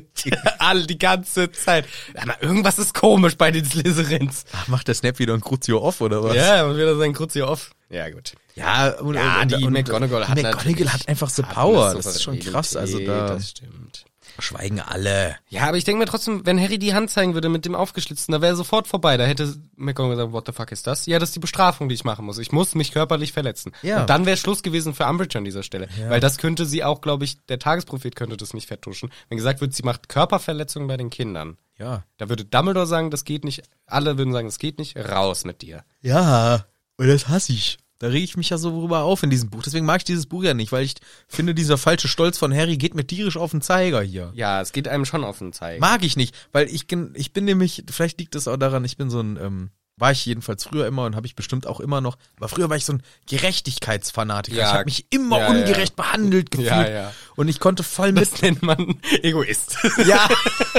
Speaker 2: (laughs) alle die ganze Zeit. Aber irgendwas ist komisch bei den Slytherins.
Speaker 1: Ach, macht der Snap wieder ein Crucio off oder was?
Speaker 2: Ja, und wieder sein Kurz hier auf. Ja, gut.
Speaker 1: Ja, und,
Speaker 2: Ja,
Speaker 1: und,
Speaker 2: die
Speaker 1: und,
Speaker 2: McGonagall hat
Speaker 1: McGonagall
Speaker 2: natürlich-
Speaker 1: hat einfach so
Speaker 2: Hat
Speaker 1: Power.
Speaker 2: eine
Speaker 1: Das ist schon
Speaker 2: Souveränität,
Speaker 1: krass. Also da,
Speaker 2: Das stimmt.
Speaker 7: Schweigen alle.
Speaker 2: Ja, aber ich denke mir trotzdem, wenn Harry die Hand zeigen würde mit dem Aufgeschlitzten, da wäre er sofort vorbei. Da hätte McGonagall gesagt, what the fuck ist das? Ja, das ist die Bestrafung, die ich machen muss. Ich muss mich körperlich verletzen.
Speaker 4: Ja.
Speaker 2: Und dann wäre Schluss gewesen für Umbridge an dieser Stelle. Weil das könnte sie auch, glaube ich, der Tagesprophet könnte das nicht vertuschen. Wenn gesagt wird, sie macht Körperverletzungen bei den Kindern.
Speaker 7: Ja.
Speaker 2: Da würde Dumbledore sagen, das geht nicht. Alle würden sagen, das geht nicht. Raus mit dir.
Speaker 4: Ja, und das hasse ich. Da reg ich mich ja so drüber auf in diesem Buch. Deswegen mag ich dieses Buch ja nicht, weil ich finde, dieser falsche Stolz von Harry geht mir tierisch auf den Zeiger hier.
Speaker 2: Ja, es geht einem schon auf den Zeiger.
Speaker 4: Mag ich nicht, weil ich, gen- ich bin nämlich, vielleicht liegt es auch daran, ich bin so ein, ähm, war ich jedenfalls früher immer und habe ich bestimmt auch immer noch, aber früher war ich so ein Gerechtigkeitsfanatiker.
Speaker 2: Ja,
Speaker 4: ich habe mich immer
Speaker 2: ja, ja.
Speaker 4: ungerecht behandelt gefühlt
Speaker 2: Ja, ja.
Speaker 4: und ich konnte (laughs) voll mit.
Speaker 2: Das nennt man Egoist. Ja.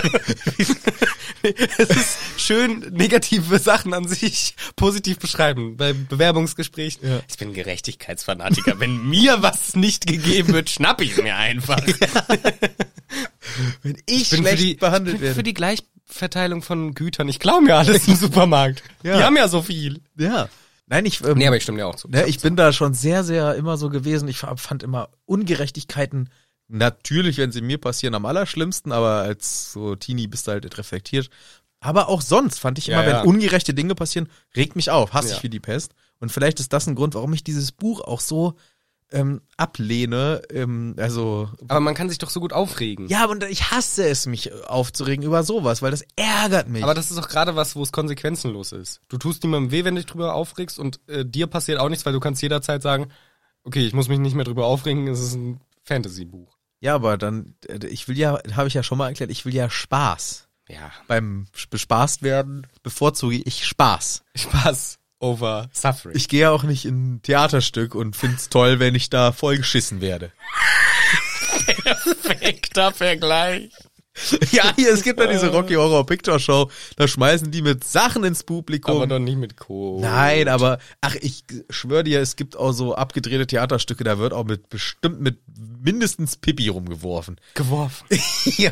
Speaker 2: (laughs) es ist schön, negative Sachen an sich positiv beschreiben. Bei Bewerbungsgesprächen. Ich bin Gerechtigkeitsfanatiker. Wenn mir was nicht gegeben wird, schnapp ich mir einfach.
Speaker 4: Wenn ich,
Speaker 2: bin
Speaker 4: schlecht
Speaker 2: für die,
Speaker 4: behandelt
Speaker 2: ich bin für
Speaker 4: werde.
Speaker 2: die Gleichverteilung von Gütern. Ich klaue mir alles im Supermarkt. Die haben ja so viel.
Speaker 4: Ja. Nein, ich, ähm,
Speaker 2: Nee, aber ich stimme dir auch zu.
Speaker 4: Ne, ich bin da schon sehr, sehr immer so gewesen. Ich fa- fand immer Ungerechtigkeiten natürlich, wenn sie mir passieren, am allerschlimmsten, aber als so Teenie bist du halt reflektiert. Aber auch sonst fand ich
Speaker 2: Ja,
Speaker 4: immer,
Speaker 2: ja.
Speaker 4: wenn ungerechte Dinge passieren, regt mich auf, hasse
Speaker 2: Ja.
Speaker 4: ich wie die Pest. Und vielleicht ist das ein Grund, warum ich dieses Buch auch so ähm, ablehne. Ähm, also
Speaker 2: Aber man kann sich doch so gut aufregen.
Speaker 4: ja, und ich hasse es, mich aufzuregen über sowas, weil das ärgert mich.
Speaker 2: Aber das ist auch gerade was, wo es konsequenzenlos ist. Du tust niemandem weh, wenn du dich drüber aufregst und äh, dir passiert auch nichts, weil du kannst jederzeit sagen, okay, ich muss mich nicht mehr drüber aufregen, es ist ein Fantasy-Buch.
Speaker 4: ja, aber dann, äh, ich will ja, habe ich ja schon mal erklärt, ich will ja Spaß.
Speaker 2: Ja.
Speaker 4: beim Sch- bespaßt werden bevorzuge ich Spaß.
Speaker 2: Spaß over suffering.
Speaker 4: Ich gehe auch nicht in ein Theaterstück und find's toll, wenn ich da vollgeschissen werde.
Speaker 2: Perfekter Vergleich.
Speaker 4: (laughs) ja, hier, es gibt ja diese Rocky Horror Picture Show, da schmeißen die mit Sachen ins Publikum.
Speaker 2: Aber doch nicht mit Co.
Speaker 4: Nein, aber ach, ich schwöre dir, es gibt auch so abgedrehte Theaterstücke, da wird auch mit bestimmt mit mindestens Pipi rumgeworfen.
Speaker 2: Geworfen.
Speaker 4: (laughs) ja,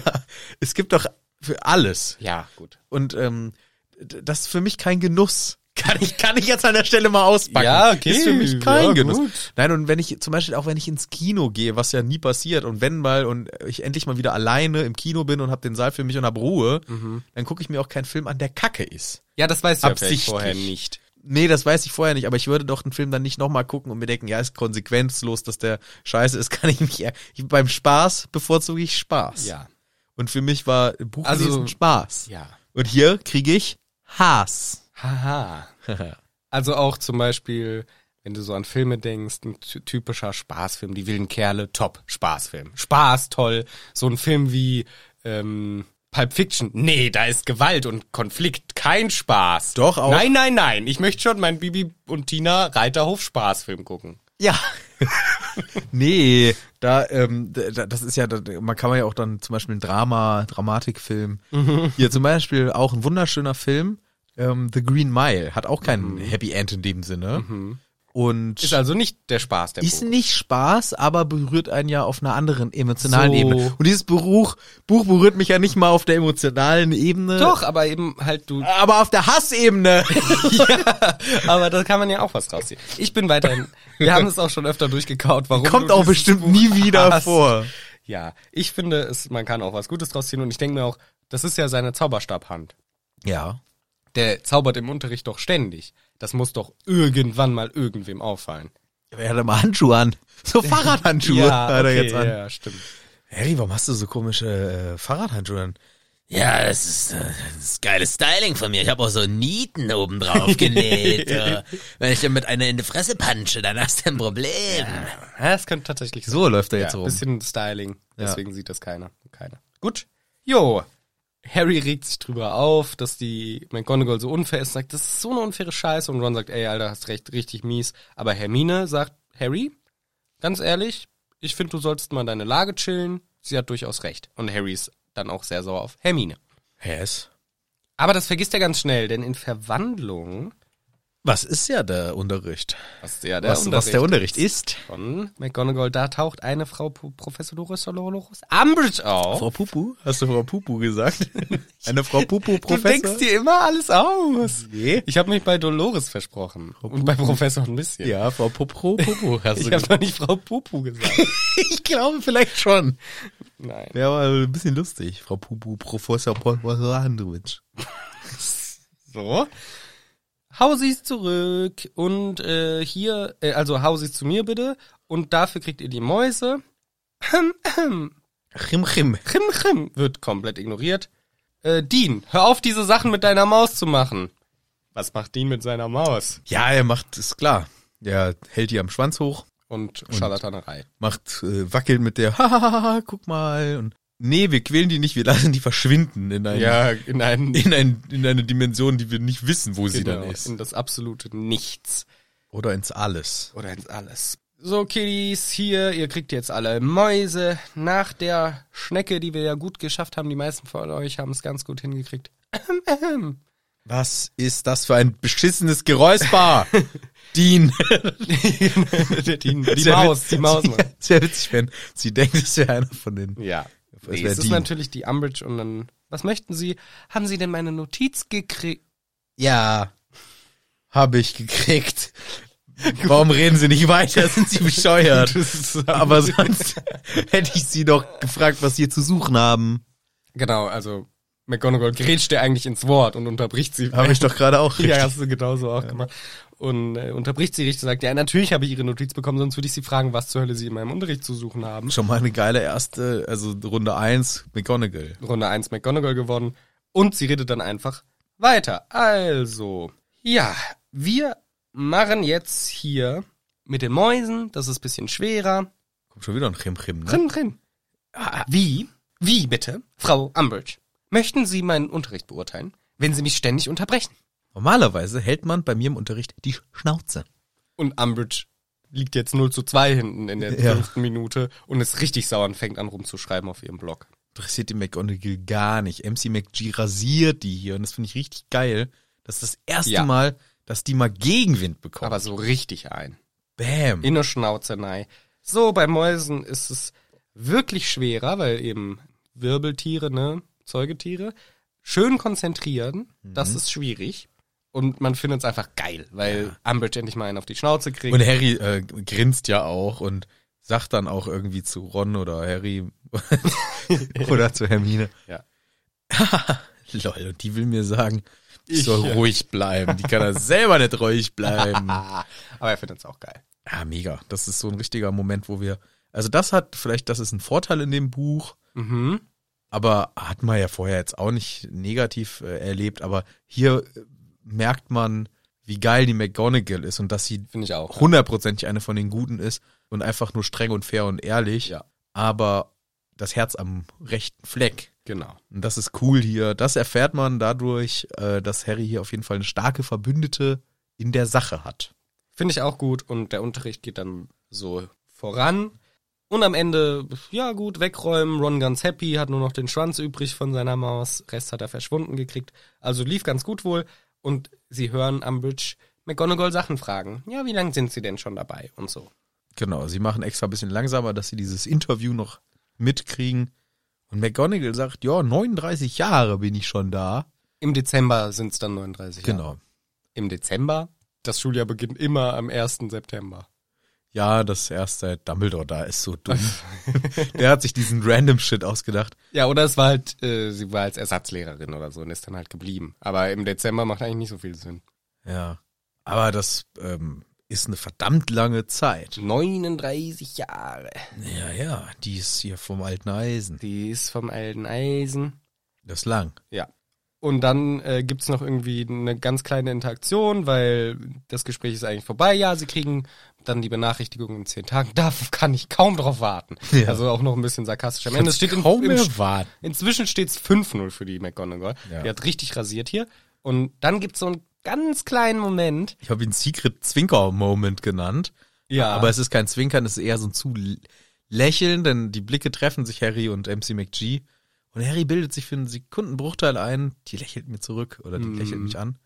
Speaker 4: es gibt doch für alles.
Speaker 2: Ja, gut.
Speaker 4: Und ähm, d- das ist für mich kein Genuss. (laughs) Kann ich, kann ich jetzt an der Stelle mal auspacken.
Speaker 2: Ja, okay.
Speaker 4: Ist für mich kein
Speaker 2: Ja,
Speaker 4: Genuss.
Speaker 2: gut.
Speaker 4: Nein, und wenn ich zum Beispiel auch wenn ich ins Kino gehe, was ja nie passiert, und wenn mal und ich endlich mal wieder alleine im Kino bin und habe den Saal für mich und hab Ruhe,
Speaker 2: Mhm.
Speaker 4: dann gucke ich mir auch keinen Film an, der Kacke ist.
Speaker 2: Ja, das weißt du ja vielleicht
Speaker 4: Absichtlich.
Speaker 2: vorher nicht.
Speaker 4: Nee, das weiß ich vorher nicht, aber ich würde doch einen Film dann nicht nochmal gucken und mir denken, ja, ist konsequenzlos, dass der scheiße ist, (laughs) kann ich mich, eher- ich, beim Spaß bevorzuge ich Spaß.
Speaker 2: Ja.
Speaker 4: Und für mich war Buchlesen
Speaker 2: Also-
Speaker 4: Spaß.
Speaker 2: Ja.
Speaker 4: Und hier kriege ich Hass.
Speaker 2: Haha.
Speaker 4: (laughs)
Speaker 2: also auch zum Beispiel, wenn du so an Filme denkst, ein ty- typischer Spaßfilm, die wilden Kerle, top, Spaßfilm. Spaß, toll. So ein Film wie ähm, Pulp Fiction. Nee, da ist Gewalt und Konflikt, kein Spaß.
Speaker 4: Doch, auch.
Speaker 2: Nein, nein, nein. Ich möchte schon meinen Bibi und Tina Reiterhof Spaßfilm gucken.
Speaker 4: Ja. nee, da, ähm, da, das ist ja, da, man kann ja auch dann zum Beispiel ein Drama, Dramatikfilm. Hier zum Beispiel auch ein wunderschöner Film, ähm, The Green Mile, hat auch kein Happy End in dem Sinne. Und
Speaker 2: Ist also nicht der Spaß der
Speaker 4: Mhm. ist
Speaker 2: Buch.
Speaker 4: nicht Spaß, aber berührt einen ja auf einer anderen emotionalen
Speaker 2: So.
Speaker 4: Ebene. Und dieses Buch, Buch berührt mich ja nicht mal auf der emotionalen Ebene.
Speaker 2: Doch, aber eben halt du.
Speaker 4: Aber auf der Hassebene.
Speaker 2: Aber da kann man ja auch was rausziehen. Ich bin weiterhin. Wir haben es auch schon öfter durchgekaut. Warum
Speaker 4: Kommt
Speaker 2: du
Speaker 4: auch
Speaker 2: dieses
Speaker 4: bestimmt
Speaker 2: Buch
Speaker 4: nie wieder
Speaker 2: hast.
Speaker 4: vor.
Speaker 2: Ja, ich finde, es, man kann auch was Gutes draus ziehen und ich denke mir auch, das ist ja seine Zauberstabhand.
Speaker 4: Ja.
Speaker 2: Der zaubert im Unterricht doch ständig. Das muss doch irgendwann mal irgendwem auffallen.
Speaker 4: Er hat immer Handschuhe an. (laughs) So Fahrradhandschuhe hat er jetzt an.
Speaker 2: ja, stimmt.
Speaker 4: Harry, warum hast du so komische äh, Fahrradhandschuhe an?
Speaker 7: Ja, das ist, äh, das ist geiles Styling von mir. Ich habe auch so Nieten oben drauf genäht. äh, Wenn ich dir mit einer in die Fresse punche, dann hast du ein Problem.
Speaker 2: Ja, es könnte tatsächlich sein.
Speaker 4: So läuft er
Speaker 2: ja,
Speaker 4: jetzt rum.
Speaker 2: bisschen Styling. Deswegen sieht das keiner. Keiner. Gut. Jo. Harry regt sich drüber auf, dass die McGonagall so unfair ist, sagt, das ist so eine unfaire Scheiße. Und Ron sagt, ey, Alter, hast recht, richtig mies. Aber Hermine sagt, Harry, ganz ehrlich, ich finde, du sollst mal deine Lage chillen. Sie hat durchaus recht. Und Harry ist dann auch sehr sauer auf Hermine.
Speaker 4: Yes.
Speaker 2: Aber das vergisst er ganz schnell, denn in Verwandlung,
Speaker 4: Was ist ja der Unterricht?
Speaker 2: was ja der
Speaker 4: Was, was der Unterricht ist?
Speaker 2: von McGonagall, da taucht eine Frau Pro- Professor Dolores Dolores Umbridge auf.
Speaker 4: Frau Pupu? Hast du Frau Pupu gesagt? Eine Frau Pupu
Speaker 2: Du denkst dir immer alles aus.
Speaker 4: Nee.
Speaker 2: Ich habe mich bei Dolores versprochen. Und bei Professor ein bisschen.
Speaker 4: Ja, Frau Popro Pupu hast
Speaker 2: Ich
Speaker 4: du
Speaker 2: habe (laughs)
Speaker 4: gesagt.
Speaker 2: noch nicht Frau Pupu gesagt.
Speaker 4: Ich glaube vielleicht schon.
Speaker 2: Nein.
Speaker 1: Wäre aber ein bisschen lustig, Frau Pupu, Professor Podwalandowitsch.
Speaker 2: So. Hausi ist zurück und äh, hier, äh, also Hausi zu mir bitte und dafür kriegt ihr die Mäuse.
Speaker 1: Chim, chim.
Speaker 2: Chim Chim wird komplett ignoriert. Äh, Dean, hör auf, diese Sachen mit deiner Maus zu machen. Was macht Dean mit seiner Maus?
Speaker 1: Ja, er macht, ist klar. Er hält die am Schwanz hoch,
Speaker 2: Und Scharlatanerei.
Speaker 1: macht, äh, wackelt mit der, (laughs) hahaha, guck mal. Und nee, wir quälen die nicht, wir lassen die verschwinden in ein,
Speaker 2: in einem
Speaker 1: in, ein, in eine Dimension, die wir nicht wissen, wo sie dann
Speaker 2: (laughs) genau,
Speaker 1: ist.
Speaker 2: in das absolute Nichts.
Speaker 1: Oder ins Alles.
Speaker 2: Oder ins Alles. So, Kiddies, hier, ihr kriegt jetzt alle Mäuse. Nach der Schnecke, die wir ja gut geschafft haben, die meisten von euch haben es ganz gut hingekriegt.
Speaker 1: (laughs) Was ist das für ein beschissenes (laughs) Geräusper? Dean.
Speaker 2: die, die
Speaker 1: Sehr
Speaker 2: Maus,
Speaker 1: witz-
Speaker 2: die
Speaker 1: (laughs)
Speaker 2: Maus. Mann.
Speaker 1: Sehr witzig, wenn sie denkt, es wäre einer von den.
Speaker 2: Ja.
Speaker 1: Es
Speaker 2: Nee,
Speaker 1: wär
Speaker 2: es ist
Speaker 1: Dean.
Speaker 2: natürlich die Umbridge und dann, was möchten Sie? Haben Sie denn meine Notiz gekriegt?
Speaker 1: Ja. Habe ich gekriegt. Warum reden sie nicht weiter? Sind sie (laughs) bescheuert? Aber sonst (laughs) hätte ich sie doch gefragt, was sie zu suchen haben.
Speaker 2: Genau, also McGonagall grätscht dir eigentlich ins Wort und unterbricht sie.
Speaker 1: Habe ich doch gerade auch
Speaker 2: (laughs) ja, hast du genauso auch gemacht. Und äh, unterbricht sie richtig und sagt, ja, natürlich habe ich ihre Notiz bekommen, sonst würde ich sie fragen, was zur Hölle sie in meinem Unterricht zu suchen haben.
Speaker 1: Schon mal eine geile erste, also Runde 1, McGonagall.
Speaker 2: Runde 1 McGonagall geworden und sie redet dann einfach weiter. Also, ja, wir machen jetzt hier mit den Mäusen, das ist ein bisschen schwerer.
Speaker 1: Kommt schon wieder ein Chim-Chim, ne?
Speaker 2: Drin, drin. Ah, Wie? Wie bitte? Frau Umbridge, möchten Sie meinen Unterricht beurteilen, wenn Sie mich ständig unterbrechen?
Speaker 1: Normalerweise hält man bei mir im Unterricht die Schnauze.
Speaker 2: Und Umbridge liegt jetzt 0 zu 2 hinten in der
Speaker 1: Ja.
Speaker 2: fünften Minute und ist richtig sauer und fängt an rumzuschreiben auf ihrem Blog.
Speaker 1: interessiert die McGonagall gar nicht. MC McG rasiert die hier und das finde ich richtig geil. Das ist das erste
Speaker 2: Ja.
Speaker 1: Mal, dass die mal Gegenwind bekommt.
Speaker 2: Aber so richtig ein.
Speaker 1: Bam.
Speaker 2: In der Schnauzenei. So, bei Mäusen ist es wirklich schwerer, weil eben Wirbeltiere, ne, Zeugetiere, schön konzentrieren, das ist schwierig. Und man findet es einfach geil, weil Umbridge endlich mal einen auf die Schnauze kriegt.
Speaker 1: und Harry äh, grinst ja auch und sagt dann auch irgendwie zu Ron oder Harry (laughs) oder zu Hermine.
Speaker 2: Ja.
Speaker 1: (laughs) Lol, und die will mir sagen, ich
Speaker 2: Ich,
Speaker 1: soll
Speaker 2: ja.
Speaker 1: ruhig bleiben. Die kann
Speaker 2: (laughs)
Speaker 1: ja selber nicht ruhig bleiben. (laughs)
Speaker 2: ah, aber er findet es auch geil.
Speaker 1: Ja, mega. Das ist so ein richtiger Moment, wo wir. Also das hat vielleicht, das ist ein Vorteil in dem Buch,
Speaker 2: Mhm.
Speaker 1: aber hat man ja vorher jetzt auch nicht negativ äh, erlebt, aber hier äh, merkt man, wie geil die McGonagall ist und dass sie
Speaker 2: Finde ich auch.
Speaker 1: hundertprozentig eine von den Guten ist und einfach nur streng und fair und ehrlich,
Speaker 2: Ja.
Speaker 1: aber das Herz am rechten Fleck.
Speaker 2: Genau.
Speaker 1: Und das ist cool hier. Das erfährt man dadurch, äh, dass Harry hier auf jeden Fall eine starke Verbündete in der Sache hat.
Speaker 2: Finde ich auch gut und der Unterricht geht dann so voran. Und am Ende, ja gut, wegräumen, Ron ganz happy, hat nur noch den Schwanz übrig von seiner Maus, Rest hat er verschwunden gekriegt. Also lief ganz gut wohl und sie hören am Bridge McGonagall Sachen fragen. Ja, wie lange sind sie denn schon dabei und so.
Speaker 1: Genau, sie machen extra ein bisschen langsamer, dass sie dieses Interview noch mitkriegen. Und McGonagall sagt, ja, 39 Jahre bin ich schon da.
Speaker 2: Im Dezember sind es dann 39 Jahre.
Speaker 1: Genau.
Speaker 2: Im Dezember? Das Schuljahr beginnt immer am 1. September.
Speaker 1: Ja, das erste Dumbledore da ist so (laughs) dumm. Der hat sich diesen random Shit ausgedacht.
Speaker 2: Ja, oder es war halt, äh, sie war als Ersatzlehrerin oder so und ist dann halt geblieben. Aber im Dezember macht eigentlich nicht so viel Sinn.
Speaker 1: Ja. Aber das ähm, ist eine verdammt lange Zeit.
Speaker 2: 39 Jahre.
Speaker 1: Ja, ja, die ist hier vom alten Eisen.
Speaker 2: Die ist vom alten Eisen.
Speaker 1: Das ist lang.
Speaker 2: Ja. Und dann äh, gibt's noch irgendwie eine ganz kleine Interaktion, weil das Gespräch ist eigentlich vorbei. Ja, sie kriegen dann die Benachrichtigung in zehn Tagen. Da kann ich kaum drauf warten.
Speaker 1: Ja.
Speaker 2: Also auch noch ein bisschen sarkastisch. Am Ende steht in,
Speaker 1: kaum
Speaker 2: im,
Speaker 1: mehr warten.
Speaker 2: inzwischen steht's 5-0 für die McGonagall.
Speaker 1: Ja.
Speaker 2: Die hat richtig rasiert hier. Und dann gibt's so einen ganz kleinen Moment. Ah,
Speaker 1: Ich habe ihn Secret Zwinker Moment genannt.
Speaker 2: Ja.
Speaker 1: Aber es ist kein Zwinkern, es ist eher so ein zu lächeln, denn die Blicke treffen sich Harry und MC McG. Und Harry bildet sich für einen Sekundenbruchteil ein, die lächelt mir zurück oder die
Speaker 2: Mhm.
Speaker 1: lächelt mich an.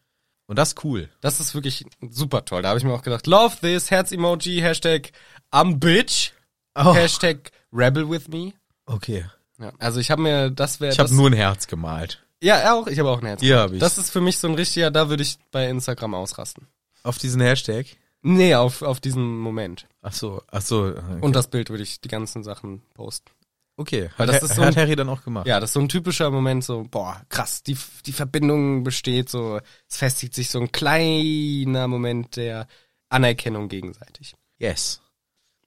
Speaker 1: Und das ist cool.
Speaker 2: Das ist wirklich super toll. Da habe ich mir auch gedacht, love this, Herz-Emoji, Hashtag I'm bitch,
Speaker 1: Oh.
Speaker 2: Hashtag rebel with me.
Speaker 1: Okay.
Speaker 2: Ja, also ich habe mir, das wäre.
Speaker 1: Ich habe nur ein Herz gemalt.
Speaker 2: Ja, er auch. Ich habe auch ein Herz.
Speaker 1: Ja, hab ich.
Speaker 2: Das ist für mich so ein richtiger, da würde ich bei Instagram ausrasten.
Speaker 1: Auf diesen Hashtag.
Speaker 2: Nee, auf, auf diesen Moment.
Speaker 1: Ach so, äh, ach so. Okay.
Speaker 2: Und das Bild würde ich die ganzen Sachen posten.
Speaker 4: Okay,
Speaker 2: Weil
Speaker 4: hat,
Speaker 2: das
Speaker 4: Har-
Speaker 2: ist so
Speaker 4: hat
Speaker 2: ein-
Speaker 4: Harry dann auch gemacht.
Speaker 2: Ja, das ist so ein typischer Moment, so, boah, krass, die, die Verbindung besteht, so, es festigt sich so ein kleiner Moment der Anerkennung gegenseitig.
Speaker 4: Yes.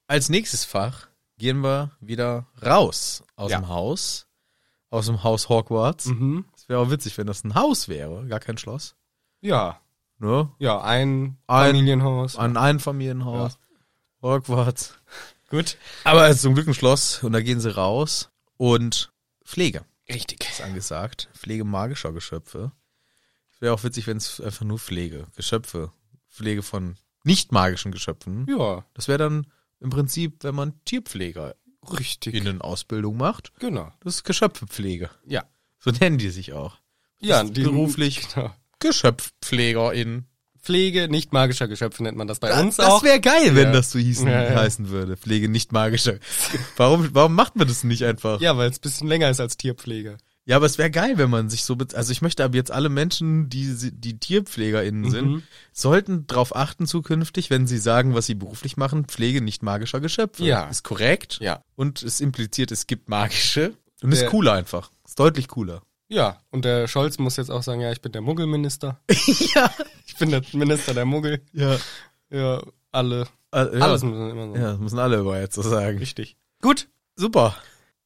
Speaker 4: Als nächstes Fach gehen wir wieder raus aus
Speaker 2: Ja.
Speaker 4: dem Haus, aus dem Haus Hogwarts.
Speaker 2: Mhm.
Speaker 4: Es wäre auch witzig, wenn das ein Haus wäre, gar kein Schloss.
Speaker 2: Ja,
Speaker 4: Ne?
Speaker 2: ja, ein,
Speaker 4: Ein-
Speaker 2: Familienhaus.
Speaker 4: Ein Einfamilienhaus. Hogwarts.
Speaker 2: Gut.
Speaker 4: Aber es ist zum Glück ein Schloss und da gehen sie raus und Pflege
Speaker 2: Richtig.
Speaker 4: ist angesagt. Pflege magischer Geschöpfe. Es wäre auch witzig, wenn es einfach nur Pflege, Geschöpfe, Pflege von nicht magischen Geschöpfen.
Speaker 2: Ja,
Speaker 4: Das wäre dann Ähm, im Prinzip, wenn man Tierpfleger
Speaker 2: richtig.
Speaker 1: Genau.
Speaker 4: in Ausbildung macht.
Speaker 2: Genau.
Speaker 4: Das ist Geschöpfepflege.
Speaker 2: Ja.
Speaker 4: So nennen die sich auch.
Speaker 2: Ja,
Speaker 4: ist
Speaker 2: die,
Speaker 4: beruflich.
Speaker 2: Genau.
Speaker 4: Geschöpfpflegerin.
Speaker 2: Pflege nicht magischer Geschöpfe nennt man das bei uns
Speaker 4: das
Speaker 2: auch.
Speaker 4: wäre geil, wenn
Speaker 2: Ja.
Speaker 4: das so hießen,
Speaker 2: Ja, ja.
Speaker 4: heißen würde. Pflege nicht magischer. Warum, warum macht man das nicht einfach?
Speaker 2: Ja, weil es ein bisschen länger ist als Tierpflege.
Speaker 4: Ja, aber es wäre geil, wenn man sich so, bez- also ich möchte aber jetzt alle Menschen, die, si- die
Speaker 2: Mhm.
Speaker 4: TierpflegerInnen sind, sollten darauf achten zukünftig, wenn sie sagen, was sie beruflich machen, Pflege nicht magischer Geschöpfe.
Speaker 2: Ja.
Speaker 4: Ist korrekt.
Speaker 2: Ja.
Speaker 4: Und es impliziert, es gibt magische. Und
Speaker 2: Der-
Speaker 4: ist cooler einfach. Ist deutlich cooler.
Speaker 2: Ja, und der Scholz muss jetzt auch sagen, ja, ich bin der
Speaker 4: (laughs)
Speaker 2: Muggelminister. ja. Ich bin der Minister der Muggel.
Speaker 4: Ja.
Speaker 2: Ja, alle.
Speaker 4: Äh, ja.
Speaker 2: Alles muss man immer so.
Speaker 4: Ja, das müssen alle über jetzt so sagen.
Speaker 2: Richtig. Gut.
Speaker 4: Super.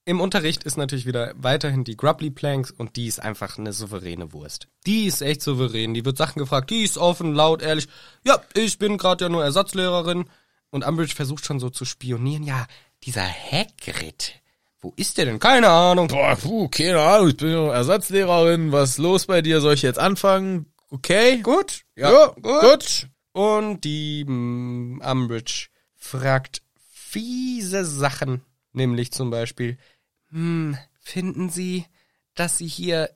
Speaker 2: Im Unterricht ist natürlich wieder weiterhin die Grubbly Planks und die ist einfach eine souveräne Wurst. Die ist echt souverän. Die wird Sachen gefragt. Die ist offen, laut, ehrlich. Ja, ich bin gerade ja nur Ersatzlehrerin. Und Umbridge versucht schon so zu spionieren. Ja, dieser Hagrid. Wo ist der denn? Keine Ahnung.
Speaker 4: Boah, puh, keine Ahnung, ich bin ja Ersatzlehrerin. Was ist los bei dir? Soll ich jetzt anfangen? Okay.
Speaker 2: Gut. Ja,
Speaker 4: Ja,
Speaker 2: gut.
Speaker 4: gut.
Speaker 2: Und die mm, Umbridge fragt fiese Sachen. Nämlich zum Beispiel, hm, finden Sie, dass Sie hier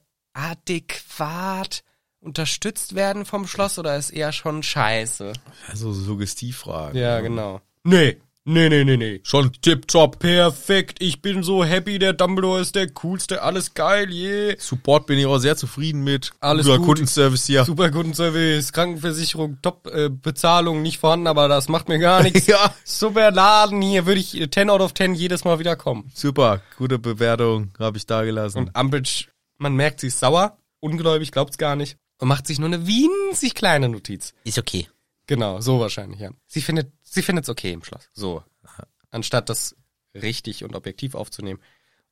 Speaker 2: adäquat unterstützt werden vom Schloss oder ist eher schon scheiße?
Speaker 4: Also Suggestivfragen.
Speaker 2: Ja, genau. Nee, nee, nee, nee, nee.
Speaker 4: Schon tipptopp.
Speaker 2: Perfekt, ich bin so happy, der Dumbledore ist der coolste, alles geil, yeah.
Speaker 4: Support bin ich auch sehr zufrieden mit.
Speaker 2: Alles
Speaker 4: Guter
Speaker 2: gut.
Speaker 4: Kundenservice hier.
Speaker 2: Super guten Service, Krankenversicherung, top, äh, Bezahlung nicht vorhanden, aber das macht mir gar nichts.
Speaker 4: Ja.
Speaker 2: Super Laden hier, würde ich äh, 10 out of 10 jedes Mal wieder kommen.
Speaker 4: Super, gute Bewertung habe ich da gelassen.
Speaker 2: Und Umbridge, man merkt, sie ist sauer, ungläubig, glaubt's gar nicht und macht sich nur eine winzig kleine Notiz.
Speaker 7: Ist okay.
Speaker 2: Genau, so wahrscheinlich, ja. Sie findet, sie findet's okay im Schloss. So. Anstatt das richtig und objektiv aufzunehmen.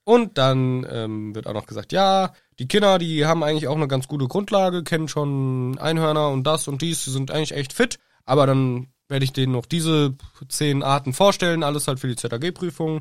Speaker 2: Und dann ähm, wird auch noch gesagt, ja, die Kinder, die haben eigentlich auch eine ganz gute Grundlage, kennen schon Einhörner und das und dies, sie sind eigentlich echt fit. Aber dann werde ich denen noch diese zehn Arten vorstellen, alles halt für die ZAG-Prüfung.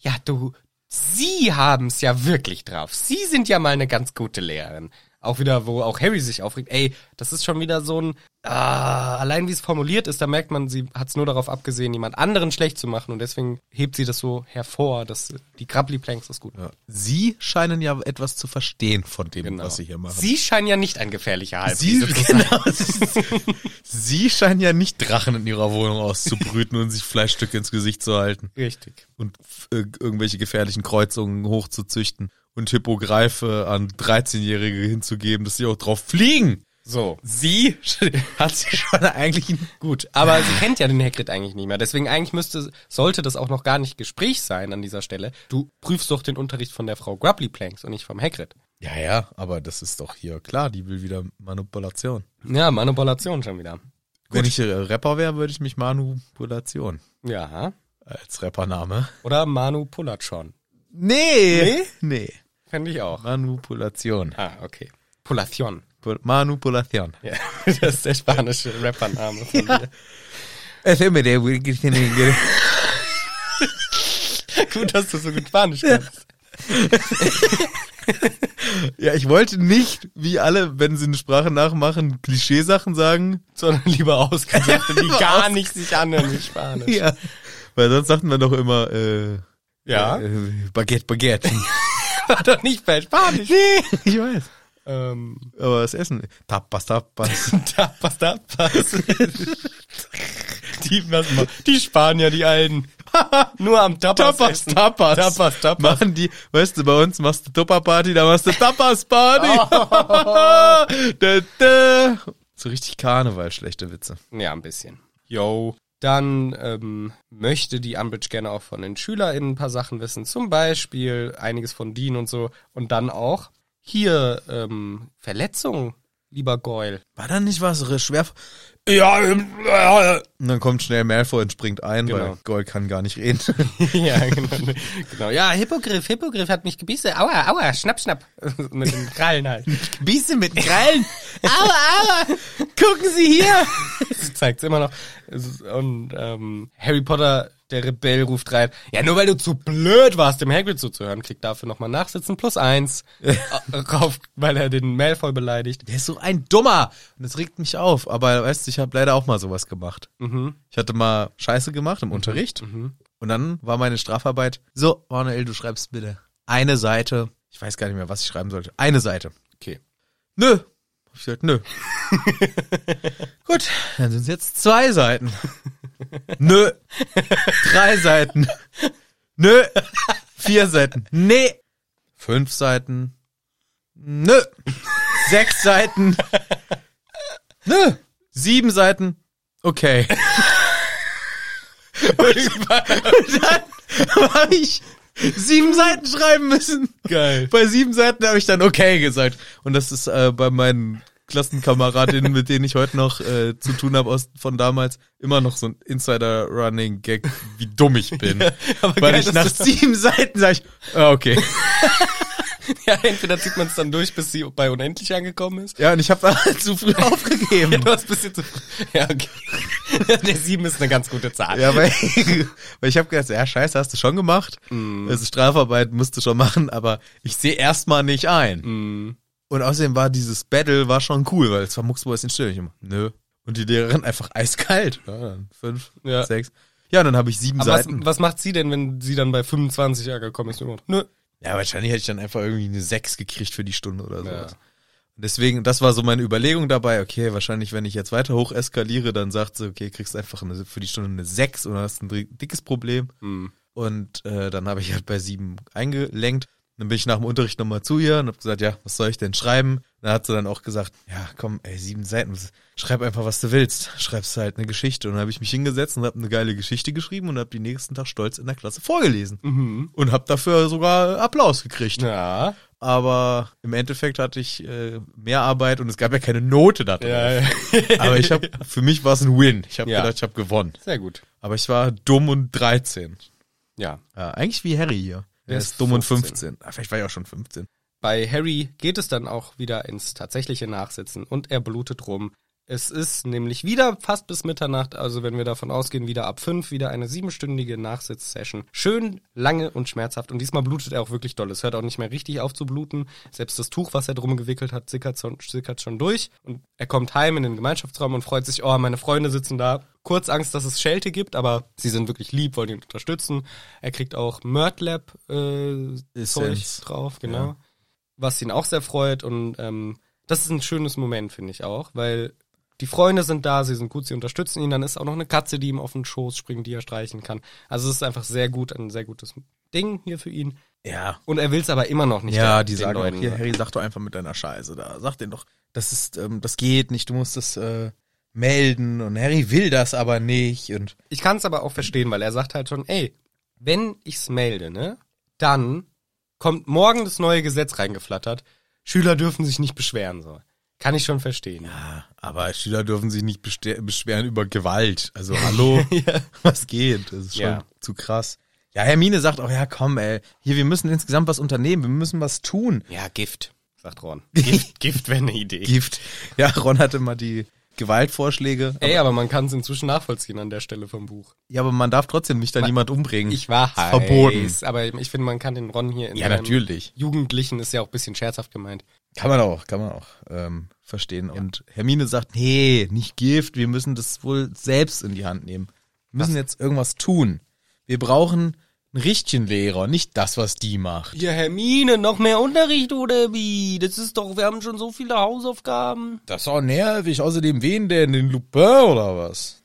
Speaker 2: Ja, du, sie haben's ja wirklich drauf. Sie sind ja mal eine ganz gute Lehrerin. Auch wieder, wo auch Harry sich aufregt. Ey, das ist schon wieder so ein, ah, allein wie es formuliert ist, da merkt man, sie hat's nur darauf abgesehen, jemand anderen schlecht zu machen. Und deswegen hebt sie das so hervor, dass die Grapply Planks das gut.
Speaker 4: Ja. Sie scheinen ja etwas zu verstehen von dem,
Speaker 2: Genau.
Speaker 4: was sie hier machen.
Speaker 2: Sie scheinen ja nicht ein gefährlicher
Speaker 4: Sie,
Speaker 2: Halbwiese zu sein.
Speaker 4: genau, sie, sie scheinen ja nicht Drachen in ihrer Wohnung auszubrüten und sich Fleischstücke ins Gesicht zu halten.
Speaker 2: Richtig.
Speaker 4: und f- äh, irgendwelche gefährlichen Kreuzungen hochzuzüchten und Hippogreife an 13-Jährige hinzugeben, dass sie auch drauf fliegen.
Speaker 2: So.
Speaker 4: Sie (laughs) hat sie schon eigentlich ein
Speaker 2: Gut, aber sie kennt ja den Hagrid eigentlich nicht mehr. Deswegen eigentlich müsste, sollte das auch noch gar nicht Gespräch sein an dieser Stelle. Du prüfst doch den Unterricht von der Frau Grubbly Planks und nicht vom Hagrid.
Speaker 4: Ja, ja, aber das ist doch hier klar, die will wieder Manipulation.
Speaker 2: Ja, Manipulation schon wieder.
Speaker 4: Wenn ich äh, Rapper wäre, würde ich mich Manipulation
Speaker 2: Ja.
Speaker 4: als Rappername.
Speaker 2: Oder Manu Pulatschon.
Speaker 4: Nee, nee, nee.
Speaker 2: Fände ich auch.
Speaker 4: Manipulation.
Speaker 2: Ah, okay. Pulation.
Speaker 4: Pul- Manipulation.
Speaker 2: Ja, (laughs) das ist der spanische Rappername von dir. Gut, dass du so gut Spanisch kannst.
Speaker 4: (laughs) Ja, ich wollte nicht, wie alle, wenn sie eine Sprache nachmachen, Klischeesachen sagen,
Speaker 2: Sondern lieber
Speaker 4: (laughs)
Speaker 2: Ausgesuchte, die gar
Speaker 4: Aus-
Speaker 2: nicht sich anhören wie Spanisch.
Speaker 4: Ja. Weil sonst sagten wir doch immer, äh,
Speaker 2: Ja.
Speaker 4: äh, Baguette, Baguette.
Speaker 2: War doch nicht bei Spanisch.
Speaker 4: ich weiß.
Speaker 2: ähm,
Speaker 4: Aber das Essen, Tapas, Tapas.
Speaker 2: Tapas, tapas. die, was, ma- die Spanier, die alten. (laughs) Nur am Tapas.
Speaker 4: Tapas,
Speaker 2: essen.
Speaker 4: Tapas.
Speaker 2: Tapas, Tapas.
Speaker 4: Machen die, weißt du, bei uns machst du Tupper-Party, da machst
Speaker 1: (laughs)
Speaker 4: du Tapas-Party. Da, da. So richtig Karneval, schlechte Witze.
Speaker 2: Ja, ein bisschen. Yo. Dann ähm, möchte die Umbridge gerne auch von den SchülerInnen ein paar Sachen wissen. Zum Beispiel einiges von Dean und so. Und dann auch hier ähm, Verletzungen, lieber Goyle.
Speaker 1: War da nicht was re- schwer? Ja, ähm, äh. Und dann kommt schnell Malfoy und springt ein,
Speaker 2: Genau.
Speaker 1: weil Gold kann gar nicht reden.
Speaker 2: (laughs)
Speaker 1: (laughs)
Speaker 2: ja, genau. genau. Ja, Hippogriff, Hippogriff hat mich gebissen. Aua, aua, schnapp, schnapp. (laughs) Mit den Krallen halt.
Speaker 4: Bissen mit Krallen.
Speaker 2: aua, aua, gucken Sie (laughs) hier. Sie zeigt's immer noch. Es ist- Und ähm, Harry Potter, der Rebell, ruft rein. Ja, nur weil du zu blöd warst, dem Hagrid zuzuhören, kriegt dafür nochmal Nachsitzen plus (laughs) eins. Äh, Rauf, weil er den Malfoy beleidigt. (laughs)
Speaker 1: Der ist so ein Dummer. Und das regt mich auf. Aber weißt du, ich habe leider auch mal sowas gemacht.
Speaker 2: Mhm.
Speaker 1: Ich hatte mal Scheiße gemacht im Unterricht. Und dann war meine Strafarbeit, so, Manuel, du schreibst bitte eine Seite. Ich weiß gar nicht mehr, was ich schreiben sollte. Eine Seite.
Speaker 2: Okay.
Speaker 1: Nö. Hab ich gesagt, nö. Gut, dann sind es jetzt zwei Seiten. Nö. Drei Seiten. Nö. Vier Seiten. Nee. Fünf Seiten. Nö. Sechs Seiten. Nö. Sieben Seiten. Okay. (laughs) Und dann habe ich sieben Seiten schreiben müssen.
Speaker 2: Geil.
Speaker 1: Bei sieben Seiten habe ich dann okay gesagt. Und das ist äh, bei meinen Klassenkameradinnen, mit denen ich heute noch äh, zu tun habe aus von damals, immer noch so ein Insider-Running-Gag, wie dumm ich (laughs) bin.
Speaker 2: aber
Speaker 1: Weil
Speaker 2: geil,
Speaker 1: ich
Speaker 2: dass
Speaker 1: nach
Speaker 2: du-
Speaker 1: sieben Seiten sage ich, ah, okay.
Speaker 2: Ja, entweder zieht man es dann durch, bis sie bei unendlich angekommen ist.
Speaker 1: Ja, und ich habe (laughs) zu früh aufgegeben.
Speaker 2: Ja, du hast ein bisschen zu. (laughs) Ja, okay. Der sieben ist eine ganz gute Zahl.
Speaker 1: Ja, weil, (laughs) weil ich habe gedacht, ja, scheiße, hast du schon gemacht. Also Strafarbeit musst du schon machen, aber ich sehe erstmal nicht ein.
Speaker 2: Hm.
Speaker 1: Und außerdem war dieses Battle war schon cool, weil es war Mucksburg in Stirn. Nö. Und die Lehrerin einfach eiskalt. Ja, dann fünf,
Speaker 2: Ja.
Speaker 1: sechs. Ja, und dann habe ich sieben
Speaker 2: Aber was,
Speaker 1: Seiten.
Speaker 2: was macht sie denn, wenn sie dann bei 25 angekommen ist? Immer noch, Nö.
Speaker 1: Ja, wahrscheinlich hätte ich dann einfach irgendwie eine sechs gekriegt für die Stunde oder sowas.
Speaker 2: Ja.
Speaker 1: Und Deswegen, das war so meine Überlegung dabei, okay, wahrscheinlich, wenn ich jetzt weiter hoch eskaliere, dann sagt sie, okay, kriegst einfach eine, für die Stunde eine sechs und hast ein dri- dickes Problem.
Speaker 2: Hm.
Speaker 1: Und äh, dann habe ich halt bei sieben eingelenkt. Dann bin ich nach dem Unterricht nochmal zu ihr und habe gesagt, ja, was soll ich denn schreiben? Dann hat sie dann auch gesagt, ja, komm, ey, sieben Seiten, was- schreib einfach, was du willst. Schreibst halt eine Geschichte. Und dann habe ich mich hingesetzt und habe eine geile Geschichte geschrieben und habe die nächsten Tag stolz in der Klasse vorgelesen. Und habe dafür sogar Applaus gekriegt.
Speaker 2: Mhm. Ja.
Speaker 1: Aber im Endeffekt hatte ich äh, mehr Arbeit und es gab ja keine Note da drauf.
Speaker 2: Ja, ja.
Speaker 1: Aber ich habe, für mich war es ein Win. Ich habe
Speaker 2: Ja.
Speaker 1: gedacht, ich habe gewonnen.
Speaker 2: Sehr gut.
Speaker 1: Aber ich war dumm und 13.
Speaker 2: Ja.
Speaker 1: Ja, eigentlich wie Harry hier. Er
Speaker 2: Der
Speaker 1: ist,
Speaker 2: ist
Speaker 1: dumm und
Speaker 2: 15.
Speaker 1: 15. Ah, vielleicht war ich auch schon 15.
Speaker 2: Bei Harry geht es dann auch wieder ins tatsächliche Nachsitzen und er blutet rum. Es ist nämlich wieder fast bis Mitternacht, also wenn wir davon ausgehen, wieder ab fünf, wieder eine siebenstündige Nachsitzsession. Schön, lange und schmerzhaft. Und diesmal blutet er auch wirklich doll. Es hört auch nicht mehr richtig auf zu bluten. Selbst das Tuch, was er drum gewickelt hat, sickert schon, sickert schon durch. Und er kommt heim in den Gemeinschaftsraum und freut sich, oh, meine Freunde sitzen da. Kurz Angst, dass es Schelte gibt, aber sie sind wirklich lieb, wollen ihn unterstützen. Er kriegt auch Murtlab äh, Zeug
Speaker 1: Essenz.
Speaker 2: drauf, genau was ihn auch sehr freut. Und ähm, das ist ein schönes Moment, finde ich auch, weil die Freunde sind da, sie sind gut, sie unterstützen ihn. Dann ist auch noch eine Katze, die ihm auf den Schoß springt, die er streichen kann. Also es ist einfach sehr gut, ein sehr gutes Ding hier für ihn.
Speaker 1: Ja.
Speaker 2: Und er will es aber immer noch nicht.
Speaker 1: Ja,
Speaker 2: den-
Speaker 1: die
Speaker 2: den
Speaker 1: sagen auch,
Speaker 2: Leuten.
Speaker 1: hier, Harry, sag doch einfach mit deiner Scheiße da. Sag denen doch, das ist, ähm, das geht nicht, du musst das äh, melden und Harry will das aber nicht und
Speaker 2: Ich kann es aber auch verstehen, weil er sagt halt schon, ey, wenn ich's melde, ne, dann kommt morgen das neue Gesetz reingeflattert. Schüler dürfen sich nicht beschweren, so. Kann ich schon verstehen.
Speaker 1: Ja, aber Schüler dürfen sich nicht beste- beschweren über Gewalt. (laughs) Also hallo, was geht? Das ist schon
Speaker 2: Ja.
Speaker 1: zu krass. Ja, Hermine sagt auch, ja komm, ey, hier, wir müssen insgesamt was unternehmen, wir müssen was tun.
Speaker 2: Ja, Gift, sagt (laughs) Ron. Gift, Gift wäre eine Idee.
Speaker 1: Gift. Ja, Ron hatte mal die Gewaltvorschläge.
Speaker 2: Ey, aber man kann es inzwischen nachvollziehen an der Stelle vom Buch.
Speaker 1: Ja, aber man darf trotzdem nicht da niemand umbringen.
Speaker 2: Ich war heiß,
Speaker 1: Verboten.
Speaker 2: aber ich finde, man kann den Ron hier in
Speaker 1: Ja,
Speaker 2: seinem
Speaker 1: natürlich.
Speaker 2: Jugendlichen ist ja auch ein bisschen scherzhaft gemeint.
Speaker 1: Kann man auch, kann man auch ähm, verstehen. Und Hermine sagt, nee, nicht Gift, wir müssen das wohl selbst in die Hand nehmen. Wir müssen jetzt irgendwas tun. Wir brauchen einen richtigen Lehrer, nicht das, was die macht.
Speaker 2: Ja, Hermine, noch mehr Unterricht oder wie? Das ist doch, wir haben schon so viele Hausaufgaben.
Speaker 1: Das ist auch nervig. Außerdem wen denn? Den Lupin oder was?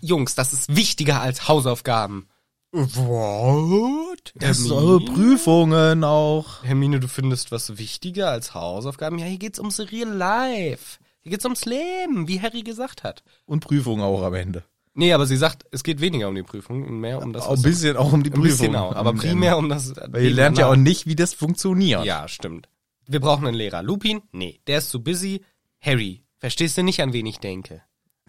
Speaker 2: Jungs, das ist wichtiger als Hausaufgaben. What?
Speaker 1: Das sind eure
Speaker 2: Hermine?
Speaker 1: Prüfungen auch.
Speaker 2: Hermine, du findest was wichtiger als Hausaufgaben? Ja, hier geht's ums Real Life. Hier geht's ums Leben, wie Harry gesagt hat.
Speaker 1: Und Prüfungen auch am Ende.
Speaker 2: Nee, aber sie sagt, es geht weniger um die Prüfung und mehr um das,
Speaker 1: Auch ein bisschen auch um die
Speaker 2: Ein
Speaker 1: Prüfung.
Speaker 2: bisschen auch, aber
Speaker 1: Am
Speaker 2: primär
Speaker 1: Ende.
Speaker 2: um das.
Speaker 1: Weil ihr lernt ja auch nicht, wie das funktioniert.
Speaker 2: Ja, stimmt. Wir brauchen einen Lehrer. Lupin? Nee, der ist zu busy. Harry, verstehst du nicht, an wen ich denke?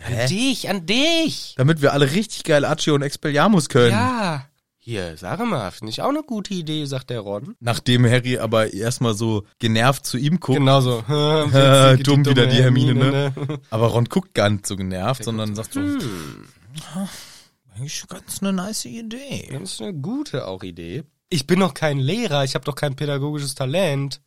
Speaker 2: An dich, an dich!
Speaker 1: Damit wir alle richtig geil Accio und Expelliarmus können.
Speaker 2: Ja. Hier, sag mal, finde ich auch eine gute Idee, sagt der Ron.
Speaker 1: Nachdem Harry aber erstmal so genervt zu ihm guckt.
Speaker 2: Genau (laughs) so.
Speaker 1: Äh,
Speaker 2: Witzige,
Speaker 1: dumm
Speaker 2: die
Speaker 1: wieder
Speaker 2: dumme
Speaker 1: die Hermine, ne? Aber Ron guckt gar nicht so genervt, sondern sagt so,
Speaker 4: Eigentlich ganz eine nice Idee.
Speaker 2: Das ist eine gute auch Idee. Ich bin doch kein Lehrer, ich habe doch kein pädagogisches Talent.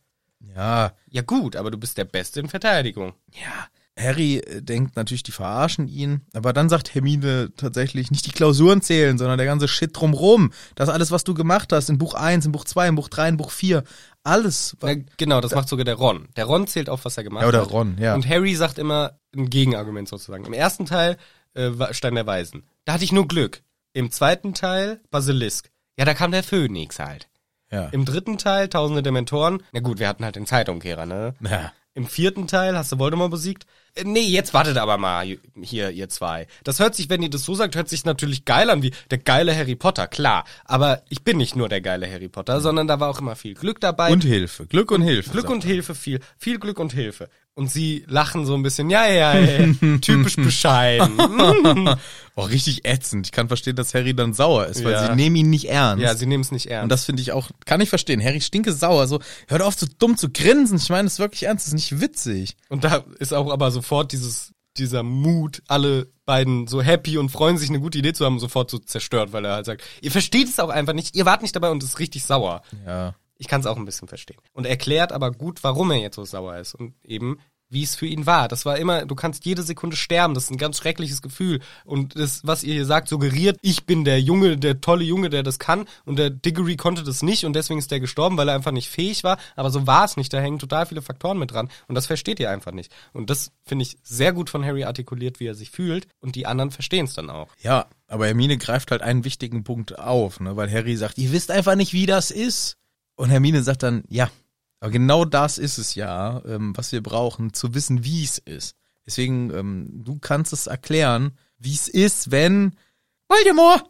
Speaker 1: ja,
Speaker 2: Ja gut, aber du bist der Beste in Verteidigung.
Speaker 1: ja. Harry äh, denkt natürlich, die verarschen ihn, aber dann sagt Hermine tatsächlich, nicht die Klausuren zählen, sondern der ganze Shit drumrum. Das alles, was du gemacht hast, in Buch 1, in Buch 2, in Buch 3, in Buch 4, alles.
Speaker 2: Na, genau, das macht sogar der Ron. Der Ron zählt auf, was er gemacht
Speaker 1: Ja,
Speaker 2: hat.
Speaker 1: oder Ron, ja.
Speaker 2: Und Harry sagt immer ein Gegenargument sozusagen. Im ersten Teil äh, war Stein der Weisen. Da hatte ich nur Glück. Im zweiten Teil Basilisk. Ja, da kam der Phönix halt.
Speaker 1: Ja.
Speaker 2: Im dritten Teil Tausende Dementoren. Na gut, wir hatten halt den Zeitumkehrer, ne?
Speaker 1: Ja.
Speaker 2: Im vierten Teil hast du Voldemort besiegt. Äh, Nee, jetzt wartet aber mal, ju- hier, ihr zwei. Das hört sich, wenn ihr das so sagt, hört sich natürlich geil an, wie der geile Harry Potter, klar. Aber ich bin nicht nur der geile Harry Potter, sondern da war auch immer viel Glück dabei.
Speaker 1: Und Hilfe, Glück und Hilfe.
Speaker 2: Glück und Hilfe viel. Viel Glück und Hilfe. Und sie lachen so ein bisschen, ja, ja, ja, typisch bescheiden.
Speaker 1: Oh, richtig ätzend. Ich kann verstehen, dass Harry dann sauer ist, weil
Speaker 2: Ja.
Speaker 1: sie nehmen ihn nicht ernst.
Speaker 2: ja, sie nehmen es nicht ernst.
Speaker 1: Und das finde ich auch, kann ich verstehen. Harry stinke sauer, so, hört auf, so dumm zu grinsen. Ich meine es wirklich ernst, das ist nicht witzig.
Speaker 2: Und da ist auch aber sofort dieses, dieser Mut, alle beiden so happy und freuen sich, eine gute Idee zu haben, sofort so zerstört, weil er halt sagt, ihr versteht es auch einfach nicht, ihr wart nicht dabei und ist richtig sauer.
Speaker 1: Ja.
Speaker 2: Ich kann es auch ein bisschen verstehen. Und erklärt aber gut, warum er jetzt so sauer ist und eben, wie es für ihn war. Das war immer, du kannst jede Sekunde sterben, das ist ein ganz schreckliches Gefühl. Und das, was ihr hier sagt, suggeriert, ich bin der Junge, der tolle Junge, der das kann und der Diggory konnte das nicht und deswegen ist der gestorben, weil er einfach nicht fähig war. Aber so war es nicht, da hängen total viele Faktoren mit dran und das versteht ihr einfach nicht. Und das finde ich sehr gut von Harry artikuliert, wie er sich fühlt und die anderen verstehen es dann auch.
Speaker 1: Ja, aber Hermine greift halt einen wichtigen Punkt auf, ne, weil Harry sagt, ihr wisst einfach nicht, wie das ist. Und Hermine sagt dann, ja, aber genau das ist es ja, ähm, was wir brauchen, zu wissen, wie es ist. Deswegen, ähm, du kannst es erklären, wie es ist, wenn Voldemort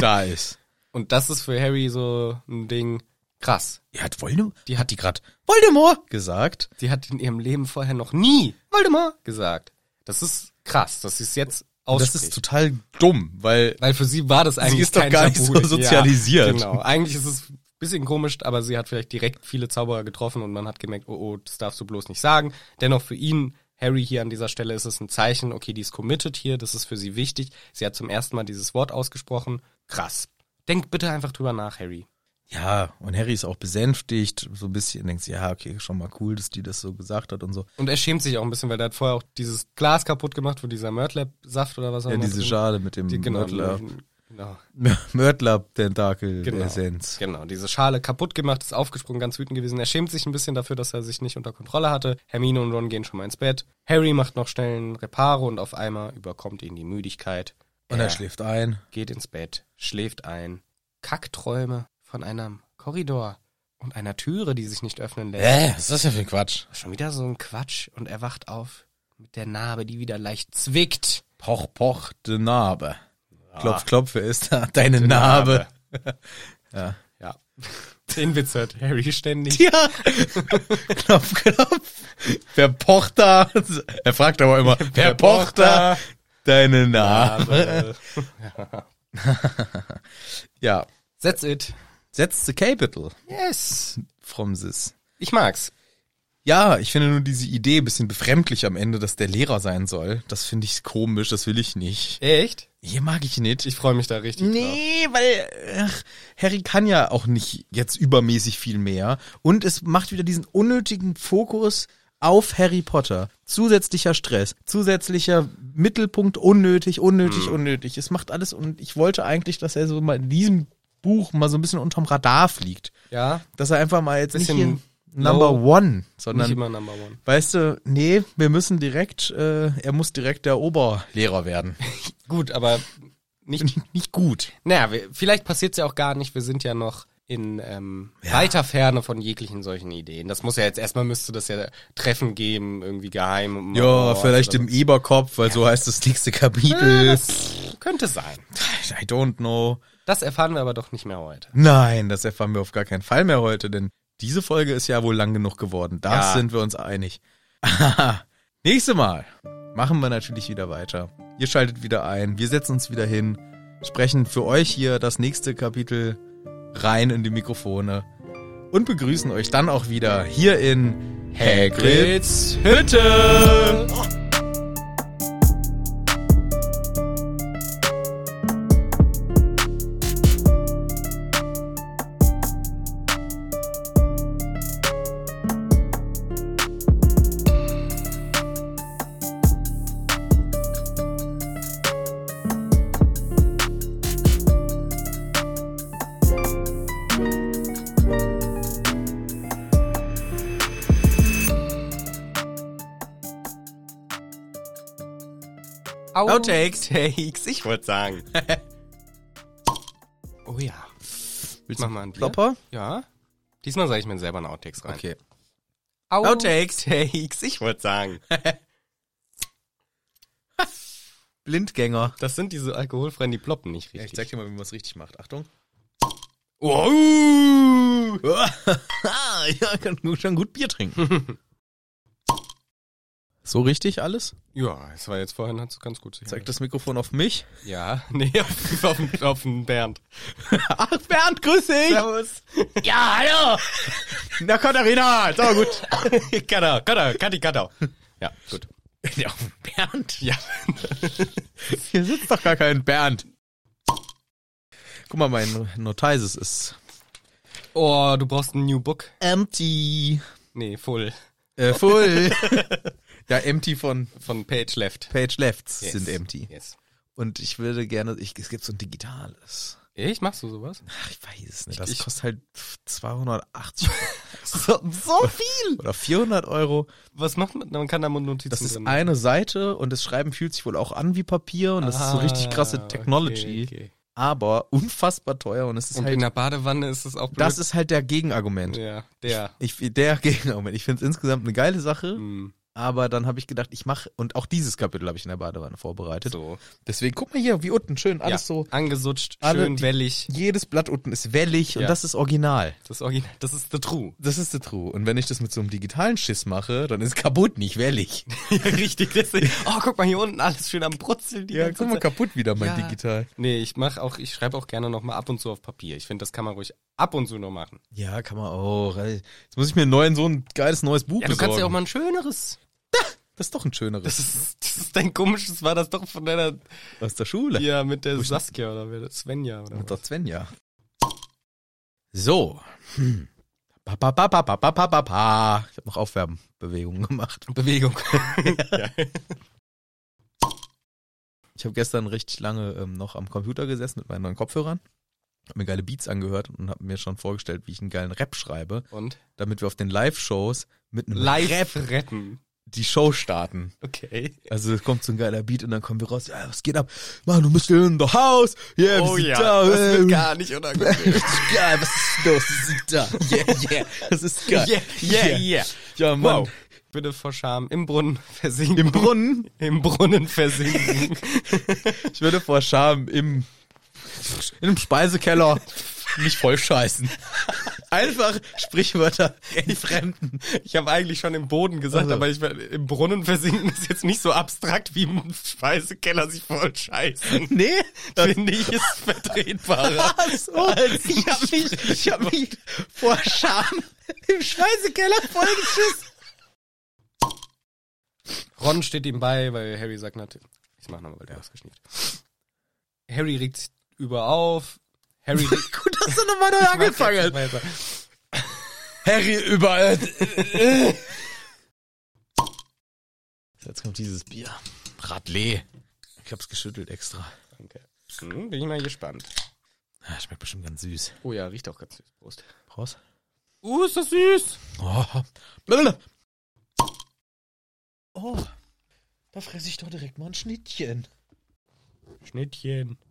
Speaker 1: da ist.
Speaker 2: Und das ist für Harry so ein Ding krass.
Speaker 1: Ja, hat Voldemort,
Speaker 2: Die hat die gerade
Speaker 1: Voldemort gesagt.
Speaker 2: Sie hat in ihrem Leben vorher noch nie Waldemar gesagt. Das ist krass, dass sie es jetzt ausspricht.
Speaker 1: Das ist total dumm, weil
Speaker 2: weil für sie war das eigentlich
Speaker 1: ist doch
Speaker 2: kein
Speaker 1: gar nicht
Speaker 2: (laughs)
Speaker 1: so
Speaker 2: Tabu.
Speaker 1: sozialisiert.
Speaker 2: Ja, genau. Eigentlich ist es ein bisschen komisch, aber sie hat vielleicht direkt viele Zauberer getroffen und man hat gemerkt, oh, oh, das darfst du bloß nicht sagen. Dennoch für ihn, Harry hier an dieser Stelle, ist es ein Zeichen, okay, die ist committed hier, das ist für sie wichtig. Sie hat zum ersten Mal dieses Wort ausgesprochen. Krass. Denkt bitte einfach drüber nach, Harry.
Speaker 1: Ja, und Harry ist auch besänftigt, so ein bisschen, denkt sich, ja, okay, schon mal cool, dass die das so gesagt hat und so.
Speaker 2: Und er schämt sich auch ein bisschen, weil er hat vorher auch dieses Glas kaputt gemacht, wo dieser Mörtlab-Saft oder was auch
Speaker 1: Ja,
Speaker 2: immer
Speaker 1: diese
Speaker 2: drin-
Speaker 1: Schale mit dem
Speaker 2: Die, genau,
Speaker 1: Mörtler-
Speaker 2: genau, genau,
Speaker 1: Mörtler-Tentakel-Essenz.
Speaker 2: genau. Diese Schale kaputt gemacht, ist aufgesprungen, ganz wütend gewesen. Er schämt sich ein bisschen dafür, dass er sich nicht unter Kontrolle hatte. Hermine und Ron gehen schon mal ins Bett. Harry macht noch schnell ein Reparo und auf einmal überkommt ihn die Müdigkeit.
Speaker 1: Und er schläft ein.
Speaker 2: Geht ins Bett, schläft ein. Kackträume von einem Korridor und einer Türe, die sich nicht öffnen lässt.
Speaker 1: Äh, was ist das denn für ein Quatsch?
Speaker 2: Schon wieder so ein Quatsch und er wacht auf mit der Narbe, die wieder leicht zwickt.
Speaker 1: Poch, poch, de Narbe. Klopf, klopf, wer ist da? Deine Narbe.
Speaker 2: Ja. (laughs) Den Witz hört Harry ständig.
Speaker 1: (laughs) Ja. klopf, klopf. Wer pocht da? Er fragt aber immer, wer, pocht da? Deine Narbe.
Speaker 2: Aber,
Speaker 1: (laughs) Ja.
Speaker 2: that's it.
Speaker 1: Setz the capital
Speaker 2: Yes.
Speaker 1: from this.
Speaker 2: Ich mag's.
Speaker 1: Ja, ich finde nur diese Idee ein bisschen befremdlich am Ende, dass der Lehrer sein soll. Das finde ich komisch, das will ich nicht.
Speaker 2: Echt?
Speaker 1: Hier mag ich nicht.
Speaker 2: Ich freue mich da richtig drauf.
Speaker 1: nee, weil ach, Harry kann ja auch nicht jetzt übermäßig viel mehr. Und es macht wieder diesen unnötigen Fokus auf Harry Potter. Zusätzlicher Stress, zusätzlicher Mittelpunkt, unnötig, unnötig, unnötig. Es macht alles und ich wollte eigentlich, dass er so mal in diesem Buch mal so ein bisschen unterm Radar fliegt.
Speaker 2: Ja,
Speaker 1: Dass er einfach mal jetzt nicht
Speaker 2: Bisschen
Speaker 1: hier Number
Speaker 2: low.
Speaker 1: One,
Speaker 2: nicht
Speaker 1: sondern
Speaker 2: immer Number One.
Speaker 1: Weißt du, nee, wir müssen direkt, äh, er muss direkt der Oberlehrer werden.
Speaker 2: Gut, aber nicht.
Speaker 1: (laughs) Nicht gut.
Speaker 2: (laughs) naja, wir, vielleicht passiert's ja auch gar nicht. Wir sind ja noch in ähm, weiter Ferne von jeglichen solchen Ideen. Das muss ja jetzt erstmal müsste das ja Treffen geben, irgendwie geheim. um-
Speaker 1: Ja,
Speaker 2: oh,
Speaker 1: vielleicht
Speaker 2: also-
Speaker 1: im Eberkopf, weil so heißt das nächste (laughs)
Speaker 2: Ja,
Speaker 1: Kapitel.
Speaker 2: das könnte sein.
Speaker 1: I don't know.
Speaker 2: Das erfahren wir aber doch nicht mehr heute.
Speaker 1: Nein, das erfahren wir auf gar keinen Fall mehr heute, denn diese Folge ist ja wohl lang genug geworden. Das
Speaker 2: Ja.
Speaker 1: sind wir uns einig. Nächste Mal machen wir natürlich wieder weiter. Ihr schaltet wieder ein, wir setzen uns wieder hin, sprechen für euch hier das nächste Kapitel rein in die Mikrofone und begrüßen euch dann auch wieder hier in Hagrids Hütte.
Speaker 2: Outtakes. Takes, ich wollte sagen. (laughs) oh ja. Willst Mach mal einen Bier?
Speaker 1: Plopper?
Speaker 2: Ja. Diesmal sage ich mir selber einen Outtakes rein.
Speaker 1: Okay.
Speaker 2: Outtakes. Takes, ich wollte sagen.
Speaker 1: (laughs) Blindgänger.
Speaker 2: Das sind diese alkoholfreien, die ploppen nicht
Speaker 1: Ja, ich
Speaker 2: richtig.
Speaker 1: zeig dir mal, wie man es richtig macht. Achtung.
Speaker 2: oh.
Speaker 1: Ah, (laughs) ja, kann gut- schon gut Bier trinken. so richtig alles?
Speaker 2: Ja, das war jetzt vorhin hat's ganz gut
Speaker 1: Zeigt das Mikrofon auf mich.
Speaker 2: Ja, (laughs) nee, auf, auf, den- auf den Bernd. (laughs)
Speaker 1: Ach, Bernd, grüß dich!
Speaker 2: Servus.
Speaker 7: Ja, hallo!
Speaker 1: Na, Katharina! So gut.
Speaker 2: Kadau, Kadau, Kati, Kadau. Ja, gut.
Speaker 7: Ja, Bernd.
Speaker 2: Ja.
Speaker 1: Hier sitzt doch gar kein Bernd. Guck mal, mein Notizes ist
Speaker 2: Oh, du brauchst ein New Book.
Speaker 1: empty.
Speaker 2: Nee, Full.
Speaker 1: Äh, full. (laughs) ja, empty von
Speaker 2: Von Page Left.
Speaker 1: Page Lefts
Speaker 2: Yes.
Speaker 1: sind empty.
Speaker 2: Yes.
Speaker 1: Und ich würde gerne, ich, es gibt so ein digitales.
Speaker 2: Ich? Machst du sowas?
Speaker 1: Ach, ich weiß es nicht. Das
Speaker 2: Ich-
Speaker 1: kostet halt 280 (laughs) so, so viel! Oder 400 Euro.
Speaker 2: Was macht man? Man kann da Notizen
Speaker 1: Das ist
Speaker 2: drin.
Speaker 1: eine Seite und das Schreiben fühlt sich wohl auch an wie Papier und das ist so richtig krasse
Speaker 2: Ah,
Speaker 1: Technology,
Speaker 2: Okay, okay.
Speaker 1: aber unfassbar teuer und es ist
Speaker 2: Und in
Speaker 1: halt,
Speaker 2: der Badewanne ist es auch blöd.
Speaker 1: das ist halt der Gegenargument.
Speaker 2: ja, der.
Speaker 1: Ich, der (laughs) Gegenargument. Ich finde es insgesamt eine geile Sache,
Speaker 2: Hm,
Speaker 1: aber dann habe ich gedacht, ich mache, und auch dieses Kapitel habe ich in der Badewanne vorbereitet.
Speaker 2: so.
Speaker 1: Deswegen guck mal hier, wie unten schön, alles
Speaker 2: ja,
Speaker 1: so,
Speaker 2: Angesutscht,
Speaker 1: alle
Speaker 2: schön
Speaker 1: die-
Speaker 2: wellig.
Speaker 1: jedes Blatt unten ist wellig und
Speaker 2: Ja.
Speaker 1: das ist original.
Speaker 2: Das Original. Das ist The True.
Speaker 1: Das ist the true. Und wenn ich das mit so einem digitalen Schiss mache, dann ist kaputt, nicht
Speaker 2: (laughs)
Speaker 1: wellig.
Speaker 2: Richtig,
Speaker 1: (laughs)
Speaker 2: das ist, Oh, guck mal hier unten, alles schön am Brutzeln. die
Speaker 1: Ja,
Speaker 2: ganze
Speaker 1: guck mal,
Speaker 2: Zeit.
Speaker 1: kaputt wieder mein
Speaker 2: Ja.
Speaker 1: digital.
Speaker 2: Nee, ich mach auch, ich schreibe auch gerne nochmal ab und zu auf Papier. Ich finde, das kann man ruhig ab und zu noch machen.
Speaker 1: Ja, kann man auch. Jetzt muss ich mir einen neuen, so ein geiles neues Buch
Speaker 2: Ja, du
Speaker 1: besorgen.
Speaker 2: kannst ja auch mal ein schöneres.
Speaker 1: das ist doch ein schöneres.
Speaker 2: Das ist, das ist dein komisches, war das doch von deiner,
Speaker 1: aus der Schule.
Speaker 2: (laughs) ja, mit der Saskia oder wer, Svenja oder
Speaker 1: Mit
Speaker 2: was.
Speaker 1: der Svenja. So. Hm. Ba, ba, ba, ba, ba, ba, ba, ba, ba. Ich habe noch Aufwärmbewegungen gemacht.
Speaker 2: Bewegung. ja.
Speaker 1: Ich habe gestern richtig lange ähm, noch am Computer gesessen mit meinen neuen Kopfhörern. Hab mir geile Beats angehört und habe mir schon vorgestellt, wie ich einen geilen Rap schreibe,
Speaker 2: Und
Speaker 1: damit wir auf den Live-Shows mit einem
Speaker 2: live
Speaker 1: Rap
Speaker 2: retten.
Speaker 1: die Show starten.
Speaker 2: Okay.
Speaker 1: Also es kommt so ein geiler Beat und dann kommen wir raus. Ja, was geht ab? Mann, du bist in the house. Yeah, wir sind da.
Speaker 2: Oh das
Speaker 1: äh,
Speaker 2: wird gar (laughs) nicht unangenehm.
Speaker 1: richtig geil. Was ist los? Wir sind da. Yeah, yeah. Das ist geil.
Speaker 2: Yeah, yeah, yeah.
Speaker 1: Ja, Mann.
Speaker 2: Wow. Bitte vor Scham im Brunnen versinken.
Speaker 1: Im Brunnen.
Speaker 2: Im Brunnen (laughs) versinken.
Speaker 1: Ich würde vor Scham im, in einem Speisekeller mich voll
Speaker 2: (laughs)
Speaker 1: scheißen. Einfach Sprichwörter entfremden.
Speaker 2: Ich habe eigentlich schon im Boden gesagt,
Speaker 1: Also.
Speaker 2: aber ich mein, im Brunnen versinken ist jetzt nicht so abstrakt wie im Speisekeller sich voll scheißen.
Speaker 1: Nee.
Speaker 2: Finde ich ist
Speaker 1: (laughs)
Speaker 2: vertretbarer. (laughs)
Speaker 1: So, ich hab mich, ich hab mich vor Scham im Speisekeller vollgeschissen.
Speaker 2: Ron steht ihm bei, weil Harry sagt natürlich. Ich mach nochmal, weil der ausgeschnitten. Harry regt sich über auf.
Speaker 1: (laughs)
Speaker 2: Harry regt
Speaker 1: Gut, dass du nochmal neu angefangen hast.
Speaker 2: weiter.
Speaker 1: Harry überall. Jetzt kommt dieses Bier. Radley. Ich hab's geschüttelt extra.
Speaker 2: Danke. Hm, bin ich mal gespannt.
Speaker 1: Ah, schmeckt bestimmt ganz süß.
Speaker 2: Oh ja, riecht auch ganz süß. Prost.
Speaker 1: Prost.
Speaker 2: Uh, ist das süß.
Speaker 1: Oh. (laughs) oh. Da fresse ich doch direkt mal ein Schnittchen.
Speaker 2: Schnittchen.